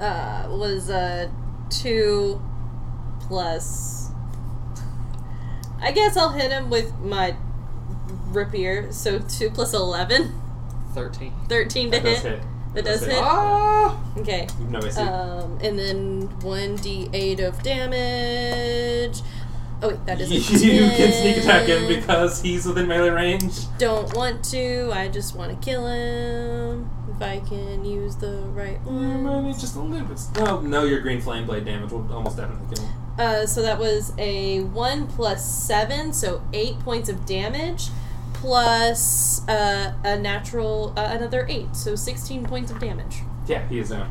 S3: Uh, was uh, 2 plus. I guess I'll hit him with my rapier, so 2 plus 11.
S4: Thirteen.
S3: 13 to
S2: That does
S3: hit.
S2: hit.
S3: That does hit.
S2: Ah!
S3: Okay.
S2: You have no AC.
S3: Um, and then 1d8 of damage. Oh, wait, that
S2: you
S3: isn't.
S2: can sneak attack him
S3: 10.
S2: because he's within melee range.
S3: Don't want to. I just want to kill him. If I can use the right one.
S2: Just a little bit. No, no, your green flame blade damage will almost definitely kill him.
S3: Uh, so that was a 1 plus 7, so 8 points of damage, plus uh, a natural, uh, another 8, so 16 points of damage.
S2: Yeah, he is down.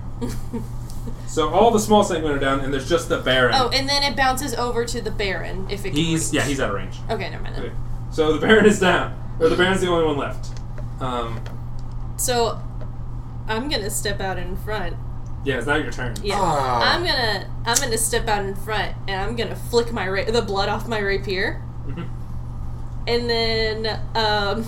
S2: so all the small segment are down, and there's just the Baron.
S3: oh, and then it bounces over to the Baron if it can
S2: he's
S3: reach.
S2: yeah, he's out of range.
S3: Okay, never mind then.
S2: Okay. So the Baron is down, or the Baron's the only one left. Um,
S3: So I'm gonna step out in front.
S2: yeah, it's now your turn.
S3: Yeah,
S5: Ah.
S3: I'm gonna I'm gonna step out in front and I'm gonna flick my ra- the blood off my rapier,
S2: Mhm.
S3: and then um,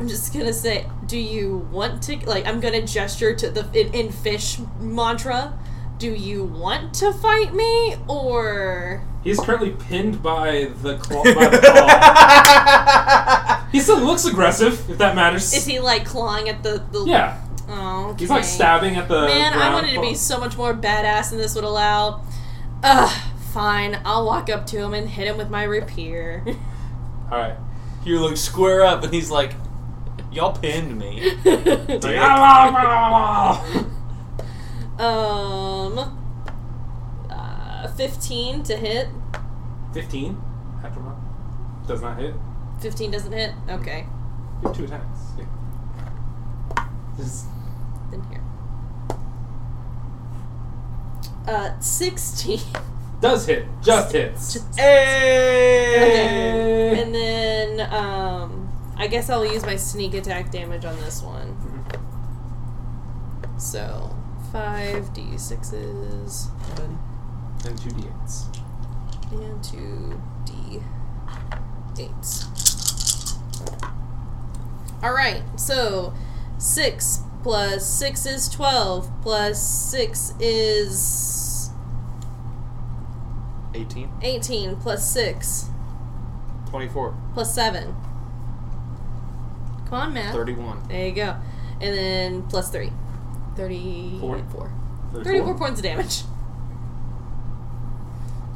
S3: I'm just gonna say, do you want to like? I'm gonna gesture to the in, in fish mantra. Do you want to fight me or?
S2: He's currently pinned by the claw. By the claw. he still looks aggressive, if that matters.
S3: Is he like clawing at the the?
S2: yeah,
S3: Oh,
S2: he's like
S3: okay.
S2: stabbing at the.
S3: Man, I
S2: ground.
S3: wanted to be so much more badass than this would allow. Ugh, fine. I'll walk up to him and hit him with my rapier.
S2: All right.
S5: You look square up, and he's like, "Y'all pinned me."
S2: Like, "Ah, ah, ah, ah, ah."
S3: um, uh, 15 to hit.
S2: 15 after roll. Does not hit.
S3: 15 doesn't hit? Okay.
S2: You have two attacks. Yeah. Just-
S3: Then here. Uh, 16.
S2: does hit. Just hits.
S5: hey!
S2: Eh.
S3: And then, um, I guess I'll use my sneak attack damage on this one.
S2: Mm-hmm.
S3: So, 5d6s.
S2: And two d8s.
S3: And two D eights. Alright, so six plus six is twelve plus six is
S4: Eighteen.
S3: eighteen plus six
S4: Twenty-four.
S3: plus seven. Come on,
S5: Oh.
S3: math.
S4: Thirty-one.
S3: There you go. And then plus three. Thirty-four.
S2: Four.
S3: 34 points of damage.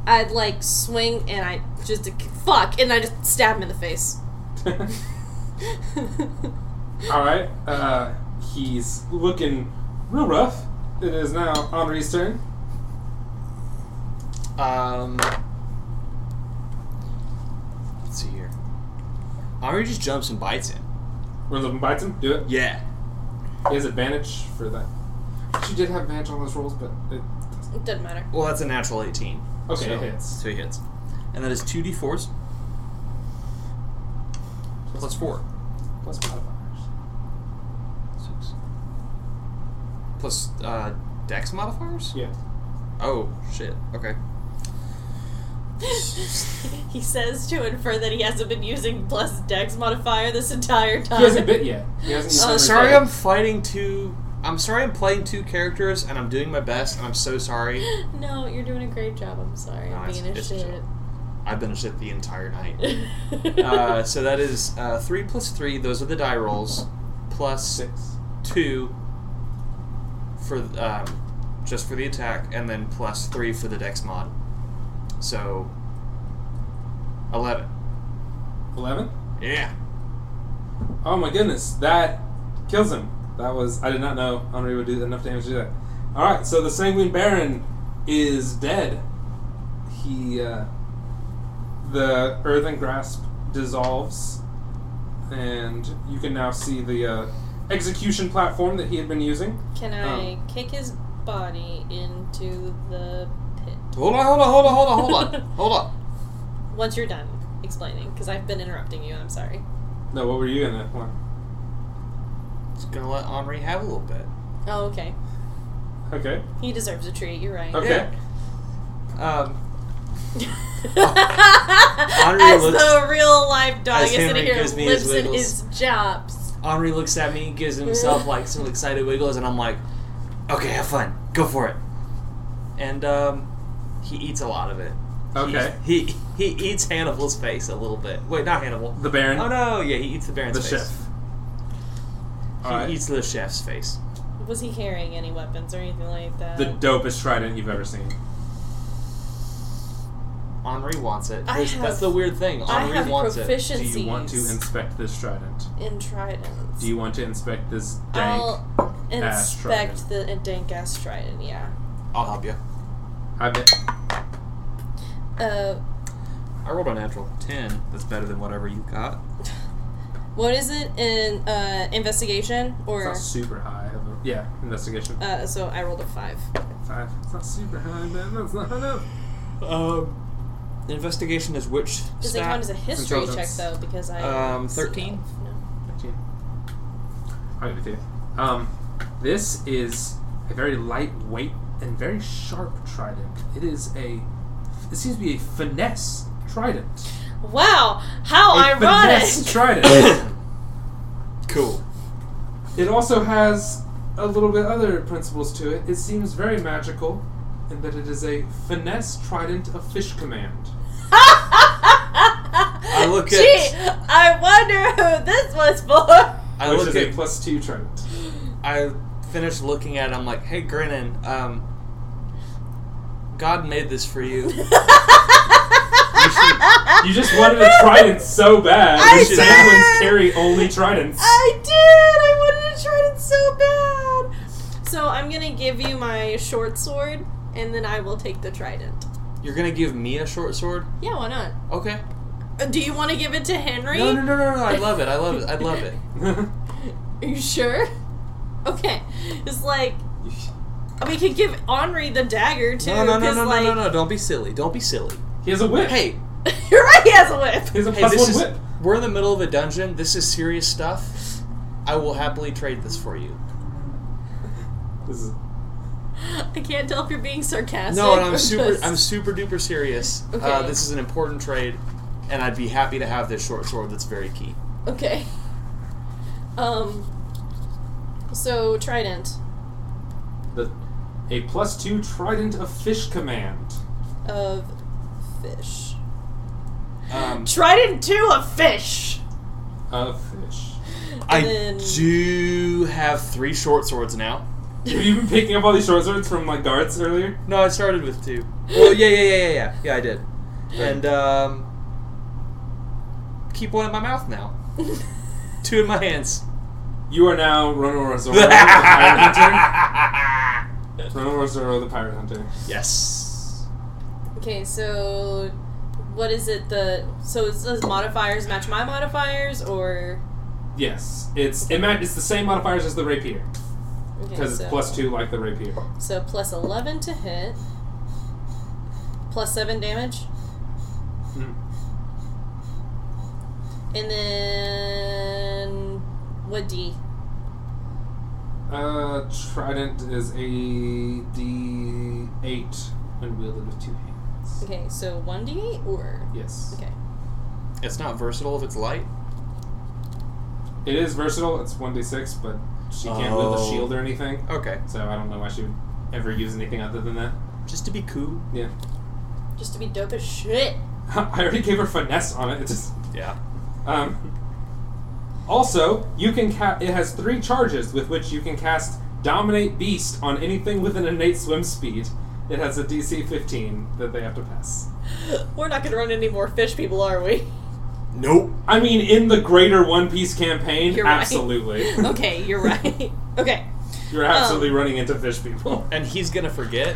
S3: I'd like swing and I just fuck and I just stab him in the face.
S2: Alright. Uh, he's looking real rough. It is now Henri's turn.
S4: Um. Let's see here.
S5: Omri just jumps and bites him.
S2: Runs up and bites him. Do it.
S5: Yeah.
S2: He has advantage for that. She did have advantage on those rolls, but it doesn't.
S3: it doesn't matter.
S5: Well, that's a natural 18.
S2: Okay,
S5: so,
S2: it hits.
S5: So he hits. And that is 2d4s plus 4.
S2: Plus modifiers.
S5: 6. Plus uh, dex modifiers?
S2: Yeah.
S5: Oh, shit. Okay.
S3: he says to infer that he hasn't been using plus dex modifier this entire time.
S2: He hasn't bit yet. He hasn't
S4: Oh,
S2: used
S5: So
S2: Henry's
S5: sorry
S2: bite.
S5: I'm fighting two. I'm sorry I'm playing two characters and I'm doing my best and I'm so sorry.
S3: No, you're doing a great job. I'm sorry.
S5: No,
S3: I'm
S5: it's-
S3: being a
S5: it's a
S3: shit.
S5: I've been a shit the entire night. uh, so that is uh, 3 plus 3. Those are the die rolls. Plus
S2: Six.
S5: two for um, just for the attack, and then plus three for the dex mod. So eleven.
S2: Eleven?
S5: Yeah.
S2: Oh my goodness, that kills him. That was I did not know Henri would do enough damage to do that. All right, so the Sanguine Baron is dead. He uh, the Earthen Grasp dissolves, and you can now see the uh, execution platform that he had been using.
S3: Can I kick his body into the pit?
S4: Hold on, hold on, hold on, hold on, hold on, hold on.
S3: Once you're done explaining, because I've been interrupting you, I'm sorry.
S2: No, what were you gonna? What?
S4: Just gonna let Henri have a little bit.
S3: Oh, okay.
S2: Okay,
S3: He deserves a treat, you're right.
S2: okay.
S4: Um,
S3: As
S4: looks-
S3: the real life dog
S4: as
S3: is sitting
S4: Henry
S3: here
S4: gives me his
S3: lives in
S4: wiggles.
S3: his jobs.
S4: Henri looks at me, gives himself like some excited wiggles, and I'm like, okay, have fun, go for it. And um, he eats a lot of it. He-
S2: Okay.
S4: He he, eats Hannibal's face a little bit. Wait, not Hannibal.
S2: The Baron,
S4: Oh no, yeah, he eats the Baron's
S2: the
S4: face.
S2: chef.
S4: He
S2: All right.
S4: eats the chef's face.
S3: Was he carrying any weapons or anything like that?
S2: the dopest trident you've ever seen.
S4: Henri wants it.
S3: I
S4: There's-
S3: have-
S4: that's the weird thing.
S3: I
S4: Henri
S3: have
S4: wants it.
S2: Do
S3: proficiencies
S2: you want to inspect this trident?
S3: in tridents.
S2: Do you want to inspect this dank?
S3: I'll
S2: ass
S3: inspect the uh, dank ass trident, yeah.
S4: I'll help you.
S2: I bet.
S3: Uh,
S4: I rolled a natural ten. That's better than whatever you got.
S3: what is it in uh, investigation?
S2: It's
S3: Or
S2: not super high. of a- Yeah, investigation.
S3: uh, so I rolled a five.
S2: Five. It's not super high, man. That's not high enough.
S4: Um, investigation is which
S3: Does it count as a history check
S2: Intelligence.
S3: though? Because I
S4: Um,
S3: see
S4: 13?
S3: elf, no.
S2: Fifteen. I'll give it to you. Um, this is a very lightweight and very sharp trident. It is a. It seems to be a finesse trident.
S3: Wow, how
S2: a finesse
S3: ironic!
S2: trident.
S4: cool.
S2: It also has a little bit other principles to it. It seems very magical in that it is a finesse trident of fish command.
S4: I look
S3: Gee,
S4: at
S3: I wonder who this was for.
S4: I
S2: which
S4: look
S2: is
S4: at
S2: a plus two trident.
S4: I finished looking at it. I'm like, hey, Grinnin, um, God made this for you.
S2: You just wanted a trident so bad.
S3: I
S2: which is
S3: did.
S2: Penguins carry only tridents.
S3: I did. I wanted to try it so bad. So I'm gonna give you my short sword, and then I will take the trident.
S4: You're gonna give me a short sword?
S3: Yeah, why not?
S4: Okay.
S3: Uh, Do you want to give it to Henry?
S4: No, no, no, no, no. I love it. I love it. I love it.
S3: Are you sure? Okay. It's like we could give Henri the dagger too.
S4: No, no, no,
S3: 'cause,
S4: no, no,
S3: like,
S4: no, no. Don't be silly. Don't be silly.
S2: he has a whip.
S4: Hey,
S3: You're right. He has a whip.
S2: he has a
S4: hey,
S2: plus
S4: this
S2: one
S4: is.
S2: whip.
S4: We're in the middle of a dungeon. This is serious stuff. I will happily trade this for you.
S2: This is,
S3: I can't tell if you're being sarcastic.
S4: No, and I'm
S3: or
S4: super,
S3: just-
S4: I'm super duper serious. Uh,
S3: Okay.
S4: this is an important trade, and I'd be happy to have this short sword. That's very key.
S3: Okay. Um. So trident.
S2: the, a plus two trident of fish command.
S3: of fish.
S4: Um,
S3: Trident two of fish.
S2: Of fish.
S4: I
S3: then-
S4: do have three short swords now.
S2: Have you been picking up all these short swords from like guards earlier?
S4: No, I started with two. Well, yeah, yeah, yeah, yeah, yeah. Yeah, I did. And um, keep one in my mouth now. two in my hands.
S2: You are now Ronor Rosoro, the pirate hunter. Ronor Rosoro, the pirate hunter.
S4: yes.
S3: Okay, so what is it? The so is those modifiers match my modifiers or
S2: Yes, it's it ma- it's the same modifiers as the rapier
S3: okay,
S2: because
S3: so,
S2: it's plus two like the rapier.
S3: So plus eleven to hit, plus seven damage,
S2: Mm.
S3: and then what D?
S2: Uh, trident is a D eight when wielded with two hands.
S3: Okay, so one D or
S2: Yes,
S3: okay.
S4: It's not versatile if it's light.
S2: it is versatile. It's one D six, but she can't wield a
S4: Oh.
S2: shield or anything,
S4: Okay.
S2: so I don't know why she would ever use anything other than that.
S4: Just to be cool.
S2: Yeah,
S3: Just to be dope as shit.
S2: I already gave her finesse on it. It just
S4: Yeah.
S2: Um, also, you can ca- it has three charges with which you can cast Dominate Beast on anything with an innate swim speed. It has a DC 15 that they have to pass.
S3: We're not gonna run any more fish people, are we?
S5: Nope.
S2: I mean, in the greater One Piece campaign,
S3: You're right.
S2: absolutely.
S3: Okay, Um, you're right. okay,
S2: You're absolutely running into fish people.
S4: And he's gonna forget.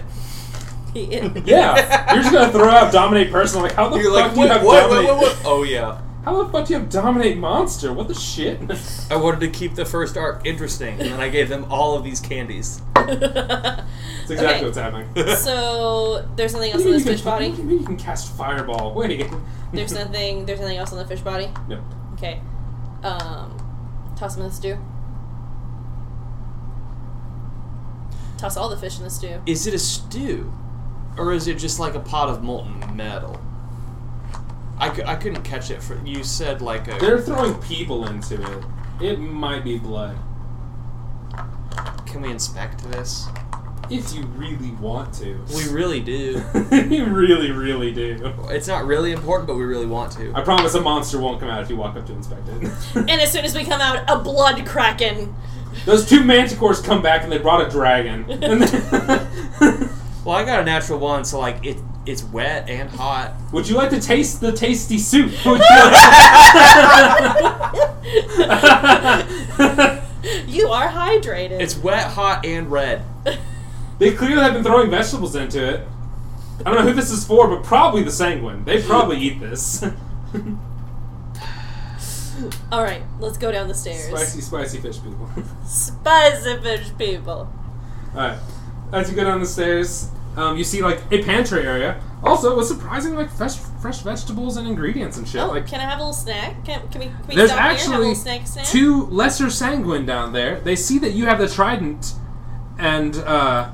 S3: he is.
S2: Yeah, you're just gonna throw out dominate person. Like how the
S4: You're
S2: fuck
S4: like,
S2: do you
S4: what,
S2: have
S4: what, what,
S2: dominate?
S4: what, what? Oh yeah.
S2: How the fuck do you have dominate monster? What the shit?
S4: I wanted to keep the first arc interesting, and then I gave them all of these candies.
S2: That's exactly
S3: Okay.
S2: what's happening.
S3: so there's nothing else
S2: You
S3: on this
S2: can-
S3: fish body.
S2: You can, you can cast fireball. Wait.
S3: There's nothing. There's nothing else on the fish body.
S2: No.
S3: Okay. Um, toss them in the stew. Toss all the fish in the stew.
S4: Is it a stew, or is it just like a pot of molten metal? I, cou- I couldn't catch it. For you said like a
S2: They're throwing people into it. It might be blood.
S4: Can we inspect this?
S2: If you really want to.
S4: We really do.
S2: you really, really do.
S4: It's not really important, but we really want to.
S2: I promise a monster won't come out if you walk up to inspect it.
S3: And as soon as we come out, a blood kraken.
S2: Those two manticores come back and they brought a dragon. And then-
S4: Well, I got a natural one, so like it, it's wet and hot.
S2: Would you like to taste the tasty soup? Would you-
S3: You are hydrated.
S4: It's wet, hot, and red.
S2: they clearly have been throwing vegetables into it. I don't know who this is for, but probably the sanguine. They probably eat this.
S3: all right. Let's go down the stairs.
S2: spicy, spicy fish people.
S3: Spicy fish people.
S2: Alright. As you go down the stairs, um, you see like a pantry area. Also, with surprising like fresh fresh vegetables and ingredients and shit.
S3: Oh,
S2: like
S3: can I have a little snack? Can, can we? Can we
S2: There's
S3: stop here and have a
S2: actually
S3: little snack? Snack.
S2: two lesser sanguine down there. They see that you have the trident, and uh,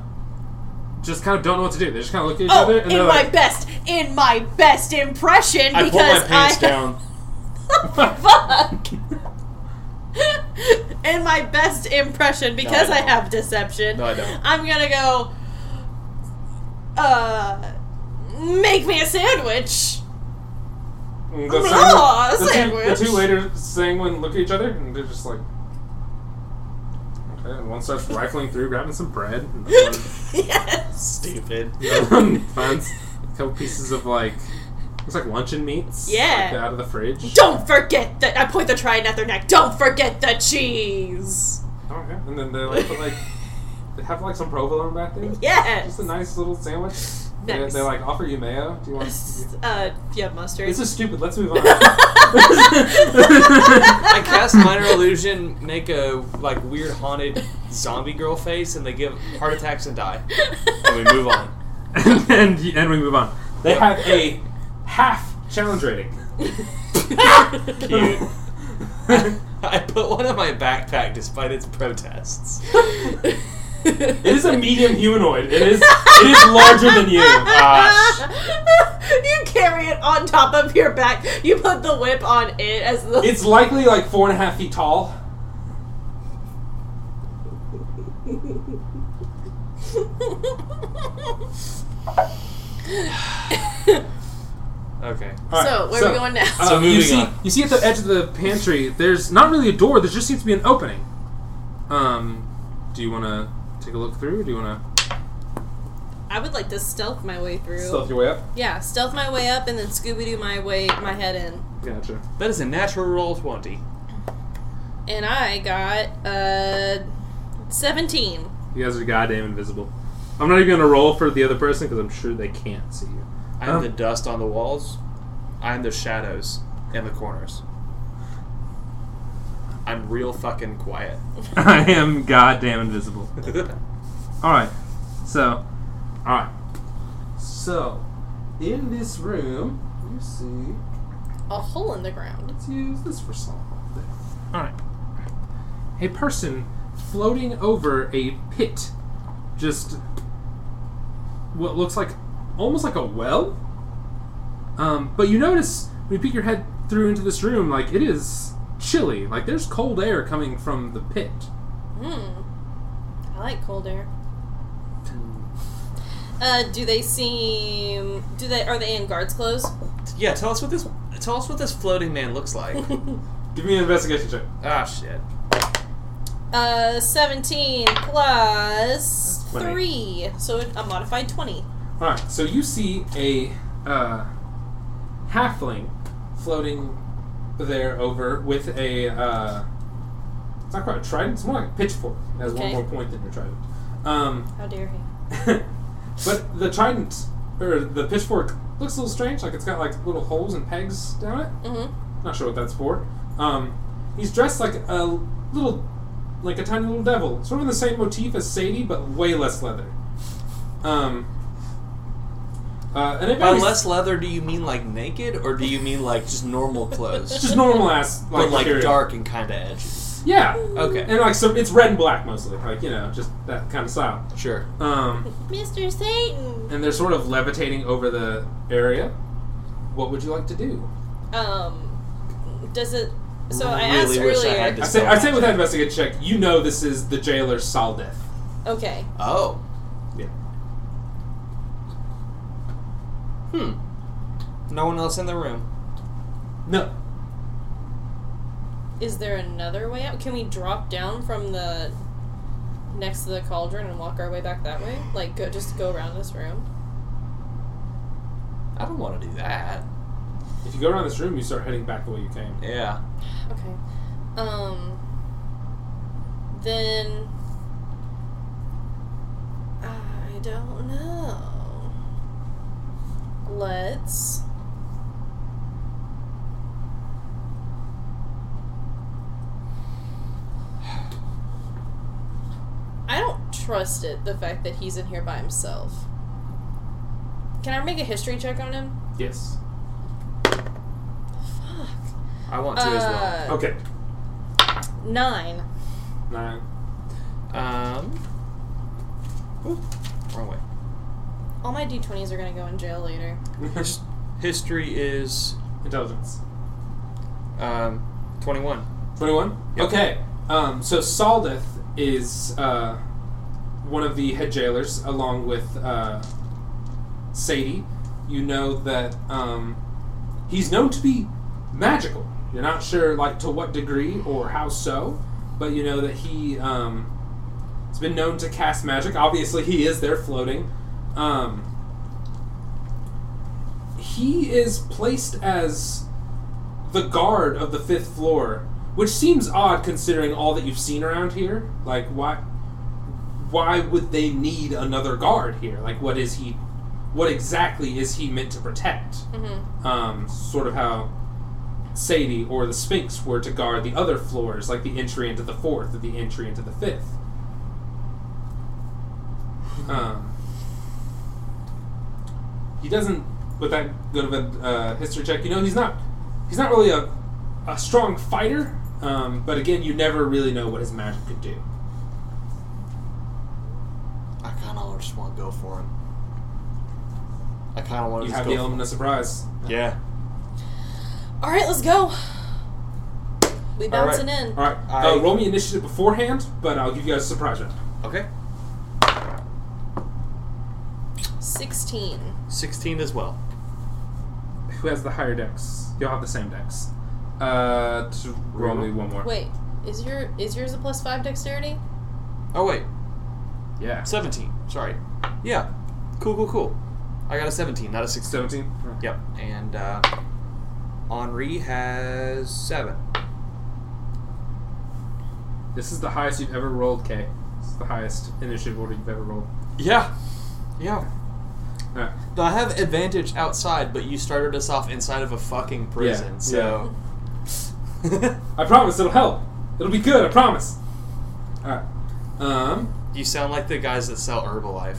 S2: just kind of don't know what to do. They just kind of look at each
S3: Oh,
S2: other and
S3: in
S2: they're
S3: my
S2: like,
S3: best, in my best impression
S4: I pulled
S3: because
S4: my pants
S3: I
S4: down.
S3: fuck. in my best impression because I,
S4: don't.
S3: have deception.
S4: No, I don't.
S3: I'm gonna go. Uh, make me a sandwich.
S2: Mm,
S3: Aw,
S2: the, two, the
S3: sandwich.
S2: two later sanguine look at each other and they're just like, okay. And one starts rifling through, grabbing some bread, and the other
S3: yes.
S4: Stupid.
S2: one
S4: Um,
S2: finds a couple pieces of like looks like luncheon meats,
S3: Yeah.
S2: like, out of the fridge.
S3: Don't forget that I point the trident at their neck. Don't forget the cheese.
S2: Oh, Okay, and then they like put like they have like some provolone back there.
S3: Yes.
S2: Just a nice little sandwich. They,
S3: Nice.
S2: they like offer you mayo. Do you want?
S3: Uh, yeah, mustard.
S2: This is stupid. Let's move on.
S4: I cast minor illusion, make a like weird haunted zombie girl face, and they give heart attacks and die. And we move on.
S6: and, and we move on.
S2: they have a half challenge rating.
S4: Cute. I put one in my backpack despite its protests.
S2: It is a medium humanoid. It is. It is larger than you. Ah,
S4: Gosh.
S3: you carry it on top of your back. You put the whip on it as the.
S2: It's likely like four and a half feet tall.
S4: Okay.
S2: Alright,
S3: So, where are we going now?
S2: uh,
S4: So
S2: you
S4: moving
S2: see,
S4: on.
S2: you see at the edge of the pantry, there's not really a door. There just seems to be an opening. Um, do you want to take a look through? Or do you want to
S3: I would like to stealth my way through.
S2: stealth your way up?
S3: Yeah, stealth my way up and then Scooby Doo my way, my head in.
S2: Gotcha.
S4: That is a natural roll twenty.
S3: And I got uh, seventeen.
S2: You guys are goddamn invisible. I'm not even gonna roll for the other person because I'm sure they can't see you.
S4: I'm
S2: Um,
S4: the dust on the walls. I'm the shadows in the corners. I'm real fucking quiet.
S6: I am goddamn invisible. All right. So, all right.
S2: So, in this room, you see.
S3: A hole in the ground.
S2: Let's use this for something.
S6: All right.
S2: A person floating over a pit, just what looks like almost like a well. Um, but you notice when you peek your head through into this room, like it is chilly. Like there's cold air coming from the pit.
S3: Hmm. I like cold air. Uh, do they seem? Do they? Are they in guards' clothes?
S4: Yeah, tell us what this tell us what this floating man looks like.
S2: Give me an investigation check.
S4: ah shit.
S3: Uh, 17 plus
S2: That's
S3: 3. So a modified 20.
S2: All right, so you see a uh, halfling floating there over with a. Uh, it's not quite a trident. It's more like a pitchfork. It has one
S3: Okay.
S2: more point than your trident. Um,
S3: How dare he?
S2: but the trident or the pitchfork looks a little strange. Like it's got like little holes and pegs down it.
S3: Mm-hmm.
S2: Not sure what that's for. Um, he's dressed like a little, like a tiny little devil, sort of in the same motif as Sadie, but way less leather. Um, uh, and it
S4: By
S2: varies-
S4: less leather, do you mean like naked, or do you mean like just normal
S2: it's
S4: clothes,
S2: just normal ass, like,
S4: but like
S2: material.
S4: dark and kind of edgy?
S2: Yeah,
S4: Okay,
S2: and like so, it's red and black mostly, like you know, just that kind of style.
S4: sure.
S2: Um,
S3: Mr. Satan.
S2: and they're sort of levitating over the area. What would you like to do?
S3: Um, does it? So
S4: Really
S3: I asked
S4: wish I
S3: earlier.
S4: had
S2: I say,
S4: Dispel
S2: I say with
S4: magic.
S2: that investigate check, you know this is the jailer's Saldeth.
S3: okay.
S4: Oh,
S2: Yeah.
S4: hmm. No one else in the room.
S2: No,
S3: Is there another way out? Can we drop down from the next to the cauldron and walk our way back that way? Like, go, just go around this room.
S4: I don't want to do that.
S2: if you go around this room, you start heading back the way you came.
S4: Yeah.
S3: Okay. Um. Then. I don't know. Let's. I don't trust it, the fact that he's in here by himself. Can I make a history check on him?
S2: Yes.
S3: Fuck.
S4: I want to as
S3: Uh,
S2: Okay.
S3: Nine.
S2: Nine.
S4: well. Um. ooh, wrong way.
S3: All my d20s are gonna go in jail later.
S4: His- history is
S2: Intelligence.
S4: um, twenty-one.
S2: 21?
S4: Yep.
S2: Okay. Um, so Saldith is uh, one of the head jailers, along with uh, Sadie. You know that um, he's known to be magical. You're not sure, like, to what degree or how so, but you know that he um, has been known to cast magic. Obviously, he is there floating. Um, he is placed as the guard of the fifth floor, which seems odd considering all that you've seen around here. Like, why? Why would they need another guard here? Like, what is he? What exactly is he meant to protect?
S3: Mm-hmm.
S2: Um, sort of how Sadie or the Sphinx were to guard the other floors, like the entry into the fourth or the entry into the fifth. Um, he doesn't with that good of a uh, history check. You know, he's not he's not really a a strong fighter. Um, but again, you never really know what his magic could do.
S4: I kind of just want to go for him. I kind of want
S2: You
S4: to
S2: have
S4: just
S2: the
S4: go.
S2: element of surprise.
S4: yeah.
S3: All right, let's go. We
S4: All right.
S3: bouncing in.
S2: All right,
S4: I-
S2: uh, roll me initiative beforehand, but I'll give you guys a surprise round.
S4: Okay.
S3: Sixteen.
S4: Sixteen as well.
S2: Who has the higher decks? You'll have the same decks. Uh, to roll me one more.
S3: Wait, is your is yours a plus five dexterity?
S4: Oh wait,
S2: Yeah.
S4: seventeen. Sorry. Yeah. Cool, cool, cool. I got a seventeen, not a sixteen.
S2: 17?
S4: Yep. And uh, Henri has seven.
S2: This is the highest you've ever rolled, Kay. This is the highest initiative order you've ever rolled.
S4: Yeah. Yeah.
S2: Alright.
S4: No, I have advantage outside, but you started us off inside of a fucking prison,
S2: Yeah,
S4: so.
S2: I promise it'll help. It'll be good, I promise. Alright. Um,
S4: you sound like the guys that sell Herbalife.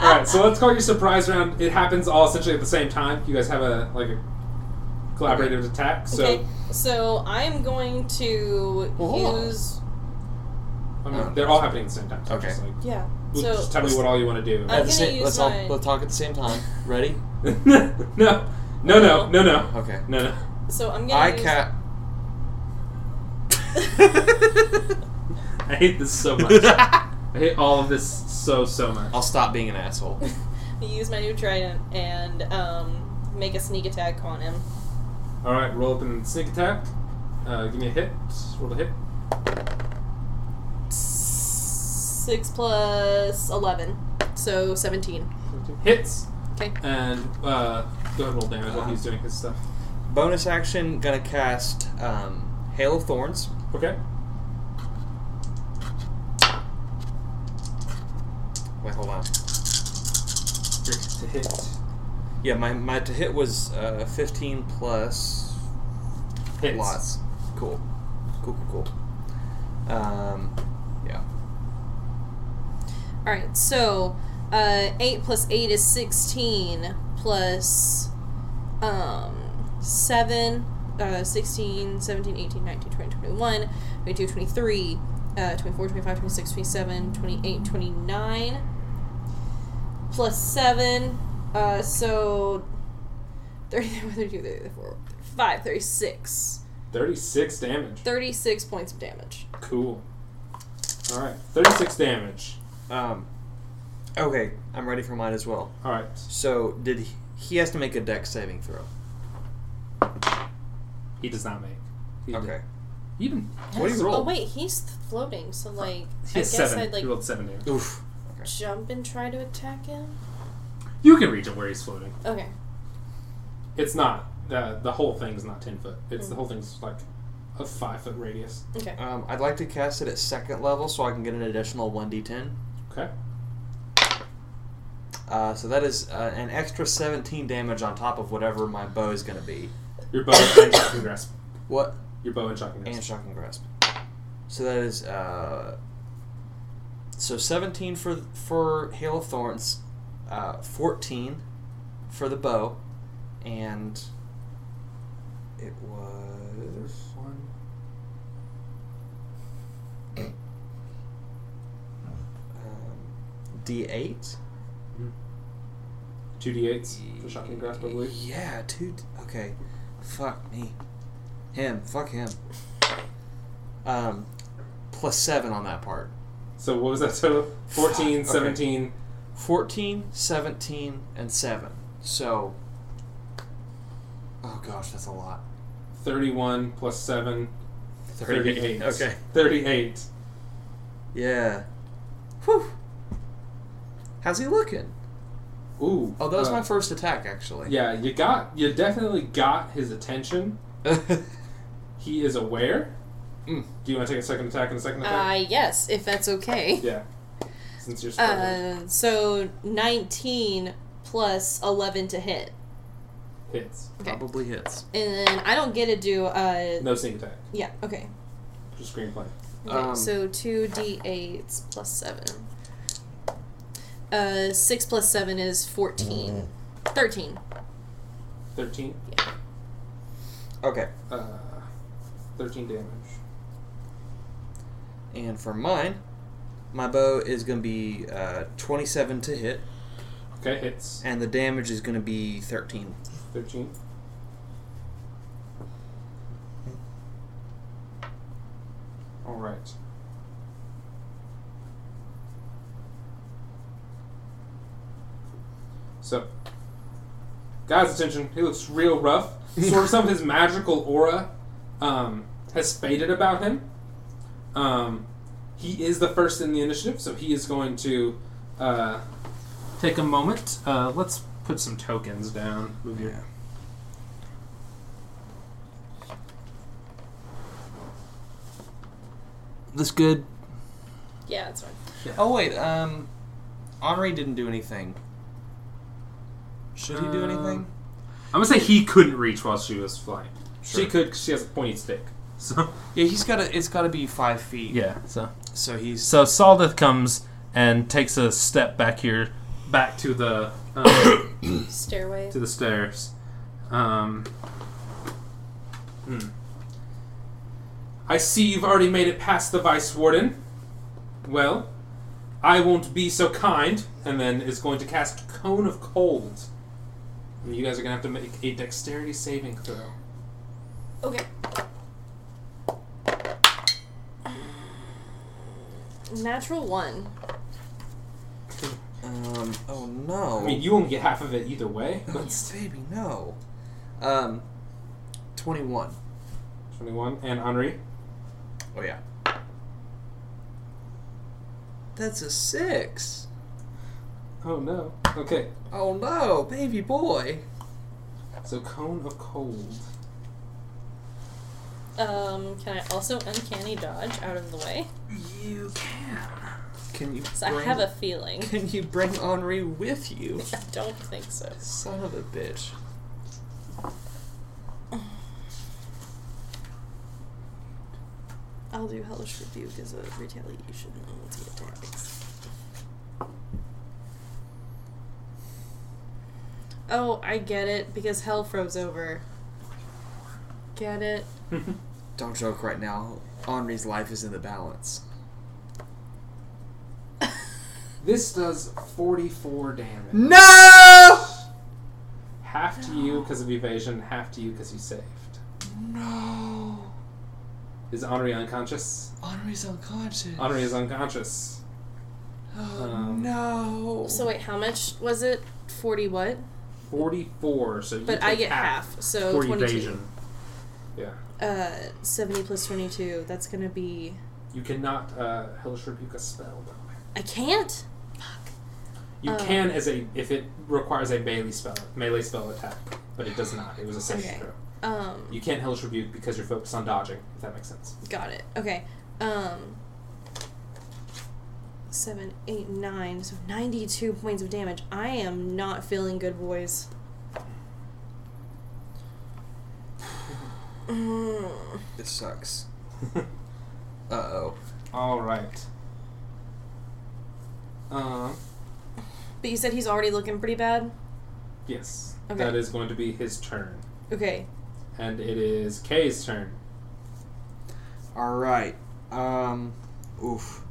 S2: alright, so
S3: Uh,
S2: let's call your surprise round. It happens all essentially at the same time. You guys have a, like, a collaborative attack, so
S3: okay, so I'm going to
S4: Well, hold on.
S3: use.
S2: I mean, they're all happening at the same time. So
S4: Okay.
S2: Just, like,
S3: Yeah.
S2: we'll just
S3: So
S2: tell me what all you want to do.
S3: I'm
S4: At the
S3: gonna
S4: same-
S3: use
S4: let's
S3: my-
S4: all let's talk at the same time. Ready?
S2: no. No, no, no, no.
S4: Okay.
S2: No, no.
S3: so I'm gonna.
S4: I
S3: use,
S4: cat.
S2: I hate this so much. I hate all of this so, so much.
S4: I'll stop being an asshole.
S3: use my new trident and um, make a sneak attack on him.
S2: All right, roll up and sneak attack. Uh, give me a hit. Roll a hit.
S3: Six plus eleven, so seventeen.
S2: Hits.
S3: Okay.
S2: And uh, Go ahead and roll damage while he's doing his stuff.
S4: Bonus action, gonna cast um, Hail of Thorns.
S2: Okay.
S4: Wait, hold on.
S2: You're to hit.
S4: Yeah, my, my to hit was uh, 15 plus
S2: Hits.
S4: lots. Cool. Cool, cool, cool. Um, yeah.
S3: All right, so uh, eight plus eight is sixteen plus um, seven, uh, 16, 17, 18, 19, 20, 21, 22, 23, uh, 24, 25, 26, 27, 28, 29, plus seven, uh, so 30, 32, 34, 5, 36.
S2: 36 damage.
S3: 36 points of damage.
S2: Cool. Alright, 36 damage.
S4: Um, okay, I'm ready for mine as well.
S2: Alright.
S4: So, did he, he has to make a deck saving throw.
S2: He does not make. He did-
S4: Okay.
S6: You didn't.
S4: What do you roll?
S3: Oh, wait, he's floating, so like,
S2: He
S3: I
S2: has
S3: guess
S2: 7.
S3: I'd like
S2: he rolled 7 damage.
S4: Oof.
S3: jump and try to attack him?
S6: You can reach him where he's floating.
S3: Okay.
S2: It's not. Uh, the whole thing's not 10 foot. It's
S3: Hmm.
S2: The whole thing's like a 5 foot radius.
S3: Okay.
S4: Um, I'd like to cast it at second level so I can get an additional 1d10.
S2: Okay.
S4: Uh, so that is uh, an extra 17 damage on top of whatever my bow is going to be.
S2: Your bow and shocking grasp.
S4: What?
S2: Your bow and shocking
S4: And
S2: grasp.
S4: shocking grasp. So that is uh, so 17 for for hail of thorns, uh, 14 for the bow, and it was
S2: One.
S4: um, d8.
S2: Mm-hmm. 2d8s for shocking grasp, I believe.
S4: Yeah, two. d- Okay, fuck me, him, fuck him. Um, plus seven on that part.
S2: So what was that total? 14,
S4: Fuck, okay.
S2: 17.
S4: 14, 17, and 7. So. Oh gosh, that's a lot.
S2: 31 plus 7, 38.
S4: Okay.
S2: 38.
S4: Yeah. Whew. How's he looking?
S2: Ooh.
S4: Oh, that was
S2: uh,
S4: my first attack, actually.
S2: Yeah, you got you definitely got his attention.
S4: Yeah.
S2: He is aware.
S4: Mm.
S2: Do you want to take a second attack and a second attack?
S3: Uh, yes, if that's okay.
S2: yeah. Since you're starting
S3: Uh, so 19 plus 11 to hit.
S2: hits.
S3: Okay.
S4: Probably hits.
S3: And then I don't get to do, uh,
S2: No sneak attack.
S3: yeah, okay.
S2: Just screenplay.
S3: Okay,
S4: Um,
S3: so 2d8s plus 7. Uh, 6 plus 7 is 14. 13.
S2: 13.
S4: Okay.
S2: Uh, 13 damage.
S4: And for mine, my bow is going to be uh, 27 to hit,
S2: Okay, hits.
S4: and the damage is going to be 13.
S2: 13. Alright. So, guy's attention. He looks real rough. Sort of some of his magical aura um, has faded about him. Um, he is the first in the initiative, so he is going to. Uh,
S6: Take a moment. Uh, let's put some tokens down. Move your.
S4: This good?
S3: Yeah, that's fine.
S4: Oh wait, um, Henri didn't do anything. Should he do
S6: Um,
S4: anything?
S6: I'm gonna say he couldn't reach while she was flying.
S2: She
S4: Sure.
S2: could. 'cause She has a pointy stick.
S6: So
S4: Yeah, he's got to. It's got to be five feet.
S6: yeah. So
S4: So he's
S6: so Saldith comes and takes a step back here, back to the um,
S3: Stairway.
S6: to the stairs. Um, hmm.
S2: I see you've already made it past the vice warden. Well, I won't be so kind, and then is going to cast Cone of Cold. And you guys are gonna have to make a dexterity saving throw.
S3: Okay. Natural 1.
S4: um. Oh no.
S2: I mean, you won't get half of it either way.
S4: Oh,
S2: But
S4: baby, no. Um, twenty-one.
S2: twenty-one and Henri.
S4: Oh yeah. That's a six.
S2: Oh no. Okay.
S4: Oh no, baby boy.
S2: So cone of cold.
S3: Um, can I also uncanny dodge out of the way?
S2: You can.
S4: Can you?
S3: 'Cause I
S4: bring-
S3: have a feeling.
S4: Can you bring Henri with you?
S3: I don't think so.
S4: Son of a bitch.
S3: I'll do Hellish Rebuke as a retaliation on the attacks. Oh, I get it, because hell froze over. Get it?
S4: Don't joke right now. Henri's life is in the balance.
S2: This does 44 damage.
S4: No!
S2: Half to you because of evasion, half to you because you saved.
S4: No.
S2: Is Henri unconscious?
S4: Henri's unconscious. Oh,
S2: Henri is unconscious. Um,
S4: no.
S3: So wait, how much was it? Forty what?
S2: 44, so you
S3: But
S2: take
S3: I get half, so
S6: for
S3: twenty-two.
S6: evasion.
S2: Yeah.
S3: Uh, seventy plus twenty-two. That's gonna be.
S2: You cannot uh, hellish rebuke a spell, by the way.
S3: I can't.
S2: You
S3: Oh.
S2: can as a if it requires a melee spell melee spell attack, but it does not. It was a saving
S3: Okay.
S2: throw.
S3: Um,
S2: You can't hellish rebuke because you're focused on dodging. If that makes sense.
S3: got it. Okay. Um, seven, eight, nine. So ninety-two points of damage. I am not feeling good, boys. Mm.
S4: This sucks. Uh oh.
S2: All right. Um.
S3: But you said he's already looking pretty bad.
S2: Yes.
S3: Okay.
S2: That is going to be his turn,
S3: Okay.
S2: and it is Kay's turn.
S4: All right. Um. Oof.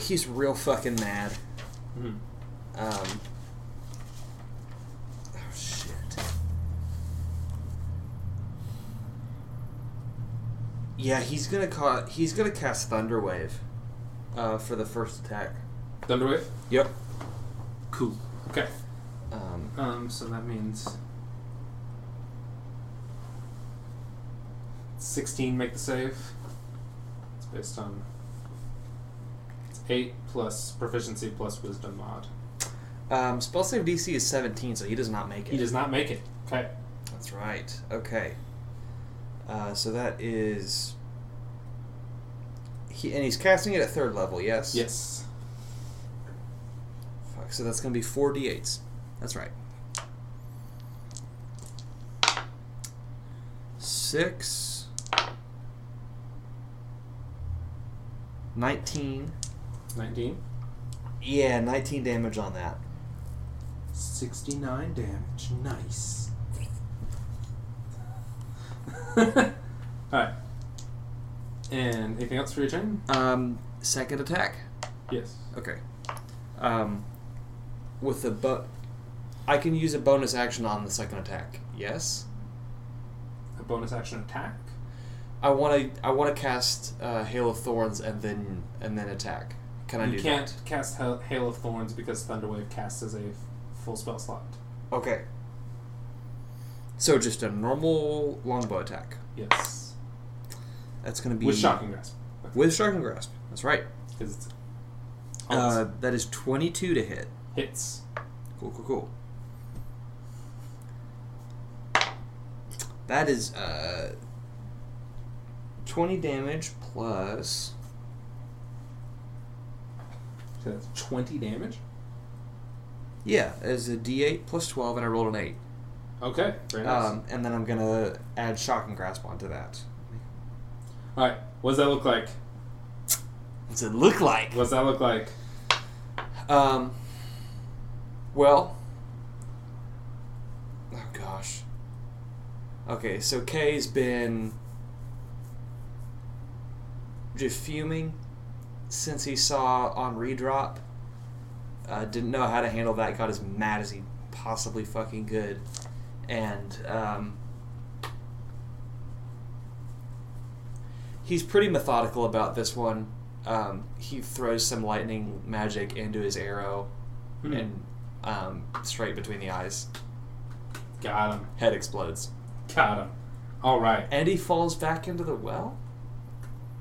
S4: He's real fucking mad.
S2: Mhm.
S4: Um. Oh shit. Yeah, he's gonna ca- he's gonna cast Thunderwave, uh, for the first attack.
S2: Thunderwave.
S4: Yep.
S6: Cool.
S2: Okay.
S4: Um,
S2: Um. So that means. 16 make the save. It's based on. It's 8 plus proficiency plus wisdom mod.
S4: um, spell save DC is seventeen, so he does not make it.
S2: He does not make it. Okay.
S4: That's right. Okay. Uh, so that is. He and he's casting it at third level. Yes.
S2: Yes.
S4: Fuck. So that's gonna be four d8s. That's right. Six. Nineteen.
S2: 19.
S4: Yeah, nineteen damage on that.
S2: 69 damage. Nice. Alright. And anything else for your turn?
S4: Um, second attack.
S2: Yes.
S4: Okay. Um, with the but, I can use a bonus action on the second attack. Yes.
S2: A bonus action attack?
S4: I want to. I want to cast uh, Hail of Thorns and then and then attack. Can I
S2: you
S4: do
S2: can't cast Hail, Hail of Thorns because Thunderwave casts as a f- full spell slot.
S4: that? Okay. So just a normal longbow attack.
S2: Yes.
S4: That's going to be
S2: With Shocking Grasp.
S4: With shocking grasp. That's right.
S2: Because it's.
S4: Uh, that is twenty-two to hit.
S2: hits.
S4: Cool, cool, cool. That is uh, 20 damage plus.
S2: So that's 20 damage?
S4: Yeah, as a d8 plus 12, and I rolled an
S2: Okay. Very
S4: 8.
S2: nice.
S4: Um, and then I'm going to add Shock and Grasp onto that.
S2: Alright. What does that look like?
S4: What's it look like?
S2: What does that look like?
S4: Um, well. Oh, gosh. Okay, so Kay's been. just fuming since he saw Henri drop. Uh, didn't know how to handle that. Got as mad as he possibly fucking could. And um, he's pretty methodical about this one. Um, he throws some lightning magic into his arrow
S2: Hmm.
S4: and um, straight between the eyes.
S2: Got him.
S4: Head explodes.
S2: Got him. Alright.
S4: And he falls back into the well?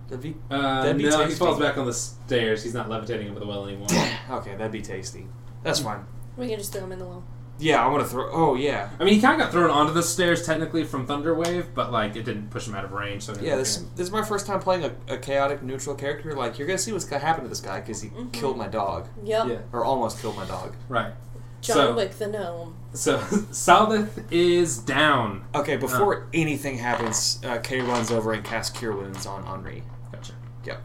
S4: That'd be,
S2: Uh,
S4: that'd be
S2: no,
S4: tasty.
S2: he falls back on the stairs. He's not levitating over the well anymore.
S4: Okay, that'd be tasty. That's fine.
S3: We can just throw him in the well.
S4: Yeah, I want to throw. Oh yeah,
S2: I mean, he kind of got thrown onto the stairs technically from Thunderwave, but like it didn't push him out of range. So it didn't
S4: yeah. This
S2: matter.
S4: this is my first time playing a, a chaotic neutral character. Like you're gonna see what's gonna happen to this guy because he killed my dog
S3: Yep.
S2: yeah,
S4: or almost killed my dog.
S2: right.
S3: John
S2: So-
S3: Wick the gnome.
S2: So Salveth is down.
S4: Okay, before anything happens, uh, Kay runs over and casts Cure Wounds on Henri.
S2: Gotcha.
S4: Yep.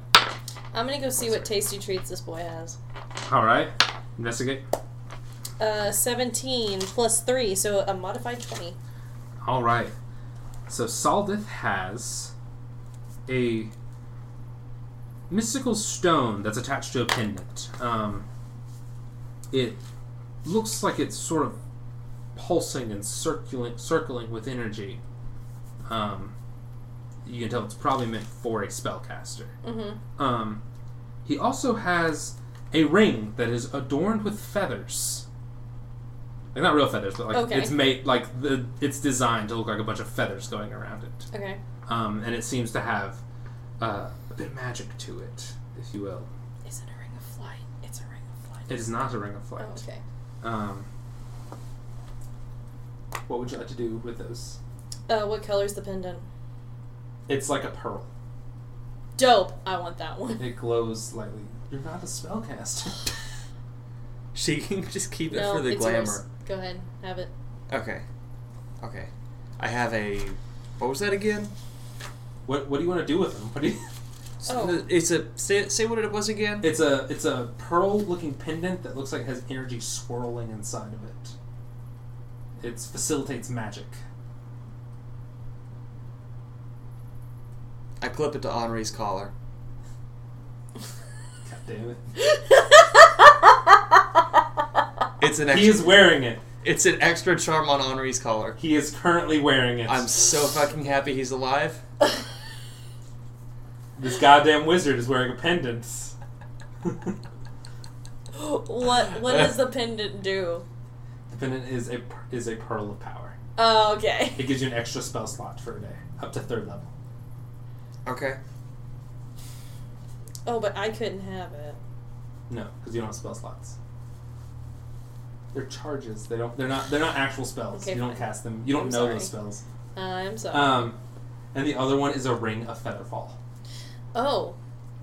S3: I'm gonna go see what tasty treats this boy has.
S2: All right. Investigate.
S3: Uh, 17 plus 3, so a modified 20.
S2: All right. So Saldith has a mystical stone that's attached to a pendant. Um, it looks like it's sort of pulsing and circling, circling with energy. Um, you can tell it's probably meant for a spellcaster. Mm-hmm. Um, he also has a ring that is adorned with feathers. Like not real feathers, but like
S3: Okay.
S2: it's made like the it's designed to look like a bunch of feathers going around it
S3: Okay.
S2: um, and it seems to have uh, a bit of magic to it, if you will.
S3: Is it a ring of flight? It's a ring of flight.
S2: It is not a ring of flight.
S3: Oh, okay.
S2: Um, what would you like to do with those?
S3: Uh, what color's the pendant?
S2: It's like a pearl.
S3: Dope. I want that one.
S2: It glows lightly. You're not a spellcaster.
S4: She can just keep
S3: no,
S4: it for the
S3: it's
S4: glamour.
S3: yours. Go ahead, have it.
S4: Okay. Okay. I have a. What was that again?
S2: What What do you want to do with them? What do you,
S3: Oh.
S4: It's a. Say, say what it was again.
S2: it's a It's a pearl looking pendant that looks like it has energy swirling inside of it. It facilitates magic.
S4: I clip it to Henri's collar.
S2: God damn it!
S4: It's an
S2: He
S4: extra.
S2: is wearing it.
S4: It's an extra charm on Henri's collar.
S2: He is currently wearing it.
S4: I'm so fucking happy he's alive.
S2: This goddamn wizard is wearing a pendant.
S3: What What does the pendant do?
S2: The pendant is a is a pearl of power.
S3: Oh, okay.
S2: It gives you an extra spell slot for a day, up to third level.
S4: Okay.
S3: Oh, but I couldn't have it.
S2: No, because you don't have spell slots. They're charges. They don't. They're not. They're not actual spells.
S3: Okay,
S2: you don't
S3: fine.
S2: cast them. You don't
S3: I'm
S2: know
S3: sorry.
S2: those spells.
S3: I'm sorry.
S2: Um, and the other one is a ring of featherfall.
S3: oh,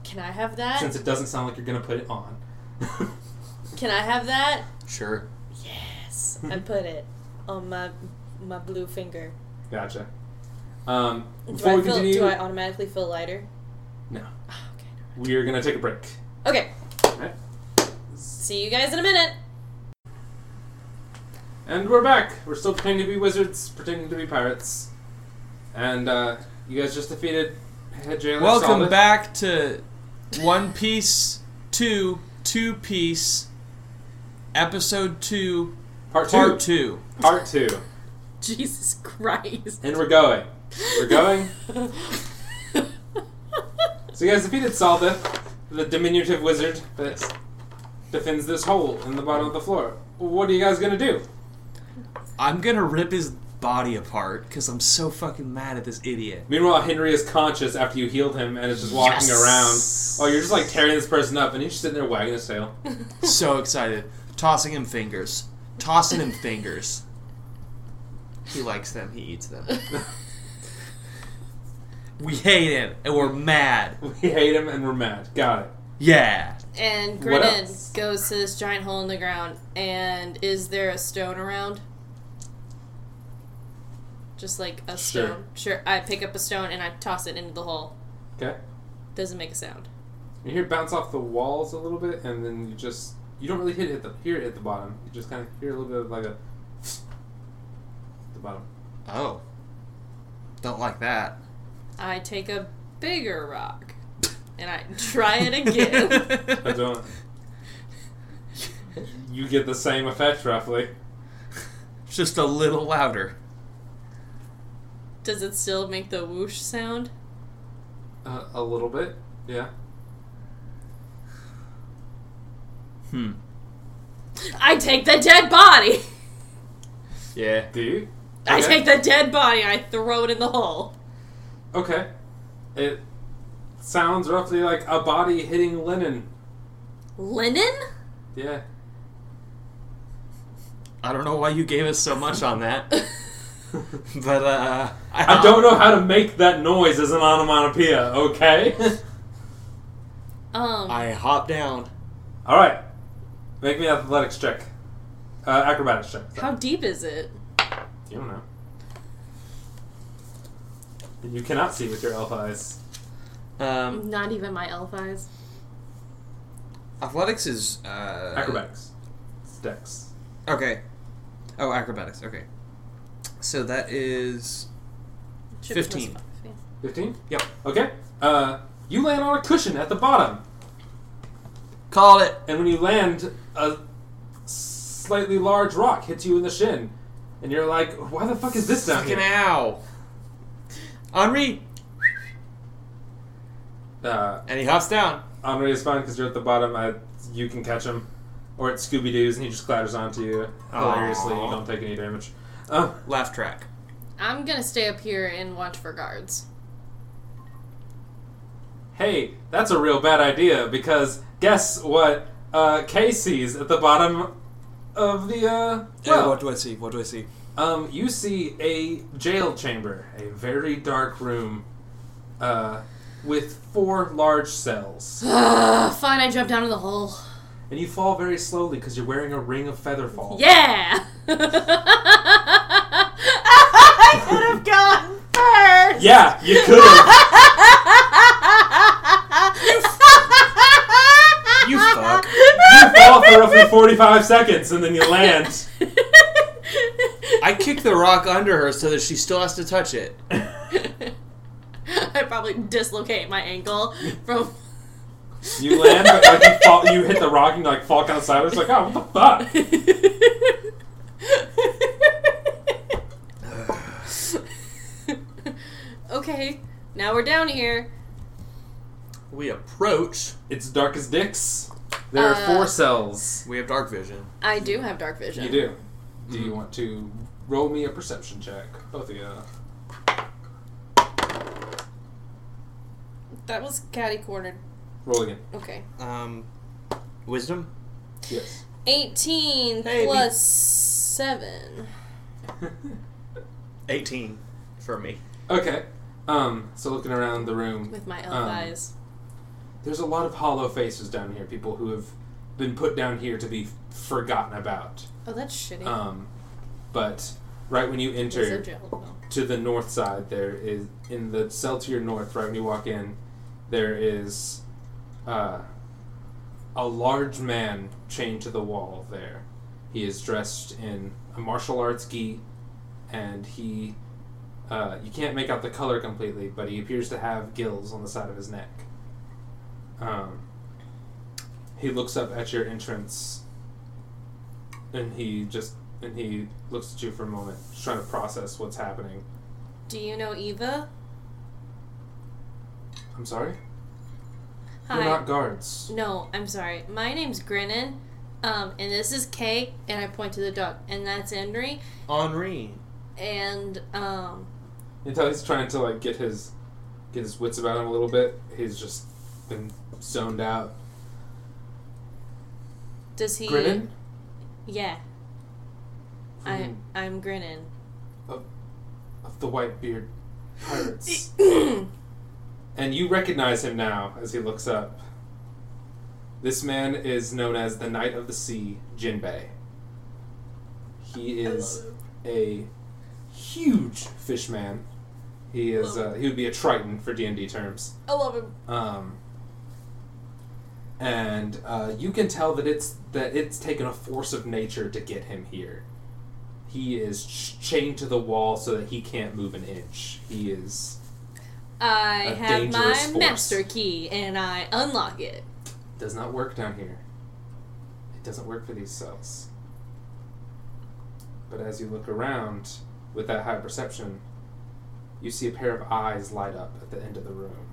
S3: can I have that?
S2: Since it doesn't sound like you're gonna put it on.
S3: Can I have that?
S4: Sure.
S3: Yes. I put it on my my blue finger.
S2: gotcha. Um,
S3: Do
S2: before
S3: I
S2: we
S3: feel?
S2: continue,
S3: Do I automatically feel lighter?
S2: No.
S3: Oh, okay. never
S2: we are gonna take a break.
S3: mind. Okay.
S2: Alright.
S3: See you guys in a minute.
S2: And we're back. We're still pretending to be wizards, pretending to be pirates. And uh, you guys just defeated Head Jailer
S5: Welcome
S2: Solid.
S5: back to One Piece 2, Two Piece, Episode 2,
S2: Part two.
S5: Part 2.
S2: Part two.
S1: Jesus Christ.
S2: And we're going. We're going. so you guys defeated Saldith, the diminutive wizard that defends this hole in the bottom of the floor. What are you guys gonna do?
S5: I'm gonna rip his body apart because I'm so fucking mad at this idiot.
S2: Meanwhile, Henry is conscious after you healed him and is just walking around. Oh, you're just like tearing this person up, and he's just sitting there wagging his tail.
S5: So excited. Tossing him fingers. Tossing him fingers.
S4: He likes them. He eats them.
S5: We hate him and we're mad.
S2: We hate him and we're mad. Got it.
S5: Yeah.
S3: And
S2: What
S3: Grinnin
S2: else?
S3: goes to this giant hole in the ground. And is there a stone around? Just like a
S2: Sure.
S3: stone. Sure. I pick up a stone and I toss it into the hole.
S2: Okay.
S3: Doesn't make a sound.
S2: You hear it bounce off the walls a little bit, and then you just you don't really hit it at the hear it at the bottom. You just kind of hear a little bit of like a at the bottom.
S4: Oh. Don't like that.
S3: I take a bigger rock and I try it again.
S2: I don't. you get the same effect roughly.
S5: Just a little louder.
S3: Does it still make the whoosh sound?
S2: Uh, a little bit, yeah.
S5: Hmm.
S3: I take the dead body.
S5: Yeah.
S2: Do you?
S3: I
S2: Okay.
S3: take the dead body and I throw it in the hole.
S2: Okay. It sounds roughly like a body hitting linen.
S3: Linen?
S2: Yeah.
S4: I don't know why you gave us so much on that, but uh,
S2: I don't know how to make that noise as an onomatopoeia, okay?
S3: Um,
S4: I hop down.
S2: Alright. Make me an athletics check. Uh, acrobatics check. sorry.
S3: how deep is it?
S2: You don't know. And you cannot see with your elf eyes.
S4: Um,
S1: Not even my elf eyes.
S4: athletics is uh,
S2: Acrobatics. It's dex.
S4: Okay. Oh, acrobatics. Okay. So that is
S3: Should be plus
S4: 15.
S3: five, yeah.
S2: 15?
S4: Yep.
S2: Okay. Uh, you land on a cushion at the bottom.
S4: call it.
S2: And when you land, a slightly large rock hits you in the shin. And you're like, why the fuck is this down
S4: Fucking
S2: here?
S4: ow. Henri,
S2: Uh,
S4: and he hops down.
S2: Henri is fine because you're at the bottom. I, you can catch him. Or it's Scooby Doo's and he just clatters onto you. Hilariously,
S4: Aw.
S2: you don't take any damage. Oh,
S4: Laugh track.
S3: I'm gonna stay up here and watch for guards.
S2: hey, that's a real bad idea because guess what? Uh, Kay sees at the bottom of the. Uh, well,
S4: what do I see? What do I see?
S2: Um, you see a jail chamber, a very dark room, uh, with four large cells,
S3: Ugh, fine, I jump down in the hole.
S2: and you fall very slowly because you're wearing a ring of feather fall.
S3: Yeah! I could have gone first!
S2: Yeah, you could. have
S4: You fuck.
S2: You fall for roughly 45 seconds, and then you land.
S4: I kick the rock under her so that she still has to touch it.
S3: I probably dislocate my ankle from.
S2: You land, but like you fall, you hit the rock and like fall kind of sideways. Like, oh, what the fuck?
S3: okay, now we're down here.
S4: We approach.
S2: It's dark as dicks. There are
S3: Uh,
S2: four cells.
S4: We have dark vision.
S3: I do have dark vision.
S2: You do. Do you want to roll me a perception check, both of you?
S3: That was catty cornered.
S2: Roll again.
S3: Okay.
S4: Um, wisdom.
S2: Yes.
S3: 18
S4: Hey,
S3: plus 7.
S4: Eighteen for me.
S2: Okay. Um, so looking around the room,
S3: With my elf
S2: Um,
S3: eyes.
S2: there's a lot of hollow faces down here. People who have been put down here to be forgotten about.
S3: Oh, that's shitty.
S2: Um, but right when you
S3: They're so
S2: enter
S3: jealous.
S2: to the north side, there is in the cell to your north. Right when you walk in, there is uh, a large man chained to the wall. There, he is dressed in a martial arts gi, and he. Uh, you can't make out the color completely, but he appears to have gills on the side of his neck. Um, he looks up at your entrance, and he just and he looks at you for a moment, just trying to process what's happening.
S3: Do you know Eva?
S2: I'm sorry.
S3: Hi.
S2: We're not guards.
S3: no, I'm sorry. My name's Grinnin. Um, and this is Kay, and I point to the dog, and that's Henry,
S4: Henri.
S3: and um,
S2: Until he's trying to like get his get his wits about him a little bit. He's just been zoned out.
S3: does he?
S2: Grinning.
S3: Yeah,
S2: Mm-hmm.
S3: I I'm Grinnin.
S2: of the white beard pirates. and you recognize him now as he looks up. This man is known as the Knight of the Sea, Jinbei. He is a huge fish man. He is uh, he would be a triton for D and D terms.
S3: I love him.
S2: Um, and uh, you can tell that it's that it's taken a force of nature to get him here. He is ch- chained to the wall so that he can't move an inch. He is
S3: I
S2: A
S3: have my
S2: dangerous force.
S3: master key, and I unlock it.
S2: does not work down here. It doesn't work for these cells. But as you look around with that high perception, you see a pair of eyes light up at the end of the room.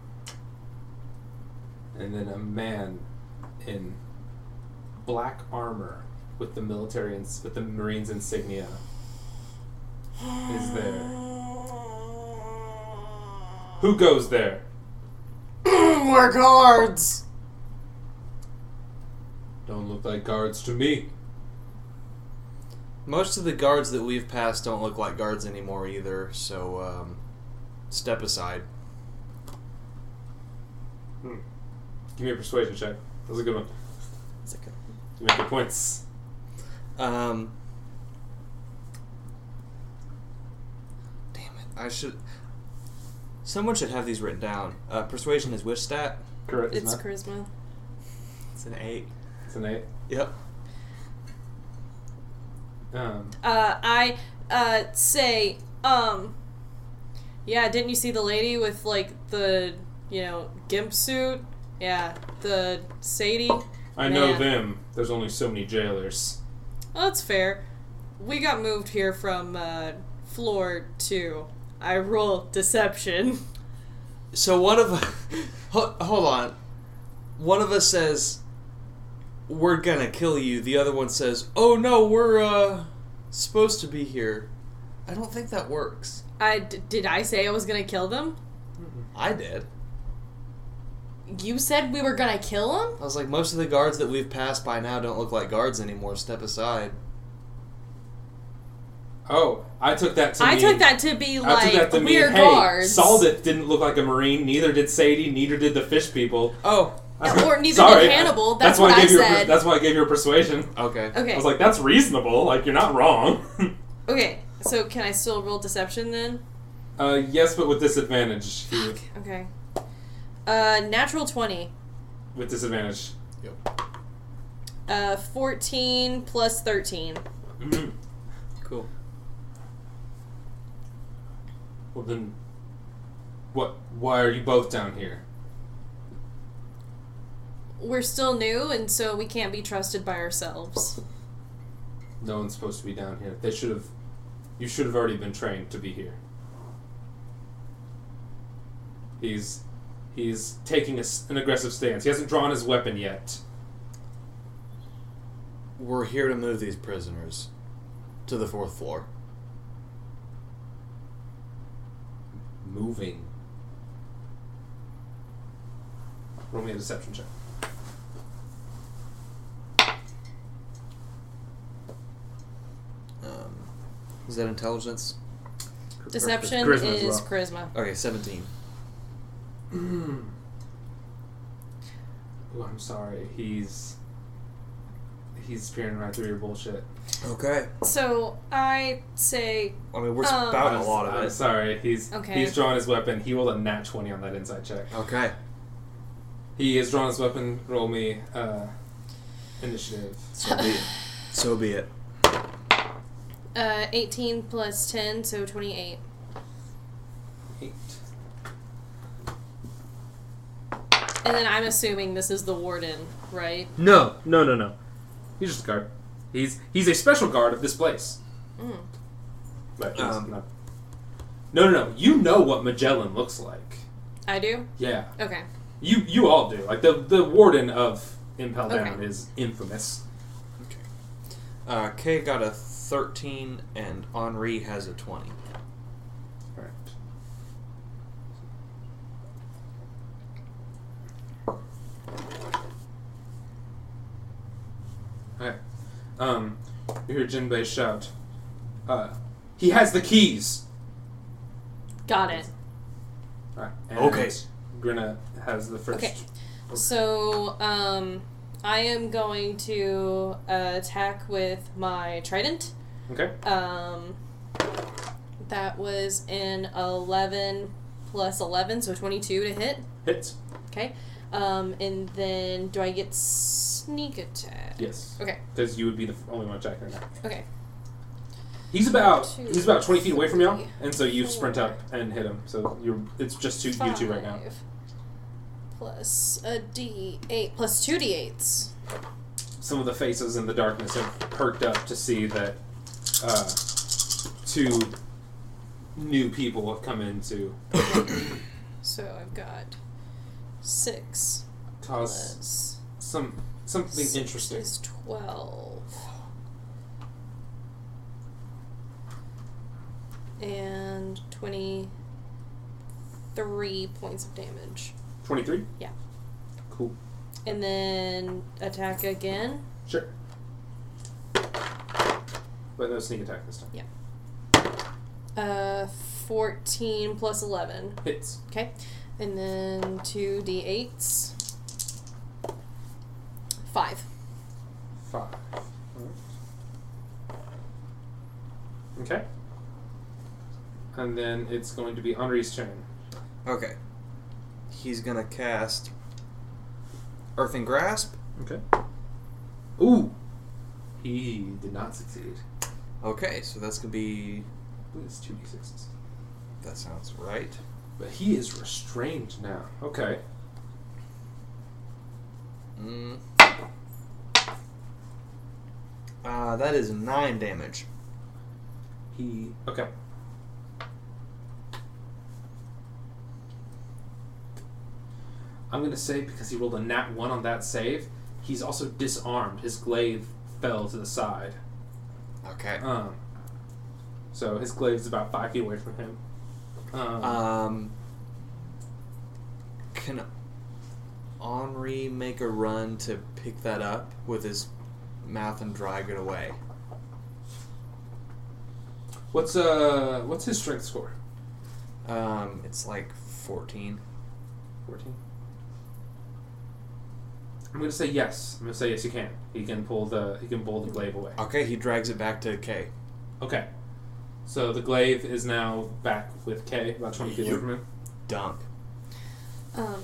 S2: And then a man in black armor with the military ins- with the Marines insignia is there. Who goes there?
S4: We're guards.
S2: Don't look like guards to me.
S4: Most of the guards that we've passed don't look like guards anymore either, so um, step aside.
S2: Hmm. Give me a persuasion check. That was a good one. You make good points.
S4: Um, damn it! I should. Someone should have these written down. Uh, persuasion is wish stat.
S2: Correct.
S3: It's
S2: isn't it?
S3: charisma.
S4: It's an eight.
S2: It's an eight.
S4: Yep.
S2: Um,
S3: Uh, I uh, say, um, yeah, didn't you see the lady with like the you know gimp suit? Yeah, the Sadie. Oh,
S2: I know
S3: Man.
S2: them. There's only so many jailers.
S3: that's fair. We got moved here from uh, floor two. I roll deception.
S4: So one of ho- hold on, one of us says we're gonna kill you. The other one says, "Oh no, we're uh, supposed to be here." I don't think that works.
S3: I d- did I say I was gonna kill them?
S4: I did.
S3: You said we were gonna kill them.
S4: I was like, most of the guards that we've passed by now don't look like guards anymore. Step aside.
S2: Oh, I took that to
S3: I
S2: mean-
S3: took that to be
S2: I
S3: like
S2: took that to mean,
S3: we're
S2: hey,
S3: guards.
S2: Saldith didn't look like a marine. Neither did Sadie. Neither did the fish people.
S4: Oh,
S3: Or neither
S2: Sorry.
S3: did Hannibal.
S2: That's
S3: That's,
S2: why
S3: what
S2: I
S3: I,
S2: gave you. A, per-
S3: said.
S2: that's why I gave you a persuasion.
S4: okay.
S3: okay.
S2: I was like, that's reasonable. Like you're not wrong.
S3: Okay, so can I still roll deception then?
S2: uh, yes, but with disadvantage.
S3: Okay. Uh, natural 20.
S2: With disadvantage.
S3: Uh, 14 plus 13.
S2: Mhm.
S4: Cool.
S2: well then, what? Why are you both down here?
S3: We're still new, and so we can't be trusted by ourselves.
S2: No one's supposed to be down here. They should have. You should have already been trained to be here. He's he's taking a s an aggressive stance. He hasn't drawn his weapon yet.
S4: We're here to move these prisoners to the fourth floor.
S2: Moving. Roll me a deception check.
S4: Um, is that intelligence?
S3: Deception
S2: Or charisma as
S3: is
S2: well.
S3: charisma.
S4: Okay, seventeen.
S2: Ooh, I'm sorry. He's he's peering right through your bullshit.
S4: Okay.
S3: So I say,
S4: I mean, we're
S3: Um,
S4: spouting a
S2: I'm-
S4: lot of
S2: I'm
S4: it.
S2: sorry. He's
S3: Okay.
S2: he's drawn his weapon. He rolled a nat twenty on that inside check.
S4: Okay.
S2: He has drawn his weapon. Roll me uh, initiative.
S4: So be it. So be it.
S3: uh, 18 plus 10, so 28.
S2: Eight.
S3: And then I'm assuming this is the warden, right?
S2: No, no, no, no. He's just a guard. He's he's a special guard of this place.
S3: Mm.
S2: But he's
S4: Um.
S2: not- No, no, no. You know what Magellan looks like.
S3: I do?
S2: Yeah,
S3: Okay.
S2: you you all do. Like the the warden of Impel Down
S3: Okay.
S2: is infamous.
S4: Uh, Kay got a 13, and Henri has a 20.
S2: Right. Alright. Um, you hear Jinbei shout, uh, he has the keys!
S3: Got it.
S2: Alright. and
S4: Okay.
S2: Grinna has the first.
S3: Okay. So, um, I am going to uh, attack with my trident.
S2: Okay.
S3: Um, that was an 11 plus 11, so 22 to hit.
S2: Hit.
S3: Okay. Um, and then do I get sneak attack?
S2: Yes.
S3: Okay.
S2: Because you would be the only one attacking right now.
S3: Okay.
S2: He's about
S3: Two,
S2: he's about twenty feet away from y'all,
S3: three,
S2: and so you sprint
S3: four,
S2: up and hit him. So you're it's just two you two right now.
S3: Five Plus a d8, plus two d8s.
S2: some of the faces in the darkness have perked up to see that uh, two new people have come in to
S3: So I've got six
S2: cause
S3: plus.
S2: some something
S3: Six
S2: interesting.
S3: Is twelve. And twenty-three points of damage.
S2: Twenty three.
S3: Yeah.
S2: Cool.
S3: And then attack again.
S2: Sure. But no sneak attack this time.
S3: Uh, 14 plus 11.
S2: Hits.
S3: Okay. And then 2d8s. 5.
S2: Five. Okay. And then it's going to be Henri's turn.
S4: Okay. He's gonna cast Earth and Grasp.
S2: Okay. Ooh! He did not succeed.
S4: Okay, so that's gonna be.
S2: I believe it's 2d6s.
S4: That sounds right.
S2: But he is restrained now. Okay.
S4: Mm. Uh, that is nine damage.
S2: He. Okay. I'm gonna say because he rolled a nat one on that save, he's also disarmed. His glaive fell to the side.
S4: Okay.
S2: Um. So his glaive's about five feet away from him. Um,
S4: Um. Can Henri make a run to pick that up with his mouth and drag it away?
S2: what's uh what's his strength score?
S4: Um, it's like 14.
S2: Fourteen. I'm gonna say yes. I'm gonna say yes. He can. He can pull the he can pull the glaive away.
S4: Okay, he drags it back to K.
S2: Okay. So the glaive is now back with K, about 20 feet away
S4: Yep.
S2: from him.
S4: Dunk.
S3: Um,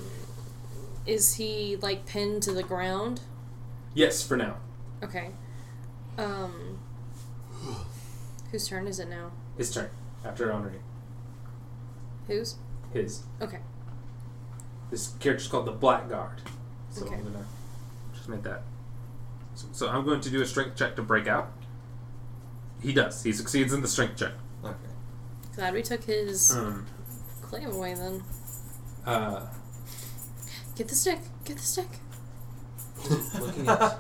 S3: is he, like, pinned to the ground?
S2: Yes, for now.
S3: Okay. Um, whose turn is it now?
S2: His turn. After Henri.
S3: Whose?
S2: His.
S3: Okay.
S2: This character's called the Blackguard. So
S3: Okay.
S2: I'm going to just make that. So, so I'm going to do a strength check to break out. He does. He succeeds in the strength check.
S4: Okay.
S3: Glad we took his
S2: Um,
S3: claim away then.
S2: uh,
S3: Get the stick. Get the stick.
S2: looking at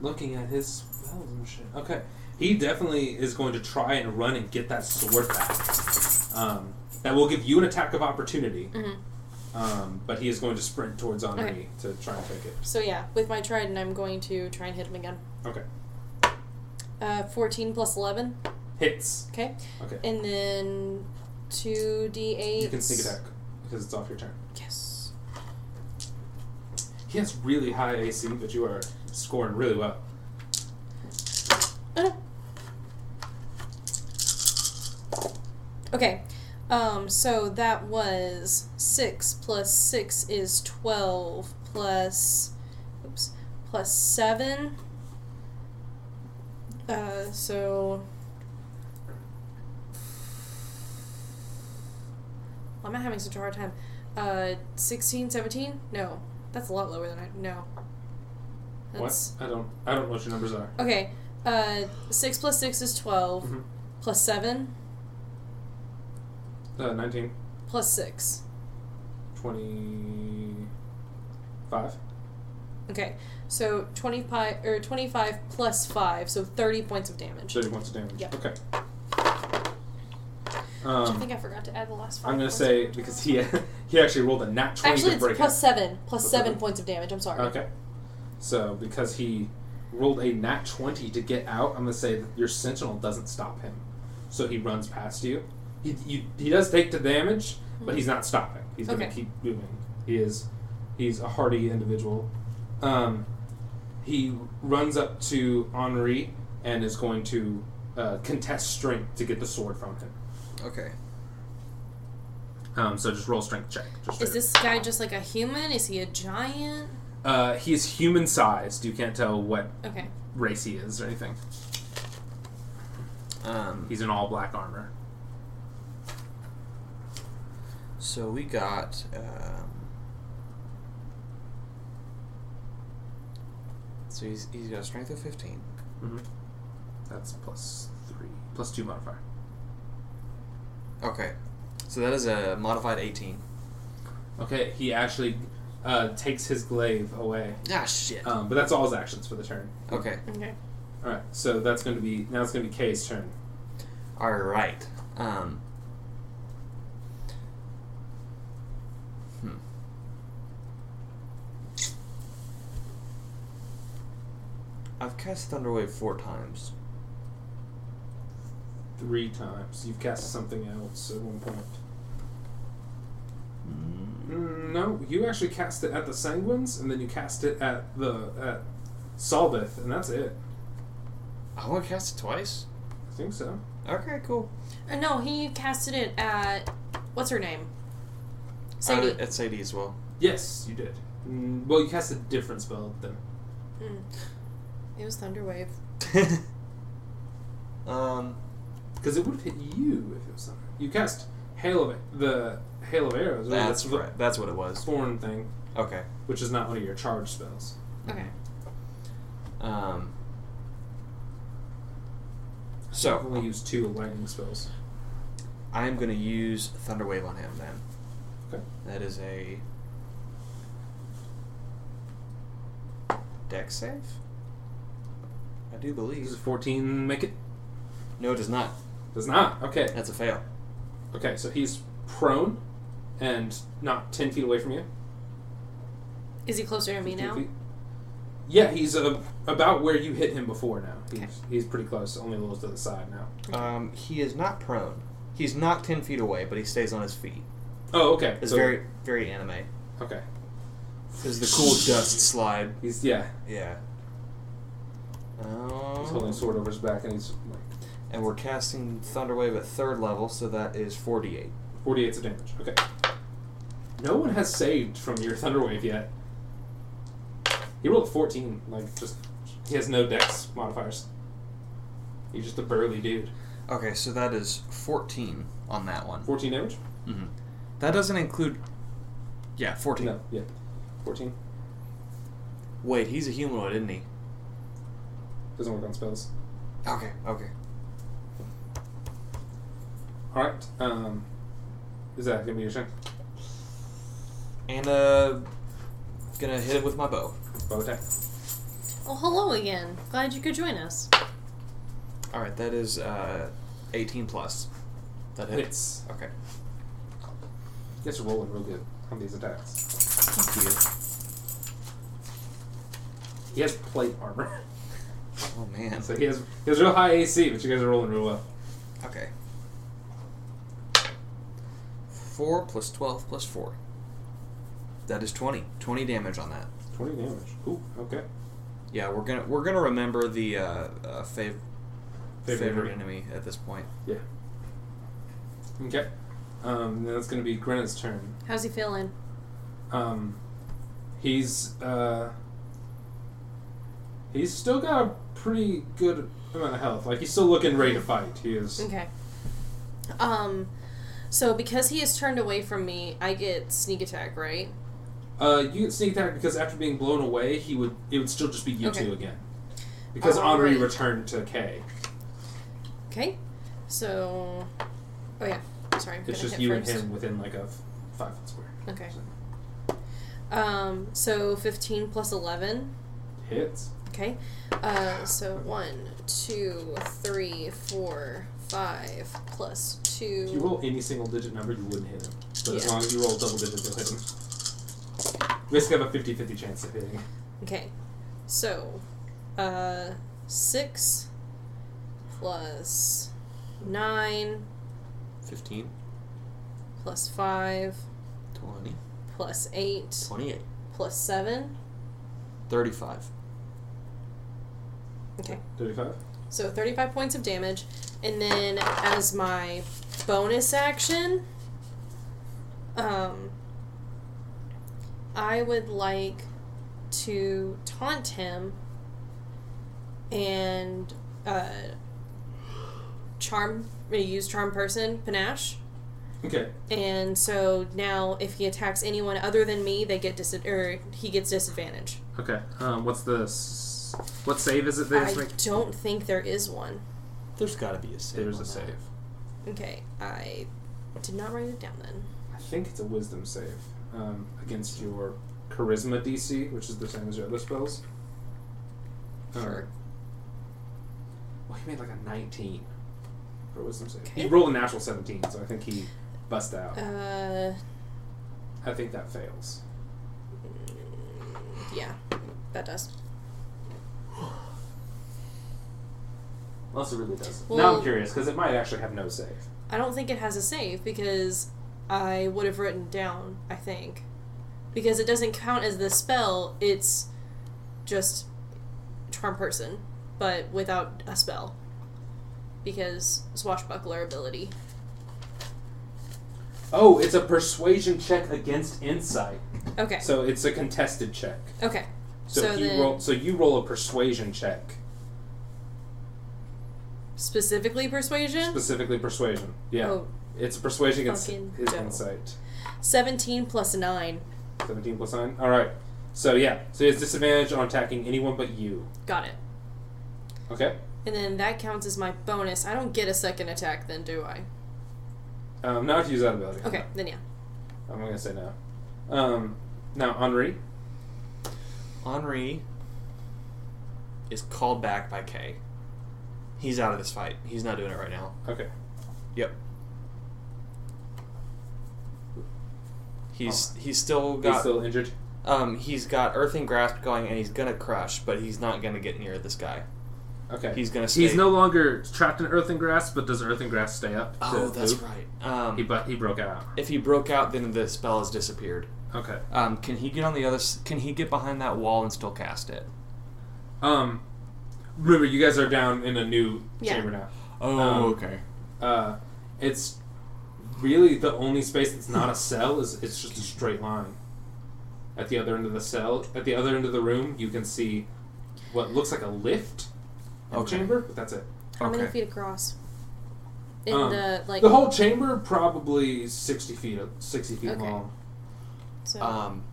S2: looking at his spells and shit. Okay, he definitely is going to try and run and get that sword back. Um, that will give you an attack of opportunity.
S3: Mhm.
S2: Um, but he is going to sprint towards Henri
S3: Okay.
S2: to try and take it.
S3: So yeah, with my trident, I'm going to try and hit him again.
S2: Okay,
S3: Uh, 14 plus 11.
S2: hits.
S3: Okay.
S2: Okay,
S3: And then 2d8.
S2: you can sneak attack because it's off your turn.
S3: Yes.
S2: He has really high AC, but you are scoring really well.
S3: Uh. Okay. Um, so that was 6 plus 6 is 12 plus. Oops. Plus 7. Uh, so. I'm not having such a hard time. Uh, 16, 17? No. That's a lot lower than I. No. That's.
S2: what? I don't. I don't know what your numbers are.
S3: Okay. Uh, six plus six is 12
S2: Mhm.
S3: plus seven
S2: Uh, 19,
S3: plus six.
S2: 25.
S3: Okay, so twenty-five or twenty-five plus five, so thirty points of damage.
S2: Thirty points of damage.
S3: Yep.
S2: Okay.
S3: Which I
S2: Um,
S3: think I forgot to add the last five.
S2: I'm gonna
S3: points.
S2: say because he he actually rolled a nat twenty
S3: actually
S2: to
S3: it's
S2: break
S3: plus seven, plus
S2: Plus
S3: seven
S2: seven.
S3: points of damage. I'm
S2: out.
S3: sorry.
S2: Okay. So because he rolled a nat twenty to get out, I'm gonna say that your sentinel doesn't stop him, so he runs past you. He you, he does take the damage, but he's not stopping. He's gonna
S3: Okay.
S2: keep moving. He is he's a hardy individual. Um, he runs up to Henri and is going to uh, contest strength to get the sword from him.
S4: Okay.
S2: Um, so just roll strength check. Just
S3: Is
S2: straight
S3: this guy just like a human? Is he a giant?
S2: up. Uh, he is human sized. You can't tell what
S3: Okay.
S2: race he is or anything.
S4: Um,
S2: He's in all black armor.
S4: so we got. Um, so he's, he's got a strength of 15.
S2: Mm-hmm. That's plus three, plus two modifier.
S4: Okay. So that is a modified 18.
S2: Okay, he actually uh, takes his glaive away.
S4: Ah, shit.
S2: Um, but that's all his actions for the turn.
S4: Okay.
S3: Okay.
S2: All right, so that's going to be now it's going to be Kay's turn.
S4: All right. Um. Hmm. I've cast Thunderwave four times.
S2: three times. You've cast something else at one point. Mm, No, you actually cast it at the Sanguines, and then you cast it at the at Solbeth, and that's it.
S4: I want to cast it twice.
S2: I think so.
S4: Okay, cool.
S3: Uh, no, he casted it at what's her name? Sadie.
S4: Uh, at Sadie as well.
S2: Yes, you did. Mm, well, you cast a different spell then.
S3: Mm. It was Thunderwave.
S4: um,
S2: Because it would have hit you if it was something. You cast Hail of the Hail of Arrows. right?
S4: that's
S2: the
S4: right. That's what it was.
S2: Thorn thing,
S4: Okay.
S2: which is not one of your charge spells.
S3: Okay.
S4: Um. So
S2: I've only used two lightning spells.
S4: I am going to use Thunderwave on him then.
S2: Okay.
S4: That is a deck save. I do
S2: Does
S4: believe.
S2: 14 make it?
S4: No, it does not.
S2: Does not. Okay.
S4: That's a fail.
S2: Okay, so he's prone and not 10 feet away from you.
S3: Is he closer to me
S2: 15
S3: now?
S2: feet. Yeah, he's uh, about where you hit him before now. He's, he's pretty close, only a little to the side now.
S4: Um, he is not prone. He's not ten feet away, but he stays on his feet.
S2: Oh, okay.
S4: It's
S2: so-
S4: very, very anime.
S2: Okay.
S4: Is the cool dust slide?
S2: He's, yeah,
S4: Yeah.
S2: he's holding a
S4: Um,
S2: sword over his back and he's like
S4: and we're casting Thunderwave at third level, so that is forty-eight.
S2: 48's of damage. Okay. No one has saved from your Thunderwave yet. He rolled 14. Like, just. He has no dex modifiers. He's just a burly dude.
S4: Okay, so that is fourteen on that one.
S2: 14 damage?
S4: Mm-hmm. That doesn't include. Yeah, fourteen.
S2: No, yeah. 14.
S4: Wait, he's a humanoid, isn't he?
S2: Doesn't work on spells.
S4: Okay, okay.
S2: Alright. Um, is that going to be your turn?
S4: And uh, gonna hit it with my bow.
S2: Bow attack.
S3: Well, hello again. Glad you could join us.
S4: All right, that is uh, eighteen plus. That hits.
S2: Hits.
S4: Okay.
S2: Yes, you're rolling real good on these attacks.
S4: Thank you.
S2: He has plate armor.
S4: Oh man.
S2: so he has, he has real high AC, but you guys are rolling real well.
S4: Okay. Four plus twelve plus four. That is twenty. Twenty damage on that.
S2: 20 damage. Ooh, okay.
S4: Yeah, we're gonna we're gonna remember the uh, uh, fav-
S2: Favorite
S4: favorite,
S2: enemy.
S4: enemy. at this point.
S2: Yeah. Okay. Um, then it's going to be Grenna's turn.
S3: How's he feeling?
S2: Um, he's uh, he's still got a pretty good amount of health. Like he's still looking ready to fight. He is.
S3: Okay. Um, so because he is turned away from me, I get sneak attack, right?
S2: Uh, you get sneak attack because after being blown away, he would it would still just be you
S3: Okay.
S2: two again. Because
S3: Oh,
S2: Henri
S3: right.
S2: returned to K.
S3: Okay. So, oh yeah. Sorry, I'm
S2: It's
S3: gonna
S2: just
S3: hit
S2: you
S3: first.
S2: and him within like a f- five foot square.
S3: Okay.
S2: So,
S3: Um, so 15 plus 11.
S2: hits.
S3: Okay. Uh, so one, two, three, four, five, plus
S2: If you
S3: two.
S2: roll any single digit number, you wouldn't hit him. But as
S3: Yeah.
S2: long as you roll double digits, you'll hit him. You basically have a 50 50 chance of hitting.
S3: Okay. So, uh, six plus nine
S4: Fifteen.
S3: plus five
S4: Twenty.
S3: plus eight
S4: Twenty-eight.
S3: plus seven.
S4: Thirty-five.
S3: Okay.
S2: 35?
S3: So 35 points of damage. And then as my bonus action, um, I would like to taunt him and uh, charm, uh, use charm person, panache.
S2: Okay.
S3: And so now if he attacks anyone other than me, they get dis- or he gets disadvantage.
S2: Okay. Um, what's the. s- What save is it they
S3: I
S2: just make?
S3: don't think there is one.
S4: There's got to be a save.
S2: There's
S4: on
S2: a
S4: that.
S2: save.
S3: Okay, I did not write it down then.
S2: I think it's a wisdom save um, against your charisma DC, which is the same as your other spells. Um,
S3: Sure.
S2: well, he made like a 19 for a wisdom save. He
S3: Okay.
S2: rolled a natural 17, so I think he bust out.
S3: Uh,
S2: I think that fails.
S3: mm, yeah, that does.
S2: Unless it really doesn't. now
S3: Well-
S2: I'm curious because it might actually have no save.
S3: I don't think it has a save because I would have written down, I think. Because it doesn't count as the spell, it's just charm person, but without a spell. Because swashbuckler ability.
S2: Oh, it's a persuasion check against insight.
S3: Okay.
S2: So it's a contested check.
S3: okay.
S2: So,
S3: So
S2: if you
S3: then-
S2: roll so you roll a persuasion check.
S3: Specifically persuasion?
S2: Specifically persuasion. Yeah.
S3: Oh,
S2: It's a persuasion against
S3: Fucking
S2: his
S3: dope.
S2: insight.
S3: 17 plus 9.
S2: 17 plus 9. All right. So yeah. So it's disadvantage on attacking anyone but you.
S3: Got it.
S2: Okay.
S3: And then that counts as my bonus. I don't get a second attack then, do I?
S2: Um, now to use that ability.
S3: Okay, then yeah.
S2: I'm gonna say no. Um, now Henri.
S4: Henri is called back by Kay. He's out of this fight. He's not doing it right now.
S2: Okay.
S4: Yep. He's he's still got
S2: Oh. He's still injured.
S4: um he's got earthing grasp going and he's gonna crush, but he's not gonna get near this guy.
S2: Okay.
S4: He's gonna stay.
S6: He's no longer trapped in earthen grass, but does earthen grass stay up?
S4: Oh,
S6: to
S4: that's
S6: move?
S4: right.
S2: he
S4: Um,
S2: bu- he broke out.
S4: if he broke out, then the spell has disappeared.
S2: Okay.
S4: Um, can he get on the other? s- Can he get behind that wall and still cast it?
S2: Um, remember you guys are down in a new
S3: Yeah.
S2: chamber now.
S4: Oh,
S2: Um,
S4: okay.
S2: Uh, it's really the only space that's not a cell is it's just a straight line. At the other end of the cell, at the other end of the room, you can see what looks like a lift in the
S4: Okay.
S2: chamber, but that's it.
S3: How many
S4: Okay.
S3: feet across? In
S2: Um,
S3: the, like,
S2: The whole chamber probably sixty feet sixty feet
S3: Okay.
S2: long.
S3: so-
S4: Um,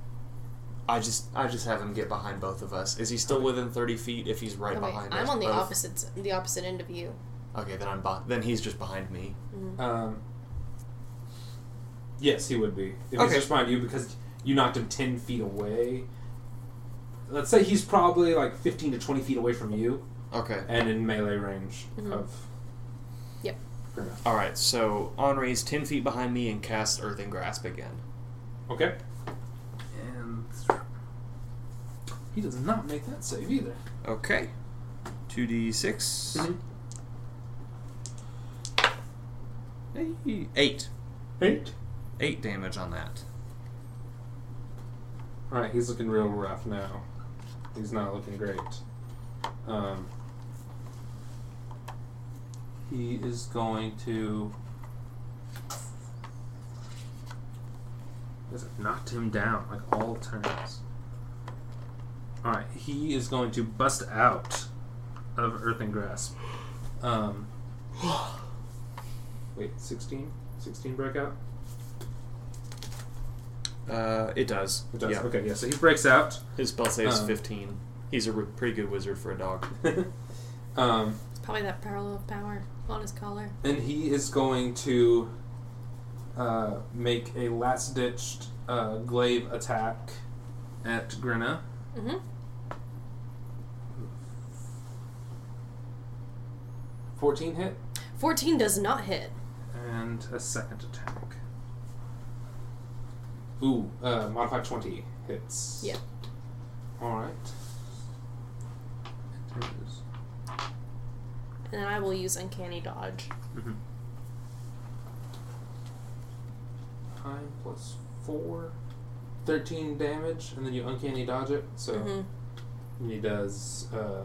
S4: I just I just have him get behind both of us. Is he still within thirty feet? If he's right
S3: Oh, wait,
S4: behind us,
S3: I'm on the
S4: both?
S3: opposite s- the opposite end of you.
S4: Okay, then I'm bo- then he's just behind me.
S2: Um, yes, he would be. If he's
S4: Okay.
S2: just behind you because you knocked him 10 feet away. Let's say he's probably like 15 to 20 feet away from you
S4: Okay.
S2: and in melee range
S3: Mhm.
S2: of.
S3: Yep.
S2: Grimace.
S4: All right. So Henri's ten feet behind me and casts Earth and Grasp again.
S2: Okay.
S6: And
S2: He does not make that save either.
S4: Okay. Two d six.
S2: Mhm.
S4: Eight.
S2: Eight.
S4: Eight damage on that.
S2: Alright, he's looking real rough now. He's not looking great. Um, he is going to.
S6: has knocked him down like all turns. All right, he is going to bust out of earthen grasp.
S2: Um, wait, 16? 16 breakout?
S4: Uh, it does.
S2: It does.
S4: Yeah.
S2: Okay, yeah, so he breaks out.
S4: His spell save's
S2: Um,
S4: fifteen. He's a re- pretty good wizard for a dog.
S2: um,
S3: It's probably that parallel of power on his collar.
S2: and he is going to uh, make a last ditched uh, glaive attack at Grinna.
S3: Mm-hmm.
S2: Fourteen hit
S3: 14 does not hit.
S2: and a second attack. Ooh, uh, modified twenty hits.
S3: Yeah.
S2: All right.
S3: And then I will use Uncanny Dodge.
S2: Time plus four. 13 damage, and then you uncanny dodge it, so
S3: Mhm.
S2: he does uh,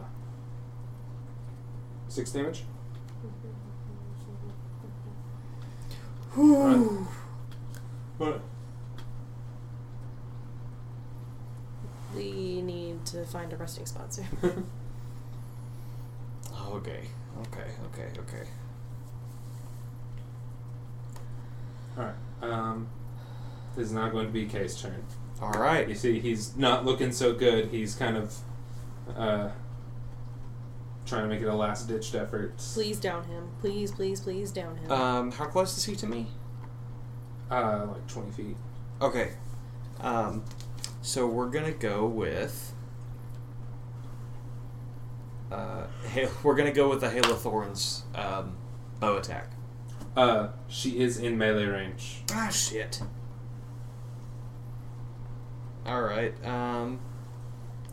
S2: 6 damage.
S3: Whew.
S2: But
S3: We need to find a resting spot soon.
S4: Oh, okay. Okay. Okay. Okay.
S2: Alright. Um, this is not going to be Kay's turn.
S4: All right.
S2: You see, he's not looking so good. He's kind of uh, trying to make it a last ditched effort.
S3: Please down him. Please, please, please down him.
S4: Um, how close is he to me?
S2: Uh, like 20 feet.
S4: Okay. Um, so we're gonna go with. Uh, hail, we're gonna go with the Hail of Thorns um, bow attack.
S2: Uh, she is in melee range.
S4: Ah, shit. All right. Um,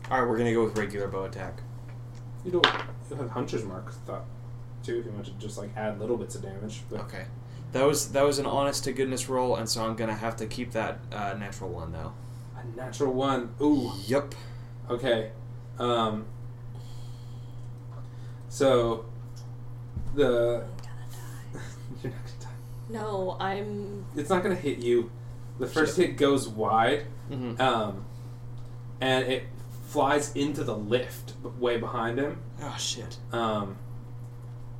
S4: all right, we're gonna go with regular bow attack.
S2: You don't you have Hunter's Mark, thought. too if you want to just like add little bits of damage. But
S4: Okay. That was that was an honest to goodness roll, and so I'm gonna have to keep that uh, natural one though.
S2: a natural one. Ooh.
S4: Yep.
S2: Okay. Um, so the you're not gonna die.
S3: No, I'm.
S2: It's not gonna hit you. The first hit goes wide,
S4: Mm-hmm.
S2: um, and it flies into the lift b- way behind him.
S4: Oh shit.
S2: Um,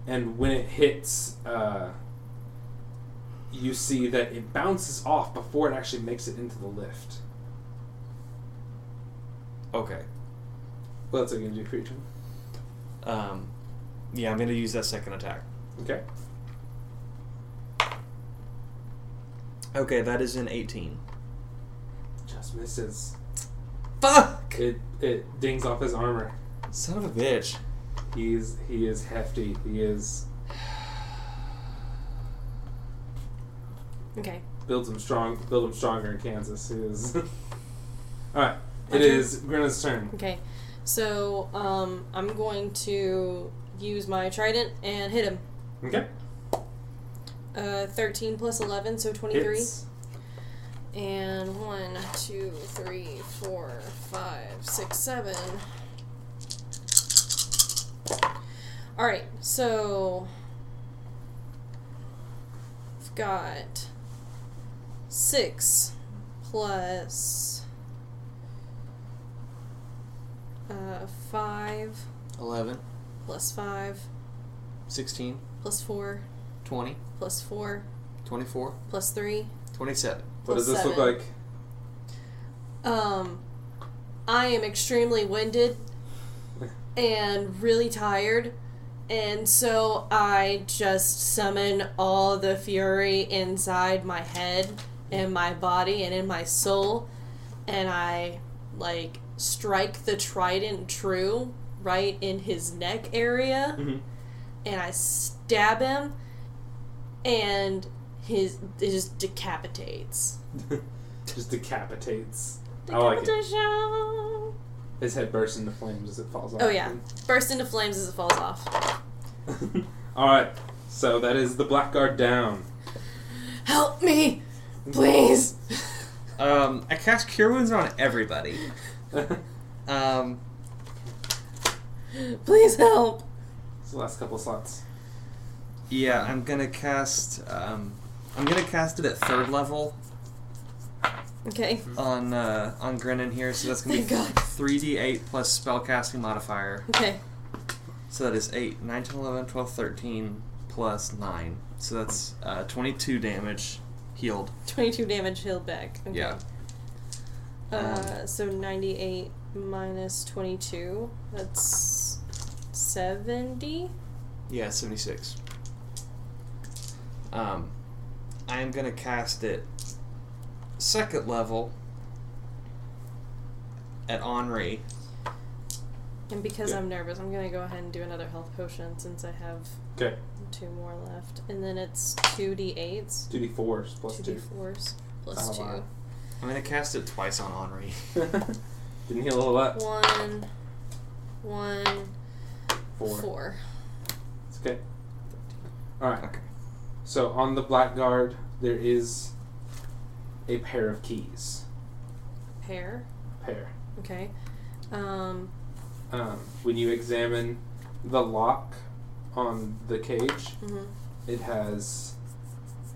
S2: and when it hits, uh, you see that it bounces off before it actually makes it into the lift.
S4: Okay.
S2: Well, that's what you can do for each one.
S4: Um, yeah, I'm gonna use that second attack.
S2: Okay.
S4: Okay, that is an 18.
S2: Just misses.
S4: Fuck!
S2: It it dings off his armor.
S4: Son of a bitch.
S2: He's he is hefty. He is
S3: Okay.
S2: builds him strong. Build him stronger in Kansas. He is. All right.
S3: My
S2: It
S3: turn?
S2: is Grinna's turn.
S3: Okay. So, um, I'm going to use my trident and hit him.
S2: Okay.
S3: Uh, 13 plus 11, so 23.
S2: Hits.
S3: And one, two, three, four, five, six, seven. All right, so I've got six plus uh, five
S4: 11,
S3: plus five
S4: 16,
S3: plus four
S4: 20,
S3: plus four
S4: 24,
S3: plus three.
S4: 27.
S2: What does
S3: Plus
S2: this
S3: seven.
S2: look like?
S3: Um, I am extremely winded and really tired, and so I just summon all the fury inside my head and my body and in my soul, and I like strike the trident true right in his neck area,
S2: Mhm.
S3: and I stab him, and his it just decapitates.
S2: Just decapitates. I like it.
S3: Decapitation.
S2: His head bursts into flames as it falls off.
S3: Oh yeah, burst into flames as it falls off.
S2: All right. So that is the blackguard down.
S3: Help me, please.
S4: Um, I cast Cure Wounds on everybody.
S2: it's
S4: Um,
S3: please help.
S2: the last couple slots.
S4: yeah, I'm gonna cast. Um, I'm gonna cast it at third level
S3: Okay.
S4: on uh, on Grinnin here, so that's gonna be
S3: Thank God.
S4: 3d8 plus spellcasting modifier.
S3: Okay.
S4: So that is 8, 9, 10, 11, 12, 13, plus 9. So that's uh, 22 damage healed.
S3: Twenty-two damage healed back. Okay.
S4: Yeah.
S3: Uh, so ninety-eight minus twenty-two. That's seventy.
S4: Yeah, 76. Um, I am going to cast it second level at Henri.
S3: And because
S2: Yeah.
S3: I'm nervous, I'm gonna go ahead and do another health potion since I have
S2: Okay.
S3: two more left, and then it's two d8s,
S2: 2d4s plus
S3: two
S2: 2.
S3: d4s,
S2: Not
S3: plus
S2: a lot.
S3: two.
S4: I'm going to cast it twice on Henri.
S2: Didn't heal a whole lot.
S3: One, one,
S2: Four.
S3: four.
S2: It's okay. All right.
S4: Okay.
S2: So on the blackguard, there is a pair of keys.
S3: Pair.
S2: Pair.
S3: Okay. Um,
S2: Um, when you examine the lock on the cage,
S3: mhm.
S2: it has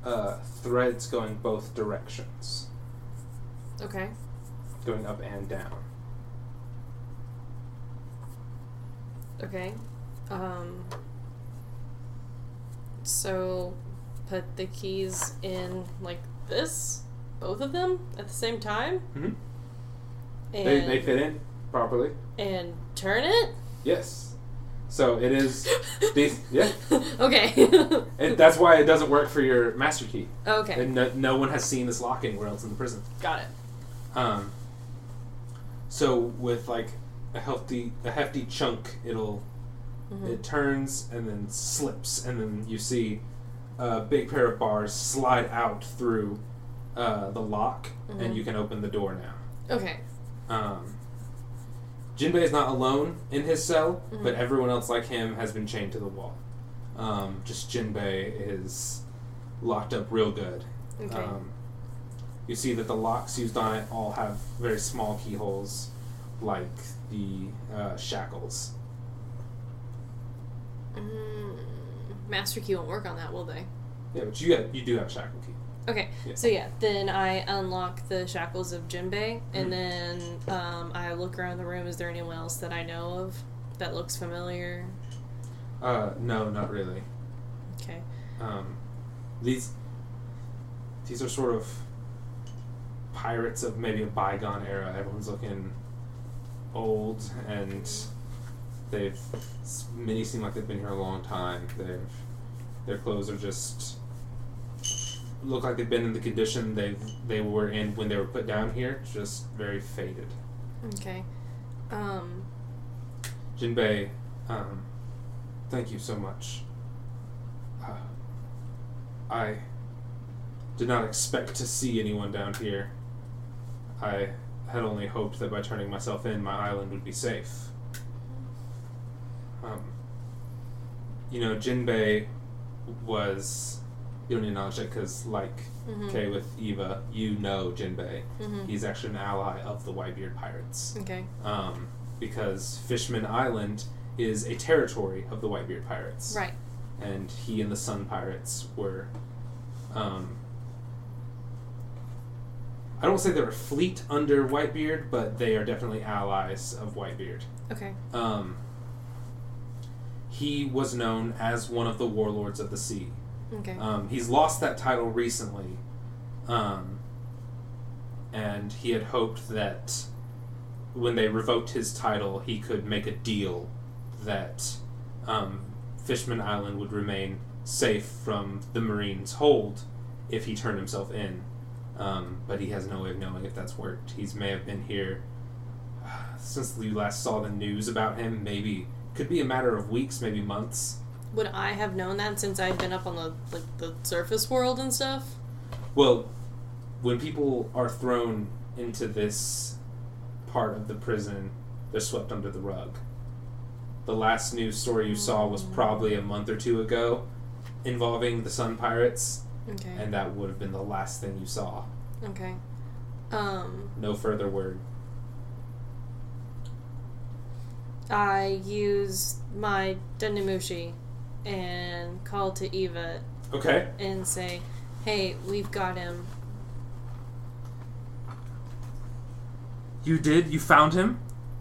S2: uh, threads going both directions,
S3: Okay.
S2: going up and down.
S3: Okay. Um, so, put the keys in like this, both of them at the same time,
S2: Mhm.
S3: and
S2: They, they fit in properly.
S3: and turn it.
S2: Yes. So it is. these- yeah.
S3: okay.
S2: It, that's why it doesn't work for your master key.
S3: okay.
S2: And no, no one has seen this lock anywhere else in the prison.
S3: Got it.
S2: Um, so with like a healthy, a hefty chunk, it'll
S3: Mhm.
S2: it turns and then slips, and then you see a big pair of bars slide out through uh, the lock,
S3: Mhm.
S2: and you can open the door now.
S3: Okay.
S2: Um, Jinbei is not alone in his cell,
S3: Mhm.
S2: but everyone else like him has been chained to the wall. Um, just Jinbei is locked up real good.
S3: Okay.
S2: Um, you see that the locks used on it all have very small keyholes, like the uh, shackles.
S3: Mm, Master key won't work on that, will they?
S2: Yeah, but you got, you do have a shackle key.
S3: Okay,
S2: Yeah.
S3: so yeah, then I unlock the shackles of Jinbei, and
S2: Mm.
S3: then um, I look around the room. Is there anyone else that I know of that looks familiar?
S2: Uh, no, not really.
S3: Okay.
S2: Um, these these are sort of pirates of maybe a bygone era. Everyone's looking old, and they've s- many seem like they've been here a long time. They've their clothes are just look like they've been in the condition they they were in when they were put down here. Just very faded.
S3: Okay. Um,
S2: Jinbei, um, thank you so much. Uh, I did not expect to see anyone down here. I had only hoped that by turning myself in, my island would be safe. Um, you know, Jinbei was. You don't need to acknowledge it because, like
S3: mhm,
S2: Kay with Eva, you know Jinbei.
S3: mhm,
S2: He's actually an ally of the Whitebeard Pirates
S3: Okay.
S2: um, because Fishman Island is a territory of the Whitebeard Pirates.
S3: Right.
S2: And he and the Sun Pirates were. Um, I don't say they were fleet under Whitebeard, but they are definitely allies of Whitebeard.
S3: Okay.
S2: Um, he was known as one of the warlords of the sea.
S3: Okay.
S2: Um, he's lost that title recently, um, and he had hoped that when they revoked his title, he could make a deal that um, Fishman Island would remain safe from the Marines' hold if he turned himself in. Um, but he has no way of knowing if that's worked. He's may have been here uh, since you last saw the news about him. Maybe could be a matter of weeks, maybe months.
S3: Would I have known that since I've been up on the like the surface world and stuff?
S2: Well, when people are thrown into this part of the prison, they're swept under the rug. The last news story you saw was probably a month or two ago involving the Sun Pirates,
S3: Okay.
S2: and that would have been the last thing you saw.
S3: Okay. Um,
S2: No further word.
S3: I use my Dundamushi and call to Eva
S2: Okay.
S3: and say, "Hey, we've got him.
S2: You did? You found him?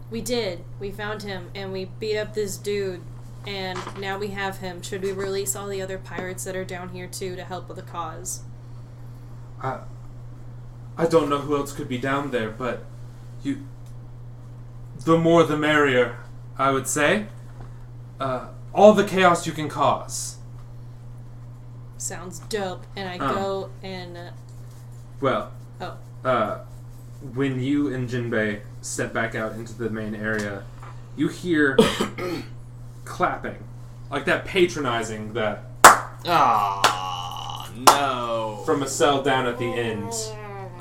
S3: We did. We found him and we beat up this dude and now we have him. Should we release all the other pirates that are down here too to help with the cause?"
S2: I, I don't know who else could be down there, but you. The more the merrier, I would say. Uh, all the chaos you can cause.
S3: Sounds dope. And I
S2: Oh.
S3: go and uh,
S2: Well,
S3: oh,
S2: uh, when you and Jinbei step back out into the main area, you hear clapping, like that patronizing that
S4: Ah, no.
S2: from a cell down at the end.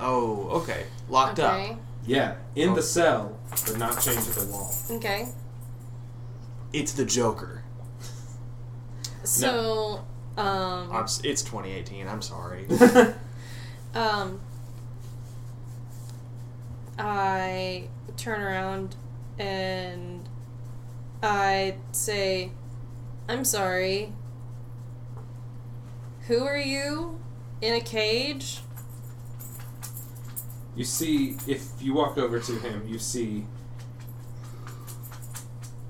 S4: oh, okay. Locked
S3: okay.
S4: up.
S2: Yeah, in the cell, but not chained to the wall.
S3: Okay.
S4: It's the Joker.
S3: So um
S4: I'm, s- it's 2018. I'm sorry.
S3: Um, I turn around and I say, I'm sorry. Who are you? In a cage?
S2: You see, if you walk over to him, you see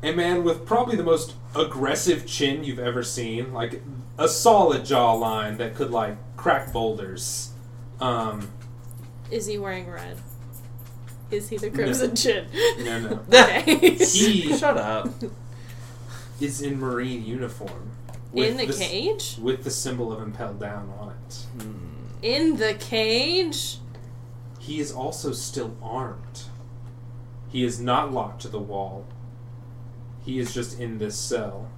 S2: a man with probably the most aggressive chin you've ever seen, like a solid jawline that could like crack boulders. Um,
S3: Is he wearing red? Is he the Crimson Chin?
S2: no, no.
S3: Okay.
S2: He
S4: Shut up.
S2: is in marine uniform. with
S3: In the
S2: s-
S3: cage?
S2: With the symbol of Impel Down on it.
S3: In the cage?
S2: He is also still armed. He is not locked to the wall. He is just in this cell.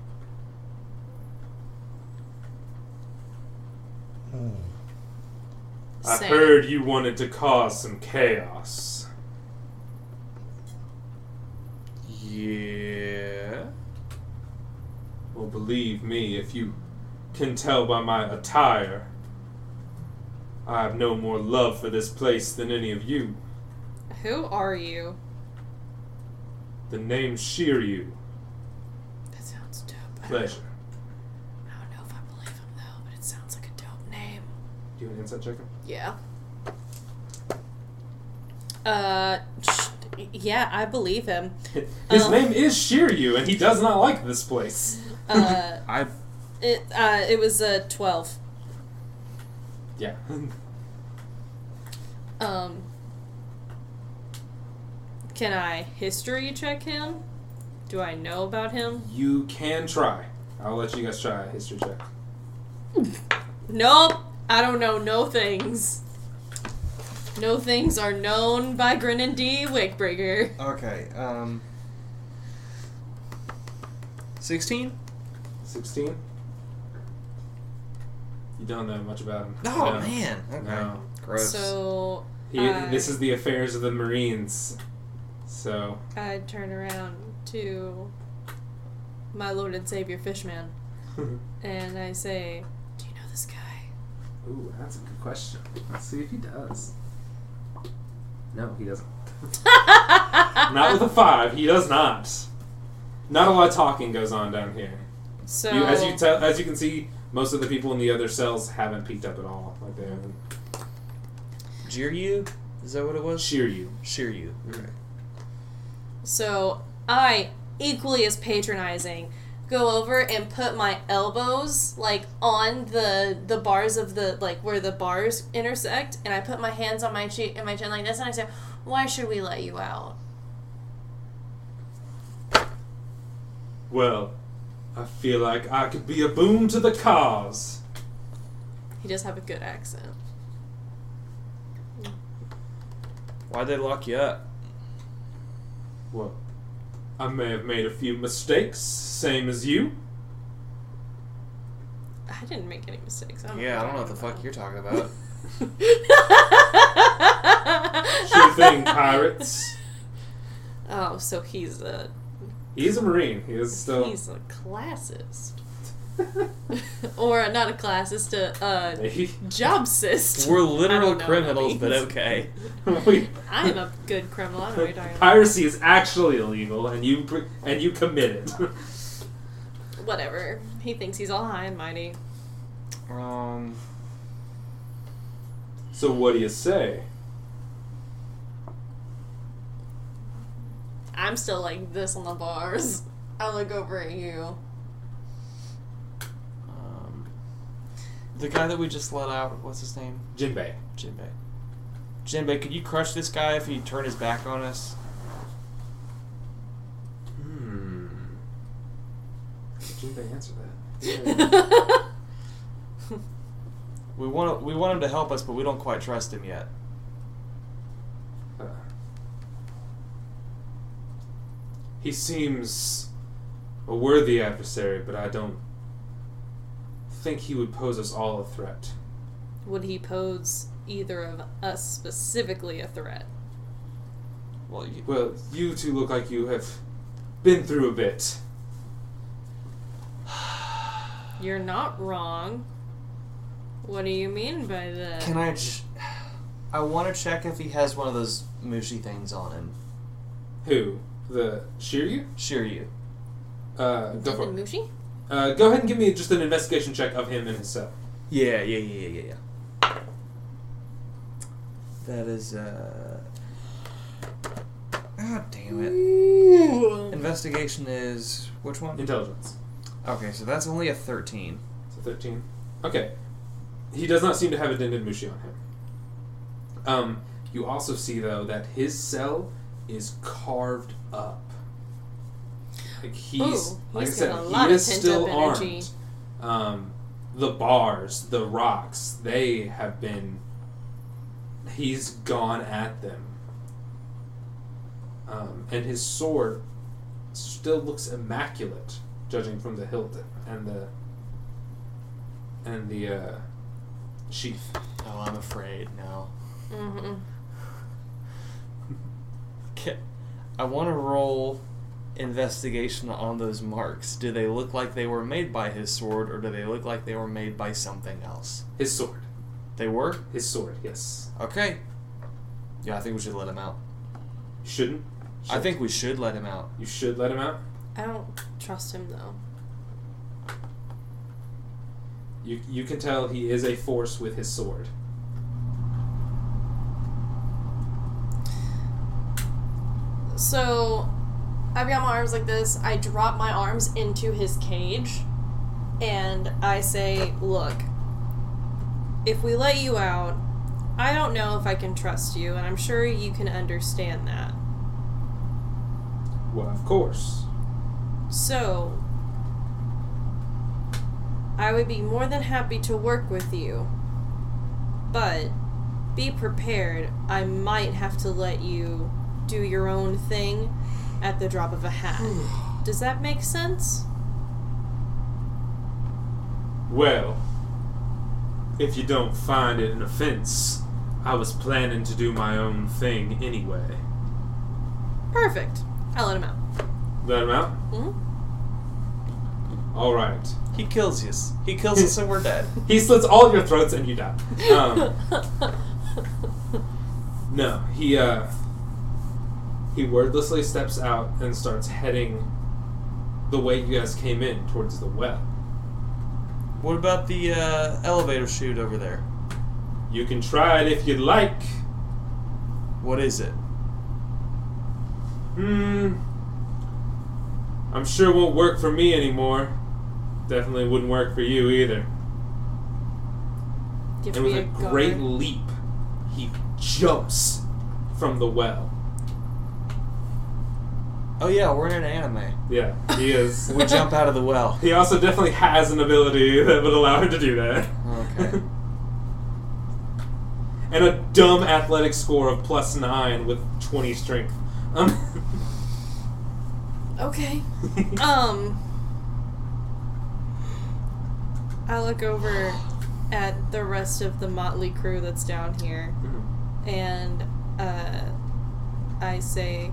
S2: I
S3: Same.
S2: heard you wanted to cause some chaos.
S4: Yeah.
S2: Well, believe believe me if you can tell by my attire. I have no more love for this place than any of you.
S3: Who are you?
S2: The name Shiryu,
S3: That sounds dope. I don't,
S2: pleasure.
S3: I don't know if I believe him though, but it sounds like a dope name.
S2: Do you want an insight check?
S3: Yeah. Uh, sh- yeah, I believe him.
S2: His
S5: Uh.
S3: Um.
S2: name is Shiryu, and he does not like this place.
S3: Uh,
S5: I
S3: it uh, it was a twelve.
S2: Yeah.
S3: Um, can I history check him? Do I know about him?
S2: you can try. I'll let you guys try a history check.
S3: Nope. I don't know no things. No things are known by Grinnin D. Wakebreaker.
S5: okay. Um, sixteen.
S2: 16? You don't know much about him.
S5: Oh man. Uh. Okay.
S2: No.
S5: Gross.
S3: So
S2: He,
S3: I-
S2: This is the affairs of the Marines. So,
S3: I turn around to my Lord and Savior Fishman, and I say, "Do you know this guy?"
S2: ooh, that's a good question. Let's see if he does. No, he doesn't. Not with a five. He does not. Not a lot of talking goes on down here.
S3: So
S2: You, as you tell, as you can see, most of the people in the other cells haven't peeked up at all. Like they haven't.
S4: Jeer you? Is that what it was?
S2: Shear you.
S4: Sheer you.
S3: So I, equally as patronizing, go over and put my elbows like on the the bars of the like where the bars intersect, and I put my hands on my cheek and my chin like this, and I say, "Why should we let you out?"
S2: Well, I feel like I could be a boon to the cause.
S3: He does have a good accent.
S4: Why'd they lock you up?
S2: Well, I may have made a few mistakes, same as you.
S3: I didn't make any mistakes. I don't
S4: Yeah, I don't know what the fuck you're talking about.
S2: Sure thing, pirates.
S3: Oh, so he's a
S2: He's a marine. He is still.
S3: he's a classist, or not a classist, a uh, jobsist.
S4: We're
S3: I
S4: literal
S3: don't know
S4: criminals,
S3: what that
S4: but
S3: means.
S4: okay.
S2: we,
S3: I'm a good criminal. I don't know what you're talking about.
S2: piracy is actually illegal, and you pre- and you committed.
S3: Whatever. He thinks he's all high and mighty.
S5: um.
S2: so what do you say?
S3: I'm still like this on the bars. I look over at you.
S5: Um, the guy that we just let out, what's his name?
S2: Jinbei.
S5: Jinbei. Jinbei, could you crush this guy if he turned his back on us?
S2: Hmm. Jinbei answer that?
S5: We want we want him to help us, but we don't quite trust him yet.
S2: Uh, he seems a worthy adversary, but I don't think he would pose us all a threat.
S3: Would he pose either of us specifically a threat?
S5: Well, you,
S2: Well, you two look like you have been through a bit.
S3: You're not wrong. What do you mean by that?
S5: can I? Ch- I want to check if he has one of those mushy things on him.
S2: Who? The Shiryu?
S5: Sure, you.
S2: Uh, go for it.
S3: Mushi?
S2: Uh, go ahead and give me just an investigation check of him and his uh, cell.
S5: Yeah, yeah, yeah, yeah, yeah. That is. uh... God damn it! Investigation is which one?
S2: Intelligence.
S5: Okay, so that's only a thirteen.
S2: So 13. Okay. He does not seem to have a dented mushi on him. Um, you also see, though, that his cell is carved up. Like he's,
S3: Ooh,
S2: like
S3: he's
S2: I said,
S3: got a lot
S2: he
S3: of
S2: is still
S3: pent-up energy.
S2: armed. Um, the bars, the rocks, they have been. He's gone at them. Um, and his sword still looks immaculate, judging from the hilt and the and the uh, sheath.
S5: Oh, I'm afraid now.
S3: Mm-hmm.
S5: Ca- I want to roll
S4: investigation on those marks. Do they look like they were made by his sword, or do they look like they were made by something else?
S2: His sword.
S4: They were?
S2: His sword, yes.
S4: Okay. Yeah, I think we should let him out.
S2: You shouldn't.
S4: I think we should let him out.
S2: You should let him out.
S3: I don't trust him though.
S2: You, you can tell he is a force with his sword.
S3: So I've got my arms like this. I drop my arms into his cage and I say, Look, if we let you out, I don't know if I can trust you, and I'm sure you can understand that.
S2: Well, of course.
S3: So, I would be more than happy to work with you, but be prepared. I might have to let you do your own thing at the drop of a hat. Does that make sense?
S2: Well, if you don't find it an offense, I was planning to do my own thing anyway.
S3: Perfect. I let him out.
S2: Let him out?
S3: Mhm.
S2: All right.
S4: He kills us. He kills us and we're dead.
S2: He slits all of your throats and you die. Um, no, he uh, he wordlessly steps out and starts heading the way you guys came in towards the well.
S4: What about the uh, elevator chute over there?
S2: You can try it if you'd like.
S4: What is it?
S2: Hmm. I'm sure it won't work for me anymore. Definitely wouldn't work for you either.
S3: Give
S2: and
S3: me
S2: with a
S3: a guard.
S2: great leap, he jumps from the well.
S4: Oh yeah, we're in an anime.
S2: Yeah, he is.
S4: We jump out of the well.
S2: he also definitely has an ability that would allow him to do that.
S4: Okay.
S2: and a dumb athletic score of plus nine with 20 strength. Um,
S3: Okay. Um, I look over at the rest of the motley crew that's down here, and uh, I say,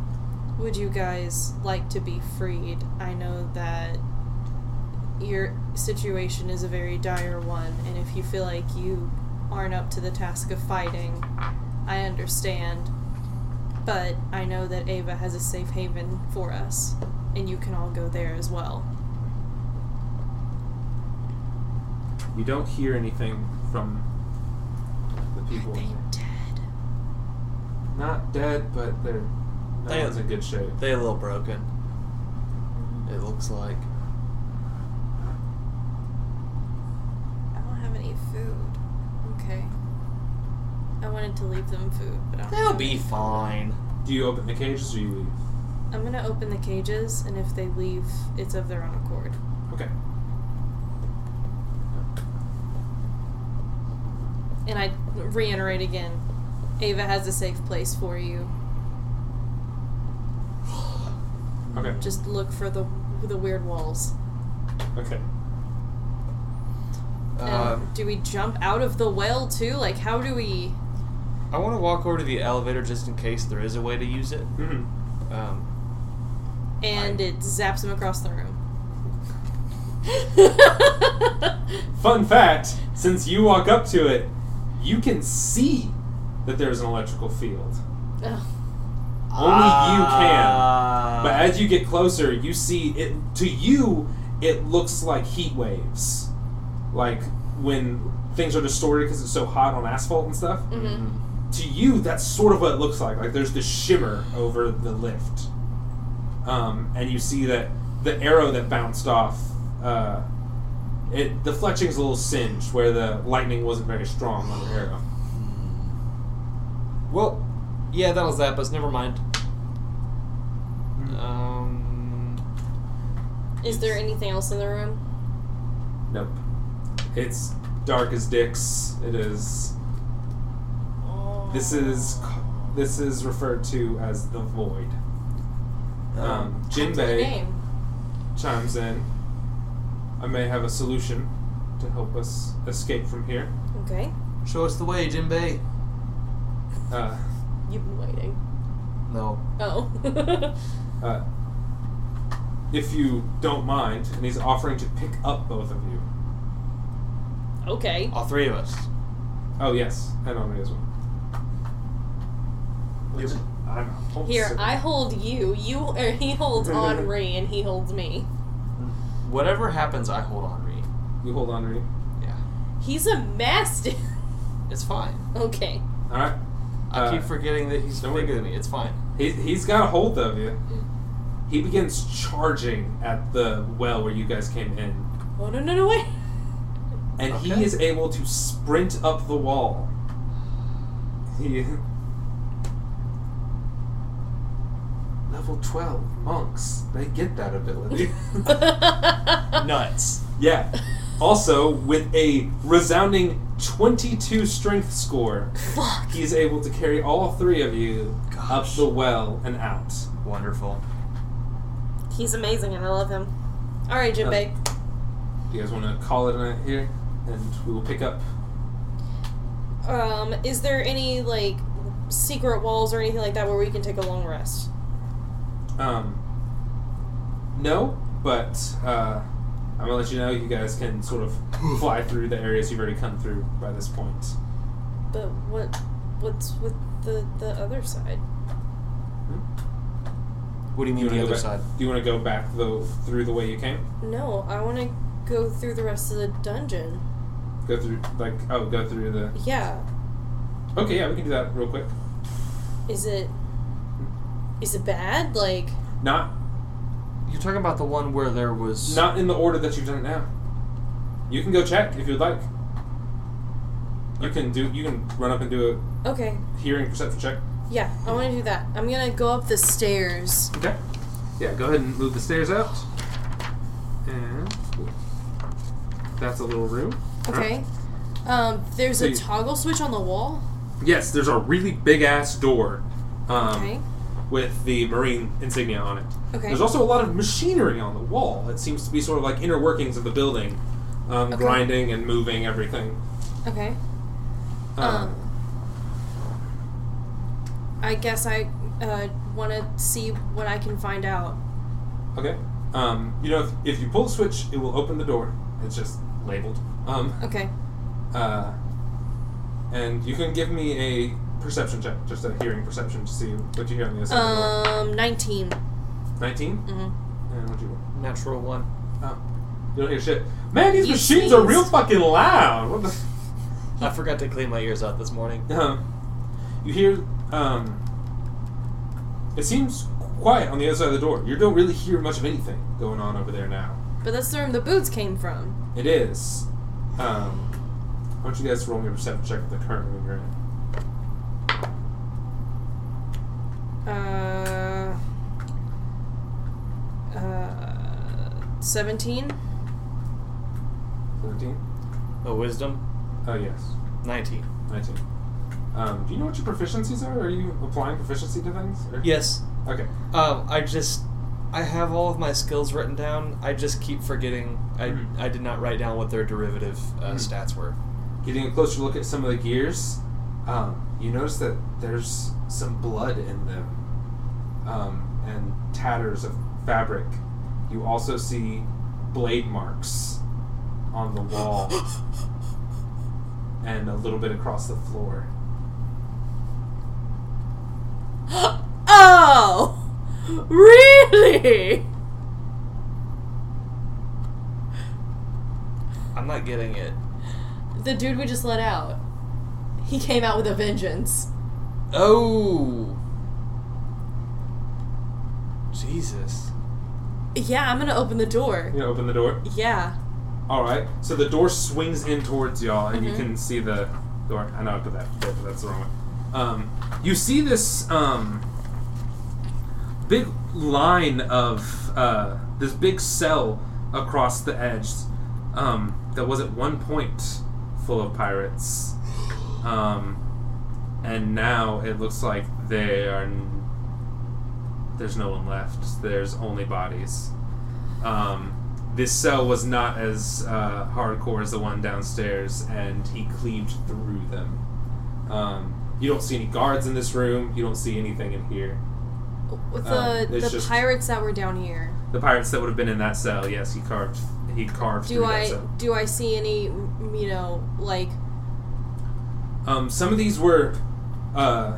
S3: "Would you guys like to be freed? I know that your situation is a very dire one, and if you feel like you aren't up to the task of fighting, I understand. But I know that Ava has a safe haven for us." and you can all go there as well.
S2: you don't hear anything from the people. in there.
S3: dead?
S2: Not dead, but they're. That
S4: They-
S2: one's in good shape.
S4: They a little broken. It looks like.
S3: I don't have any food. Okay. I wanted to leave them food, but I
S4: They'll be fine.
S2: Do you open the cages or you leave?
S3: I'm gonna open the cages, and if they leave, it's of their own accord.
S2: Okay.
S3: And I reiterate again, Ava has a safe place for you.
S2: Okay.
S3: Just look for the the weird walls.
S2: Okay.
S4: Um, Oh,
S2: Uh,
S3: and do we jump out of the well too? Like, how do we?
S4: I want to walk over to the elevator just in case there is a way to use it.
S2: hmm
S4: Um,
S3: And it zaps him across the room.
S2: Fun fact since you walk up to it, you can see that there's an electrical field.
S3: Ugh.
S2: Only you
S4: Ah.
S2: can. But as you get closer, you see it. To you, it looks like heat waves, like when things are distorted because it's so hot on asphalt and stuff.
S3: Mhm.
S2: To you, that's sort of what it looks like. Like there's this shimmer over the lift, um, and you see that the arrow that bounced off. Uh, it the fletching's a little singed where the lightning wasn't very strong on the arrow.
S4: Well, yeah, that'll zap us. Never mind. Uh. Um,
S3: Is there anything else in the room?
S2: Nope. It's dark as dicks. It is. This is ca- this is referred to as the void.
S4: Oh.
S2: Um, Jinbei
S3: Name.
S2: chimes in. I may have a solution to help us escape from here.
S3: Okay.
S4: show us the way, Jinbei.
S2: Uh,
S3: You've been waiting.
S4: No.
S3: Oh.
S2: uh, if you don't mind, and he's offering to pick up both of you.
S3: Okay.
S4: All three of us.
S2: Oh yes, and Henri as well. I'm
S3: Here, I hold you. You or he holds Henri, and he holds me.
S4: Whatever happens, I hold on. Reed.
S2: You hold Henri.
S3: He's a mastiff.
S4: It's fine.
S3: okay.
S2: All right.
S4: I
S2: Uh,
S4: keep forgetting that he's
S2: don't
S4: bigger
S2: worry.
S4: than me. It's fine.
S2: He, he's got a hold of you. He begins charging at the well where you guys came in,
S3: Oh no no no wait.
S2: and
S4: Okay.
S2: he is able to sprint up the wall. He level twelve monks. They get that ability.
S4: Nuts.
S2: yeah. Also, with a resounding twenty-two strength score,
S3: Fuck.
S2: he's able to carry all three of you
S4: Gosh.
S2: up the well and out.
S4: Wonderful.
S3: He's amazing, and I love him. All right, Jinbei.
S2: Do you guys want to call it a night here, and we will pick up
S3: Um, is there any like secret walls or anything like that where we can take a long rest?
S2: Um, no, but uh, I'm gonna let you know you guys can sort of fly through the areas you've already come through by this point.
S3: But what, what's with the the other side?
S4: Hmm? What do you mean
S2: wanna
S4: the
S2: go
S4: other
S2: back-
S4: side?
S2: Do you want to go back though through the way you came?
S3: No, I want to go through the rest of the dungeon.
S2: Go through like oh, go through the.
S3: Yeah.
S2: Okay, yeah, we can do that real quick. Hmm?
S3: Is it? Is it bad? Like,
S2: Not
S4: You're talking about the one where there was.
S2: not in the order that you've done it now. You can go check if you'd like. You can do. You can run up and do
S3: okay,
S2: a hearing perception check.
S3: yeah, I want to do that. I'm gonna go up the stairs.
S2: Okay. Yeah, go ahead and move the stairs out. And that's a little room. Uh,
S3: Okay. Um, there's a
S2: Please.
S3: toggle switch on the wall.
S2: Yes, there's a really big ass door um,
S3: Okay.
S2: with the marine insignia on it.
S3: Okay.
S2: There's also a lot of machinery on the wall. It seems to be sort of like inner workings of the building, um,
S3: Okay.
S2: grinding and moving everything.
S3: Okay.
S2: Um,
S3: Um, I guess I uh, want to see what I can find out.
S2: okay. Um, you know, if, if you pull the switch, it will open the door. It's just labeled. Um,
S3: Okay.
S2: uh, and you can give me a perception check, just a hearing perception to see what you hear on the other side of the door.
S3: Um, 19.
S2: 19?
S3: Mm-hmm.
S2: And what do you want?
S4: Natural one.
S2: Oh. You don't hear shit. Man, these
S3: You
S2: machines are real
S3: sneezed.
S2: fucking loud. What the...
S4: I forgot to clean my ears out this morning.
S2: Um, you hear. Um, it seems quiet on the other side of the door. You don't really hear much of anything going on over there now.
S3: But that's the room the boots came from.
S2: It is. Um, why don't you guys roll me a perception check of the current room you're in?
S3: Uh, uh, 17?
S2: 17?
S4: A wisdom?
S2: Oh, yes.
S4: 19.
S2: 19. Um, do you know what your proficiencies are? Are you applying proficiency to things? Or-
S4: Yes.
S2: Okay.
S4: Um, I just. I have all of my skills written down. I just keep forgetting. I,
S2: Mhm.
S4: I did not write down what their derivative uh,
S2: Mhm.
S4: stats were.
S2: Getting a closer look at some of the gears, um, you notice that there's some blood in them um, and tatters of fabric. You also see blade marks on the wall and a little bit across the floor.
S3: oh! Really?
S4: I'm not getting it.
S3: The dude we just let out. He came out with a vengeance.
S4: Oh! Jesus.
S3: Yeah, I'm gonna open the door.
S2: You know, open the door.
S3: Yeah.
S2: All right. So the door swings in towards y'all, and
S3: Mhm.
S2: you can see the door. I know I put that, but that's the wrong one. Um, you see this um, big line of uh, this big cell across the edge um, that was at one point full of pirates, um, and now it looks like they are. n- There's no one left. There's only bodies. Um, this cell was not as uh, hardcore as the one downstairs, and he cleaved through them. Um, you don't see any guards in this room. You don't see anything in here.
S3: the
S2: Um, it's
S3: the
S2: just-
S3: pirates that were down here.
S2: The pirates that would have been in that cell, yes, he carved. He carved
S3: Do
S2: through
S3: I
S2: that cell.
S3: do I see any you know like
S2: Um, some of these were uh,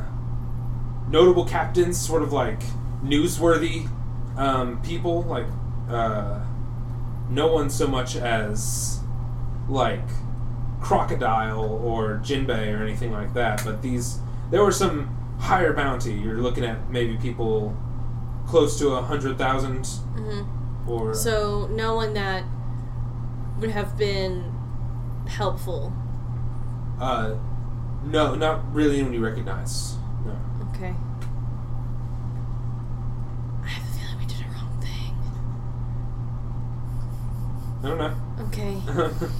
S2: notable captains, sort of like newsworthy um, people. Like uh, no one so much as like crocodile or jinbei or anything like that. But these, there were some higher bounty. You're looking at maybe people close to a hundred thousand
S3: mhm.
S2: Mm-hmm. or
S3: so no one that would have been helpful.
S2: uh, no, not really anyone you recognize. No.
S3: Okay. I have a feeling we did a wrong thing.
S2: I don't
S3: Okay.
S2: know.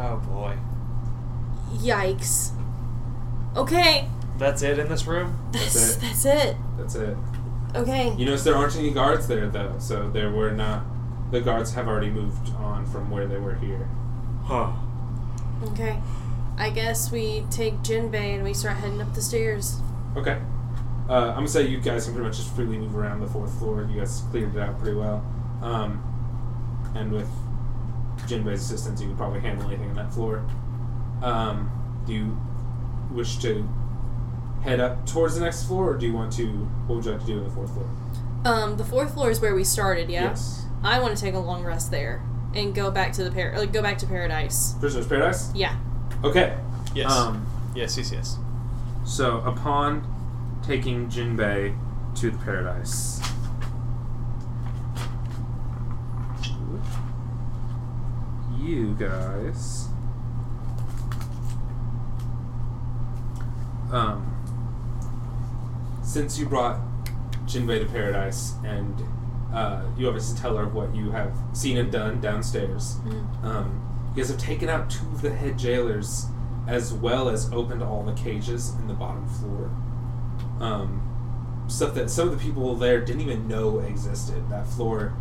S4: Oh boy.
S3: Yikes. Okay.
S4: That's it in this room?
S3: That's
S2: That's it. That's
S3: that's it.
S2: it.
S3: Okay.
S2: You notice there aren't any guards there, though, so there were not. The guards have already moved on from where they were here.
S4: Huh.
S3: Okay. I guess we take Jinbei and we start heading up the stairs.
S2: Okay. Uh, I'm gonna say you guys can pretty much just freely move around the fourth floor. You guys cleared it out pretty well. Um, and with Jinbei's assistance, you can probably handle anything on that floor. Um, do you wish to head up towards the next floor, or do you want to. What would you like to do in the fourth floor?
S3: Um, the fourth floor is where we started, yeah?
S2: Yes.
S3: I want to take a long rest there and go back to the par- like go back to paradise.
S2: Prisoner's Paradise?
S3: Yeah.
S2: Okay.
S4: Yes.
S2: Um,
S4: yes, yes, yes.
S6: So, upon taking Jinbei to the paradise, you guys.
S2: um, since you brought Jinbei to paradise and uh, you obviously tell her what you have seen and done downstairs,
S3: Mhm.
S2: um, you guys have taken out two of the head jailers as well as opened all the cages in the bottom floor. Um, stuff that some of the people there didn't even know existed. That floor,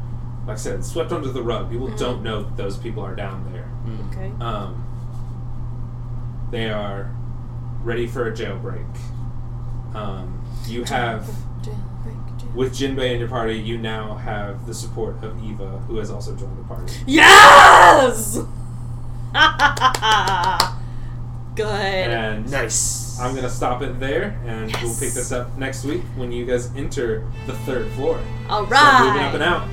S2: like I said, swept under the rug. People
S3: Mhm.
S2: don't know that those people are down there.
S3: Okay.
S2: Um, they are ready for a jailbreak. Um, you have, with Jinbei in your party, you now have the support of Eva, who has also joined the party.
S3: Yes! Good.
S2: And
S4: Nice.
S2: I'm going to stop it there, and we'll pick this up next week when you guys enter the third floor.
S3: All
S2: So moving up and
S3: right.
S2: out.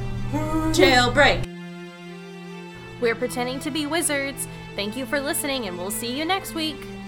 S3: Jailbreak.
S1: We're pretending to be wizards. Thank you for listening, and we'll see you next week.